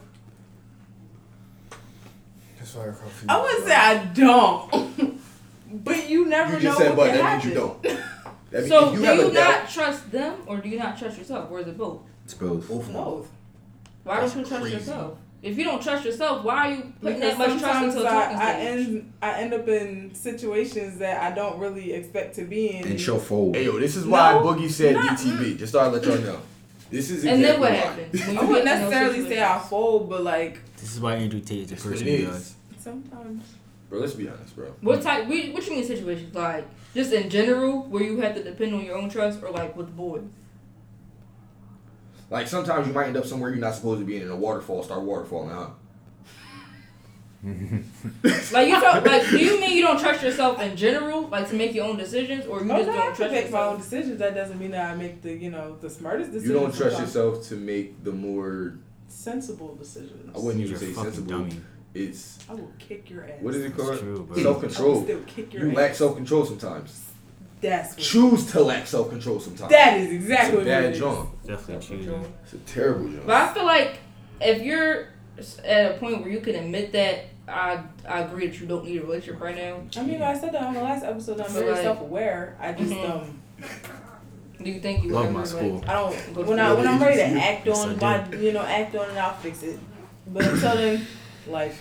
[SPEAKER 7] That's why I call
[SPEAKER 3] I wouldn't say I don't, but you never
[SPEAKER 4] You just
[SPEAKER 3] know
[SPEAKER 4] said,
[SPEAKER 3] what
[SPEAKER 4] but
[SPEAKER 3] can
[SPEAKER 4] that means
[SPEAKER 3] happen.
[SPEAKER 4] you don't. That means
[SPEAKER 5] So
[SPEAKER 4] if
[SPEAKER 5] do
[SPEAKER 4] have a
[SPEAKER 5] you
[SPEAKER 4] doubt-
[SPEAKER 5] not trust them or do you not trust yourself? Or is it both?
[SPEAKER 2] it's both.
[SPEAKER 4] Both of them.
[SPEAKER 3] Both.
[SPEAKER 5] Why
[SPEAKER 4] That's
[SPEAKER 5] don't you trust
[SPEAKER 4] crazy.
[SPEAKER 5] yourself? If you don't trust yourself, why are you putting
[SPEAKER 3] Because
[SPEAKER 5] that much trust
[SPEAKER 3] sometimes
[SPEAKER 5] into a
[SPEAKER 3] I,
[SPEAKER 5] talking
[SPEAKER 3] I
[SPEAKER 5] stage?
[SPEAKER 3] end I end up in situations that I don't really expect to be in.
[SPEAKER 2] And she'll fold.
[SPEAKER 4] Hey yo, this is why
[SPEAKER 3] No,
[SPEAKER 4] Boogie said
[SPEAKER 3] not-
[SPEAKER 4] DTB. Just thought I'd let y'all know. This is
[SPEAKER 5] And
[SPEAKER 4] exactly
[SPEAKER 5] then what
[SPEAKER 4] why.
[SPEAKER 5] happens? When you
[SPEAKER 3] I wouldn't
[SPEAKER 5] get to those
[SPEAKER 3] necessarily say I
[SPEAKER 5] situations?
[SPEAKER 3] fold, but like
[SPEAKER 1] This is why Andrew Tate is a
[SPEAKER 4] That's what
[SPEAKER 1] person,
[SPEAKER 4] it
[SPEAKER 1] you
[SPEAKER 4] is.
[SPEAKER 1] guys.
[SPEAKER 3] sometimes
[SPEAKER 4] Bro, let's be honest, bro.
[SPEAKER 5] What type? What, what you mean situations like just in general where you have to depend on your own trust or like with boys?
[SPEAKER 4] Like sometimes you might end up somewhere you're not supposed to be in, and a waterfall start waterfalling, huh?
[SPEAKER 5] Like you don't, like do you mean you don't trust yourself in general like to make your own decisions or you
[SPEAKER 3] oh,
[SPEAKER 5] just
[SPEAKER 3] no,
[SPEAKER 5] don't
[SPEAKER 3] I can
[SPEAKER 5] trust
[SPEAKER 3] make my own
[SPEAKER 5] yourself?
[SPEAKER 3] decisions. That doesn't mean that I make the you know the smartest
[SPEAKER 4] You
[SPEAKER 3] decisions.
[SPEAKER 4] don't trust
[SPEAKER 3] sometimes.
[SPEAKER 4] yourself to make the more
[SPEAKER 3] sensible decisions.
[SPEAKER 4] I wouldn't even
[SPEAKER 1] You're
[SPEAKER 4] say
[SPEAKER 1] a fucking
[SPEAKER 4] sensible.
[SPEAKER 1] dummy.
[SPEAKER 4] It's
[SPEAKER 3] I will kick your ass.
[SPEAKER 4] what is it
[SPEAKER 1] That's
[SPEAKER 4] called?
[SPEAKER 1] true, bro.
[SPEAKER 4] Self
[SPEAKER 3] I will
[SPEAKER 4] control.
[SPEAKER 3] still kick your
[SPEAKER 4] You
[SPEAKER 3] ass.
[SPEAKER 4] lack self control sometimes.
[SPEAKER 3] That's what,
[SPEAKER 4] Choose to lack self control sometimes.
[SPEAKER 3] that is exactly
[SPEAKER 4] it's a
[SPEAKER 3] what it
[SPEAKER 4] bad
[SPEAKER 3] is.
[SPEAKER 4] job.
[SPEAKER 1] Definitely choosing.
[SPEAKER 4] It's a terrible job.
[SPEAKER 5] But I feel like if you're at a point where you can admit that, I I agree that you don't need a relationship right now.
[SPEAKER 3] I mean, I said that on the last episode. I'm very
[SPEAKER 5] Right.
[SPEAKER 3] self-aware. I just
[SPEAKER 5] Mhm.
[SPEAKER 3] um,
[SPEAKER 5] Do you think you
[SPEAKER 1] Love
[SPEAKER 5] ever,
[SPEAKER 1] my
[SPEAKER 5] like-
[SPEAKER 1] school.
[SPEAKER 3] I don't when I when I'm ready to act on
[SPEAKER 1] Yes,
[SPEAKER 3] my
[SPEAKER 1] I
[SPEAKER 3] you know act on it, I'll fix it. But until then, like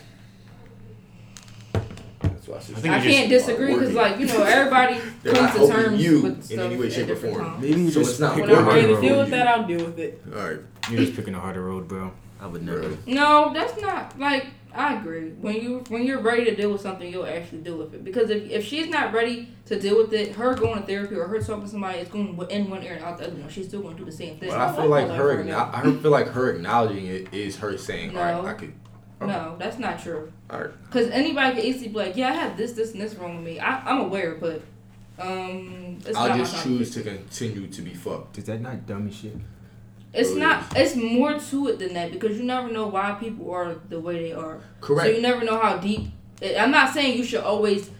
[SPEAKER 4] That's why should-
[SPEAKER 1] I think
[SPEAKER 5] I
[SPEAKER 1] you just
[SPEAKER 5] can't disagree because,
[SPEAKER 4] working.
[SPEAKER 5] like you know, everybody
[SPEAKER 4] They're
[SPEAKER 5] comes
[SPEAKER 4] not
[SPEAKER 5] to
[SPEAKER 4] helping
[SPEAKER 5] terms
[SPEAKER 4] you
[SPEAKER 5] with
[SPEAKER 4] in
[SPEAKER 5] stuff
[SPEAKER 4] any way,
[SPEAKER 5] at
[SPEAKER 4] shape, or
[SPEAKER 5] different
[SPEAKER 4] form.
[SPEAKER 5] times.
[SPEAKER 1] Maybe you
[SPEAKER 4] So
[SPEAKER 1] just
[SPEAKER 4] it's not
[SPEAKER 1] pick
[SPEAKER 3] when
[SPEAKER 1] a
[SPEAKER 4] You're
[SPEAKER 3] I'm
[SPEAKER 1] harder
[SPEAKER 3] ready to
[SPEAKER 1] road.
[SPEAKER 3] deal
[SPEAKER 1] You
[SPEAKER 3] with that, I'll deal with it.
[SPEAKER 4] all right,
[SPEAKER 1] are just picking a harder road, bro. I would never.
[SPEAKER 4] bro.
[SPEAKER 5] No, that's not like I agree. When you when you're ready to deal with something, you'll actually deal with it. Because if, if she's not ready to deal with it, her going to therapy or her talking to somebody is going to end one ear and out the other one. She's still going to do the same thing.
[SPEAKER 4] But I feel like her. acknow- I feel like her acknowledging it is her saying, "All
[SPEAKER 5] No.
[SPEAKER 4] right, I could."
[SPEAKER 5] No, that's not true.
[SPEAKER 4] All right.
[SPEAKER 5] Because anybody can easily be like, yeah, I have this, this, and this wrong with me. I, I'm aware, but um, it's
[SPEAKER 4] I'll
[SPEAKER 5] not
[SPEAKER 4] just
[SPEAKER 5] my
[SPEAKER 4] choose to continue to be fucked.
[SPEAKER 1] Is that not dumb as shit?
[SPEAKER 5] It's not. It's more to it than that because you never know why people are the way they are. So you
[SPEAKER 4] Correct.
[SPEAKER 5] never know how deep. I'm not saying you should always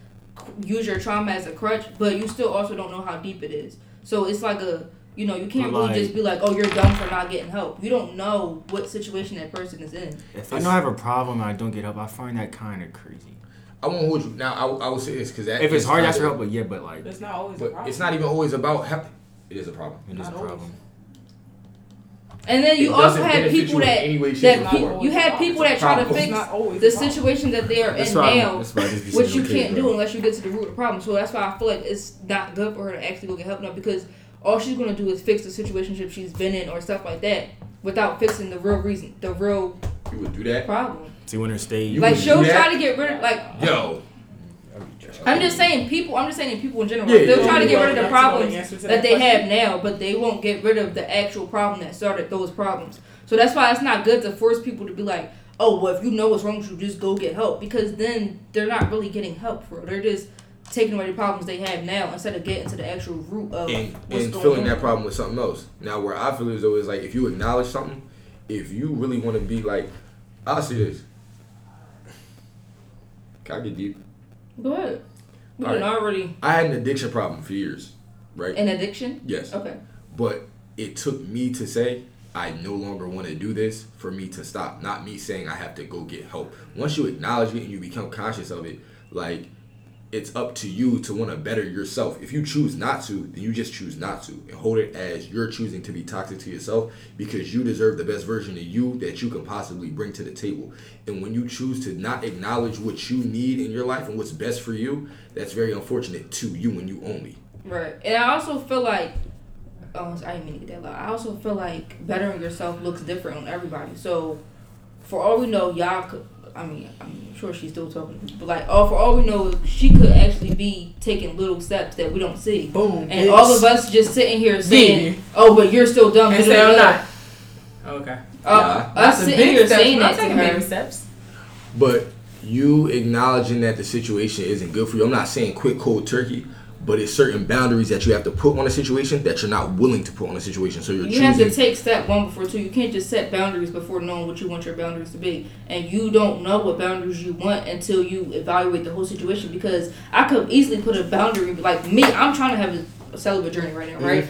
[SPEAKER 5] use your trauma as a crutch, but you still also don't know how deep it is. So it's like a, you know, you can't
[SPEAKER 1] But
[SPEAKER 5] really
[SPEAKER 1] like-
[SPEAKER 5] just be like, oh, you're dumb for not getting help. You don't know what situation that person is in.
[SPEAKER 1] If I know I have a problem and I don't get help, I find that kind of crazy.
[SPEAKER 4] I won't hold you. Now I, will- I will say this because
[SPEAKER 1] If it's hard, that's for help. But yeah, but like,
[SPEAKER 3] That's not always a
[SPEAKER 4] But
[SPEAKER 3] problem.
[SPEAKER 4] it's not even always about help. It is a problem.
[SPEAKER 1] it is a
[SPEAKER 3] not always.
[SPEAKER 1] problem.
[SPEAKER 5] And then you
[SPEAKER 4] It
[SPEAKER 5] also
[SPEAKER 4] doesn't
[SPEAKER 5] have
[SPEAKER 4] benefit
[SPEAKER 5] people
[SPEAKER 4] you in
[SPEAKER 5] that
[SPEAKER 4] any way, shape,
[SPEAKER 5] that
[SPEAKER 4] or
[SPEAKER 5] pe-
[SPEAKER 4] form.
[SPEAKER 5] you have people that try to
[SPEAKER 4] Problem.
[SPEAKER 5] fix
[SPEAKER 3] It's not always
[SPEAKER 5] the
[SPEAKER 3] a problem.
[SPEAKER 5] situation that they are
[SPEAKER 1] That's
[SPEAKER 5] in
[SPEAKER 1] why. I-
[SPEAKER 5] now.
[SPEAKER 1] That's why I just be
[SPEAKER 5] which
[SPEAKER 1] saying,
[SPEAKER 5] you
[SPEAKER 1] okay,
[SPEAKER 5] can't
[SPEAKER 1] bro.
[SPEAKER 5] do unless you get to the root of the problem. So that's why I feel like it's not good for her to actually go get help now because all she's gonna do is fix the situation she's been in or stuff like that without fixing the real reason, the real
[SPEAKER 4] You would do that,
[SPEAKER 5] problem.
[SPEAKER 1] See, when they're stayed,
[SPEAKER 4] You
[SPEAKER 5] like
[SPEAKER 4] would
[SPEAKER 5] she'll
[SPEAKER 4] do that?
[SPEAKER 5] try to get rid of like
[SPEAKER 4] yo.
[SPEAKER 5] I'm just saying people. I'm just saying people in general.
[SPEAKER 4] Yeah,
[SPEAKER 5] they'll
[SPEAKER 4] yeah,
[SPEAKER 5] try to
[SPEAKER 4] yeah.
[SPEAKER 5] get rid of the
[SPEAKER 3] That's not
[SPEAKER 5] problems
[SPEAKER 3] the answer to
[SPEAKER 5] that
[SPEAKER 3] that
[SPEAKER 5] they have
[SPEAKER 3] question.
[SPEAKER 5] now, but they won't get rid of the actual problem that started those problems. So that's why it's not good to force people to be like, "Oh, well, if you know what's wrong with you, just go get help," because then they're not really getting help for it. They're just taking away the problems they have now instead of getting to the actual root of
[SPEAKER 4] and,
[SPEAKER 5] what's
[SPEAKER 4] and
[SPEAKER 5] going
[SPEAKER 4] filling
[SPEAKER 5] on.
[SPEAKER 4] that problem with something else. Now, where I feel as though is like if you acknowledge something, if you really want to be like, I'll see this. Can I get deep?
[SPEAKER 5] Go ahead. We
[SPEAKER 4] All
[SPEAKER 5] can
[SPEAKER 4] right.
[SPEAKER 5] already
[SPEAKER 4] I had an addiction problem for years, right?
[SPEAKER 5] an addiction.
[SPEAKER 4] yes.
[SPEAKER 5] Okay.
[SPEAKER 4] But it took me to say, I no longer want to do this for me to stop. Not me saying I have to go get help. Once you acknowledge it and you become conscious of it, like it's up to you to want to better yourself. If you choose not to, then you just choose not to and hold it as you're choosing to be toxic to yourself because you deserve the best version of you that you can possibly bring to the table. And when you choose to not acknowledge what you need in your life and what's best for you, that's very unfortunate to you and you only.
[SPEAKER 5] Right. And I also feel like, oh, I didn't mean to get that loud. I also feel like bettering yourself looks different on everybody. So, for all we know, y'all could, I mean, I'm sure she's still talking, but like, all for all we know, she could actually be taking little steps that we don't see.
[SPEAKER 3] Boom.
[SPEAKER 5] And all of us just sitting here saying,
[SPEAKER 3] Baby.
[SPEAKER 5] oh, but you're still dumb.
[SPEAKER 3] And
[SPEAKER 5] you
[SPEAKER 3] say
[SPEAKER 5] don't
[SPEAKER 3] I'm
[SPEAKER 5] know."
[SPEAKER 3] not. Oh, Okay.
[SPEAKER 5] Uh,
[SPEAKER 4] Nah.
[SPEAKER 5] us sitting here saying that to
[SPEAKER 3] baby
[SPEAKER 5] her.
[SPEAKER 3] steps.
[SPEAKER 4] But you acknowledging that the situation isn't good for you. I'm not saying quit cold turkey, but it's certain boundaries that you have to put on a situation that you're not willing to put on a situation. So you're
[SPEAKER 5] You have
[SPEAKER 4] choosing.
[SPEAKER 5] to take step one before two. You can't just set boundaries before knowing what you want your boundaries to be. And you don't know what boundaries you want until you evaluate the whole situation because I could easily put a boundary, like me, I'm trying to have a celibate journey right now, right?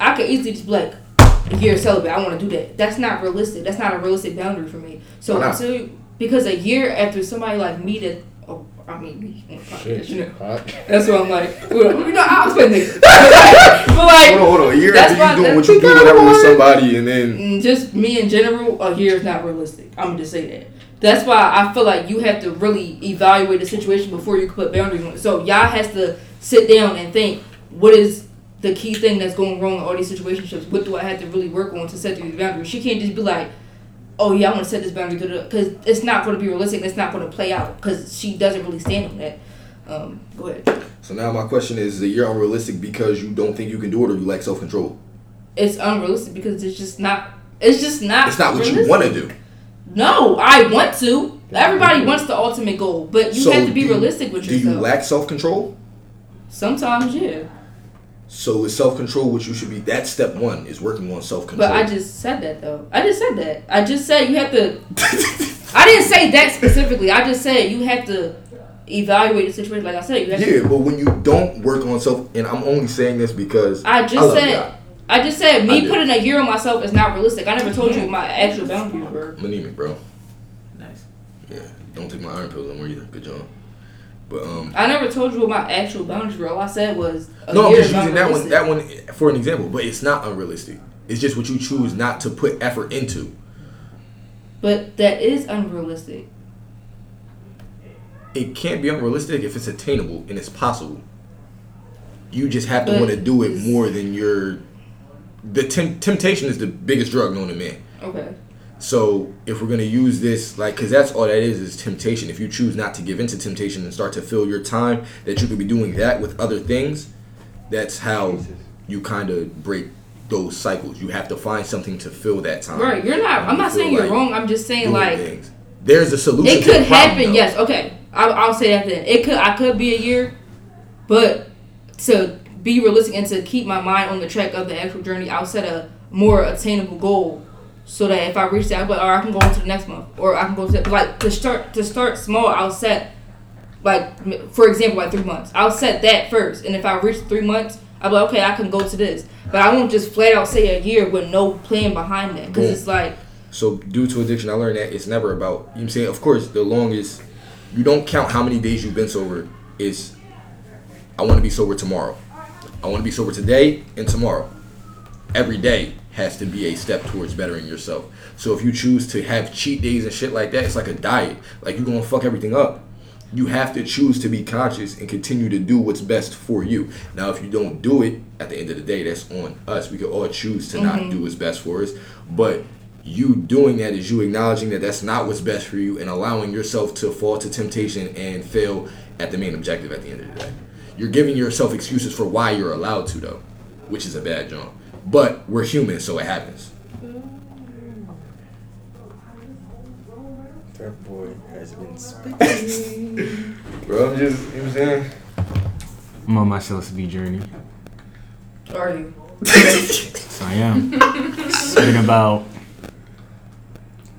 [SPEAKER 5] I could easily just be like, you're celibate, I want to do that. That's not realistic. That's not a realistic boundary for me. So
[SPEAKER 4] Why not?
[SPEAKER 5] until you, because a year after somebody like me that, oh, I mean, me, on the podcast, you know, that's what I'm like, well, you know, I'll explain this. but
[SPEAKER 9] Hold on,
[SPEAKER 5] like,
[SPEAKER 9] hold on. You're
[SPEAKER 5] That's
[SPEAKER 9] you
[SPEAKER 5] why-
[SPEAKER 9] doing what
[SPEAKER 5] that's
[SPEAKER 9] you do
[SPEAKER 5] because
[SPEAKER 9] whatever
[SPEAKER 5] I'm
[SPEAKER 9] with
[SPEAKER 5] on-
[SPEAKER 9] somebody, and then
[SPEAKER 5] Mm, just me in general, a year is not realistic. I'm gonna just say that. That's why I feel like you have to really evaluate the situation before you put boundaries on it. So y'all has to sit down and think what is the key thing that's going wrong in all these situationships. What do I have to really work on to set these boundaries? She can't just be like, oh yeah, I want to set this boundary because it's not going to be realistic. It's not going to play out because she doesn't really stand on that. Um, go ahead.
[SPEAKER 4] so now my question is: that you're unrealistic because you don't think you can do it, or you lack self control.
[SPEAKER 5] It's unrealistic because it's just not. It's just not.
[SPEAKER 4] It's not what you
[SPEAKER 5] realistic.
[SPEAKER 4] want to do.
[SPEAKER 5] No, I want to. Everybody wants the ultimate goal, but you
[SPEAKER 4] So
[SPEAKER 5] have to be
[SPEAKER 4] do-
[SPEAKER 5] realistic with
[SPEAKER 4] Do you
[SPEAKER 5] yourself.
[SPEAKER 4] lack self control?
[SPEAKER 5] Sometimes, yeah.
[SPEAKER 4] So with self control, which you should be. That's step one is working on self control.
[SPEAKER 5] But I just said that though. I just said that. I just said you have to. I didn't say that specifically. I just said you have to evaluate the situation. Like I said, you have to.
[SPEAKER 4] yeah, but when you don't work on self, and I'm only saying this because
[SPEAKER 5] I
[SPEAKER 4] I
[SPEAKER 5] just
[SPEAKER 4] love
[SPEAKER 5] said.
[SPEAKER 4] God.
[SPEAKER 5] I just said
[SPEAKER 4] I
[SPEAKER 5] me
[SPEAKER 4] do.
[SPEAKER 5] putting a year on myself is not realistic. I never told you what my actual boundaries were.
[SPEAKER 4] I'm anemic, bro.
[SPEAKER 10] Nice.
[SPEAKER 4] Yeah, don't take my iron pills no more either. Good job. But um,
[SPEAKER 5] I never told you what my actual boundaries were. All I said was a
[SPEAKER 4] no, I'm
[SPEAKER 5] year
[SPEAKER 4] just
[SPEAKER 5] is Oh, not
[SPEAKER 4] using that one.
[SPEAKER 5] realistic.
[SPEAKER 4] That one for an example, but it's not unrealistic. It's just what you choose not to put effort into.
[SPEAKER 5] But that is unrealistic.
[SPEAKER 4] It can't be unrealistic if it's attainable and it's possible. You just have to
[SPEAKER 5] But
[SPEAKER 4] want to do it
[SPEAKER 5] it's-
[SPEAKER 4] more than your. The tem- temptation is the biggest drug known to man.
[SPEAKER 5] Okay.
[SPEAKER 4] So if we're gonna use this, like, cause that's all that is is temptation. If you choose not to give into temptation and start to fill your time that you could be doing that with other things, that's how you kind of break those cycles. You have to find something to fill that time.
[SPEAKER 5] Right. You're not. I'm not saying you're wrong. I'm just saying
[SPEAKER 4] Doing
[SPEAKER 5] like
[SPEAKER 4] things. There's a solution.
[SPEAKER 5] It
[SPEAKER 4] to the
[SPEAKER 5] could
[SPEAKER 4] problem,
[SPEAKER 5] happen.
[SPEAKER 4] though.
[SPEAKER 5] Yes. Okay. I, I'll say that then. It could. I could be a year, but to be realistic and to keep my mind on the track of the actual journey, I'll set a more attainable goal so that if I reach that, I'll be like, or I can go into the next month, or I can go to like to start to start small. I'll set like m- for example, like three months. I'll set that first, and if I reach three months. I'll be like, okay, I can go to this, but I won't just flat out say a year with no plan behind that, because
[SPEAKER 4] Boom.
[SPEAKER 5] it's like,
[SPEAKER 4] So due to addiction, I learned that it's never about. You know what I'm saying, of course, the longest. You don't count how many days you've been sober. It's. I want to be sober tomorrow. I want to be sober today and tomorrow. Every day has to be a step towards bettering yourself. So if you choose to have cheat days and shit like that, it's like a diet. Like you're gonna fuck everything up. You have to choose to be conscious and continue to do what's best for you. Now, if you don't do it, at the end of the day, that's on us. We could all choose to not do what's best for us. But you doing that is you acknowledging that that's not what's best for you and allowing yourself to fall to temptation and fail at the main objective at the end of the day. You're giving yourself excuses for why you're allowed to, though, which is a bad job. But we're human, so it happens.
[SPEAKER 7] That boy has been speaking.
[SPEAKER 11] Bro, I'm just, you know what I'm saying?
[SPEAKER 1] I'm on my Celestine journey.
[SPEAKER 5] are you?
[SPEAKER 1] So I am. it's been about.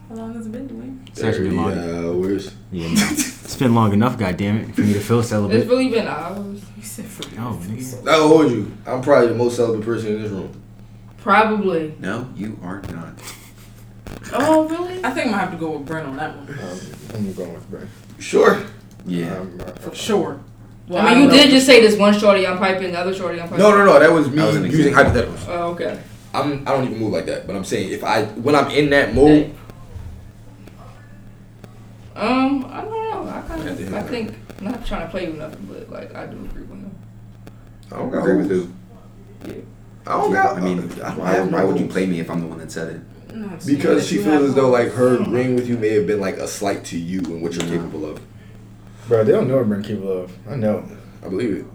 [SPEAKER 3] How long has it been doing?
[SPEAKER 1] It's actually been long.
[SPEAKER 11] Yeah, uh, where's
[SPEAKER 1] Yeah. It's been long enough, goddammit, for me to feel
[SPEAKER 5] It's
[SPEAKER 1] celibate.
[SPEAKER 5] really been hours.
[SPEAKER 3] You said for
[SPEAKER 1] Oh, nigga.
[SPEAKER 11] I'll hold you. I'm probably the most celibate person in this room.
[SPEAKER 5] Probably.
[SPEAKER 2] No, you are not.
[SPEAKER 5] Oh, really?
[SPEAKER 3] I think I'm gonna have to go with Brent on that one.
[SPEAKER 7] Um, I'm going with Brent.
[SPEAKER 11] Sure.
[SPEAKER 2] Yeah.
[SPEAKER 7] Um, uh,
[SPEAKER 3] For sure. Well,
[SPEAKER 5] I mean, you
[SPEAKER 3] don't know.
[SPEAKER 5] did just say this one shorty I'm piping, the other shorty I'm piping.
[SPEAKER 4] No, no, no. That was me
[SPEAKER 2] That was an
[SPEAKER 4] using
[SPEAKER 2] example.
[SPEAKER 4] hypotheticals.
[SPEAKER 5] Oh, okay.
[SPEAKER 4] I'm I don't even move like that, but I'm saying if I when I'm in that mode,
[SPEAKER 5] Um, I don't know. I kind
[SPEAKER 4] Yeah, they
[SPEAKER 5] of,
[SPEAKER 4] have
[SPEAKER 5] I
[SPEAKER 4] that.
[SPEAKER 5] think, I'm not trying to play with nothing, but like, I do agree with him.
[SPEAKER 11] I don't agree with you. I don't got.
[SPEAKER 2] I mean, why, why would you play me if I'm the one that said it?
[SPEAKER 3] No, it's-
[SPEAKER 11] Because she
[SPEAKER 3] you
[SPEAKER 11] feels
[SPEAKER 3] have
[SPEAKER 11] as though
[SPEAKER 3] one.
[SPEAKER 11] like her agreeing with you may have been like a slight to you and what you're
[SPEAKER 4] Mm-hmm.
[SPEAKER 11] capable of.
[SPEAKER 7] bro, they don't know what Brent capable of. I know.
[SPEAKER 11] I believe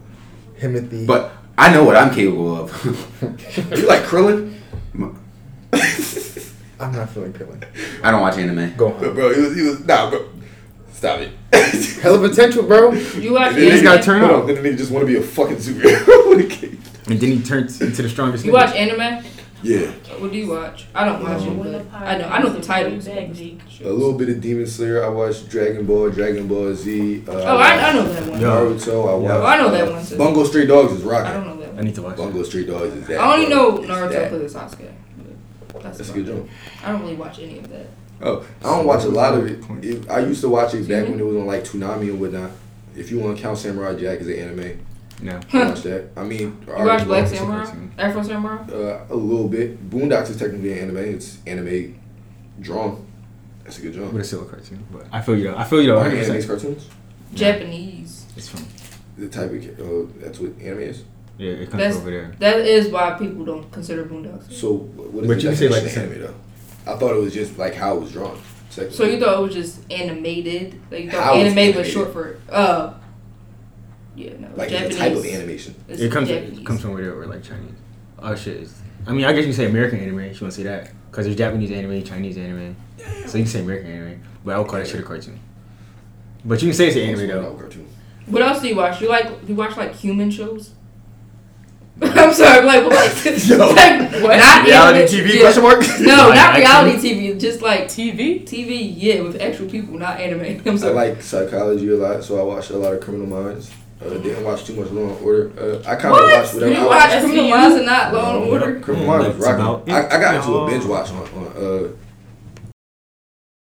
[SPEAKER 7] Himothy.
[SPEAKER 2] But I know what I'm capable of.
[SPEAKER 11] it. You like Krillin,
[SPEAKER 7] I'm not feeling Krillin.
[SPEAKER 2] I don't watch anime.
[SPEAKER 7] Go
[SPEAKER 11] But,
[SPEAKER 7] on.
[SPEAKER 11] bro? He was, he was nah, bro. Stop it.
[SPEAKER 7] Hell of potential, bro.
[SPEAKER 5] You like
[SPEAKER 11] Then
[SPEAKER 1] This
[SPEAKER 11] they-
[SPEAKER 5] anime?
[SPEAKER 1] guy turned
[SPEAKER 11] hold on,
[SPEAKER 1] off.
[SPEAKER 11] Then the nigga just want to be a fucking superhero. with a cape.
[SPEAKER 1] And then he turns into the strongest.
[SPEAKER 5] You
[SPEAKER 1] nigga.
[SPEAKER 5] watch anime?
[SPEAKER 11] yeah,
[SPEAKER 5] What do you watch? I don't watch it, but I know, I know the titles.
[SPEAKER 11] a little bit of Demon Slayer. I watched Dragon Ball, Dragon Ball Z. Uh,
[SPEAKER 5] Oh, I, I know that one.
[SPEAKER 1] Yo.
[SPEAKER 11] Naruto. I watched.
[SPEAKER 5] Oh, I know that one too.
[SPEAKER 11] Bungo Stray Dogs is
[SPEAKER 5] I don't
[SPEAKER 11] rocking.
[SPEAKER 5] know that
[SPEAKER 1] I
[SPEAKER 5] one.
[SPEAKER 1] need to watch. it.
[SPEAKER 11] Bungo Stray Dogs is that.
[SPEAKER 5] I only
[SPEAKER 11] bro.
[SPEAKER 5] know
[SPEAKER 11] It's
[SPEAKER 5] Naruto
[SPEAKER 11] that.
[SPEAKER 5] plays Sasuke. but
[SPEAKER 11] That's
[SPEAKER 5] That's
[SPEAKER 11] a
[SPEAKER 5] about
[SPEAKER 11] good
[SPEAKER 5] it.
[SPEAKER 11] joke.
[SPEAKER 5] I don't really watch any of that.
[SPEAKER 11] Oh, I don't watch a lot of it. If- I used to watch it
[SPEAKER 5] Mm-hmm.
[SPEAKER 11] back when it was on like Toonami and whatnot. If you want to count Samurai Jack as an anime,
[SPEAKER 1] No.
[SPEAKER 11] I watch that. I mean,
[SPEAKER 5] You watch
[SPEAKER 11] alright,
[SPEAKER 5] Black
[SPEAKER 1] it's a
[SPEAKER 5] Samurai?
[SPEAKER 1] cartoon.
[SPEAKER 5] Afro Samurai?
[SPEAKER 11] uh, a little bit. Boondocks is technically an anime. It's anime drawn. That's a good
[SPEAKER 1] But
[SPEAKER 11] drawn.
[SPEAKER 1] it's still a cartoon. But I feel you though. I feel you though.
[SPEAKER 11] Are anime
[SPEAKER 1] 100%.
[SPEAKER 11] cartoons?
[SPEAKER 5] Japanese.
[SPEAKER 1] It's from.
[SPEAKER 11] The type of ca- uh, that's what anime is.
[SPEAKER 1] Yeah, it comes
[SPEAKER 5] That's
[SPEAKER 1] from over there.
[SPEAKER 5] that is why people don't consider Boondocks.
[SPEAKER 11] So what is
[SPEAKER 1] But
[SPEAKER 11] the
[SPEAKER 1] you can say, like,
[SPEAKER 11] definition of
[SPEAKER 1] it's
[SPEAKER 11] anime though? I thought it was just like how it was drawn.
[SPEAKER 5] So you thought it was just animated? Like you thought
[SPEAKER 11] How it's
[SPEAKER 5] anime
[SPEAKER 11] animated.
[SPEAKER 5] was short for uh yeah no
[SPEAKER 11] like in the
[SPEAKER 5] Japanese.
[SPEAKER 11] type of animation?
[SPEAKER 5] It's
[SPEAKER 1] It comes.
[SPEAKER 5] Japanese.
[SPEAKER 1] It comes from over there, or like Chinese. Oh shit. it's- I mean, I guess you can say American anime. If you want to say that, because there's Japanese anime, Chinese anime. So you can say American anime, but I would call that shit a cartoon. But you can say it's an anime though.
[SPEAKER 11] Cartoon.
[SPEAKER 5] What else do you watch? You like you watch like human shows? I'm sorry. Like, what? like
[SPEAKER 3] What?
[SPEAKER 5] Not
[SPEAKER 8] Reality
[SPEAKER 5] anime-
[SPEAKER 8] TV
[SPEAKER 5] yeah.
[SPEAKER 8] question mark?
[SPEAKER 5] No,
[SPEAKER 1] Like,
[SPEAKER 5] not
[SPEAKER 1] actually-
[SPEAKER 5] reality TV. Just like
[SPEAKER 3] TV?
[SPEAKER 5] TV, yeah, with actual people, not anime. I'm
[SPEAKER 4] I
[SPEAKER 5] sorry.
[SPEAKER 4] like psychology a lot, so I watched a lot of Criminal Minds. Uh, didn't watch too much Law and Order. Uh, I kind of
[SPEAKER 5] What?
[SPEAKER 4] watched whatever.
[SPEAKER 5] you
[SPEAKER 4] I
[SPEAKER 5] watch
[SPEAKER 3] SVU?
[SPEAKER 5] Criminal Minds and not Law and
[SPEAKER 4] No,
[SPEAKER 5] Order?
[SPEAKER 4] Criminal Minds was
[SPEAKER 1] That's
[SPEAKER 4] rocking.
[SPEAKER 1] about
[SPEAKER 4] I, I got
[SPEAKER 1] it.
[SPEAKER 4] into a binge watch on, on uh,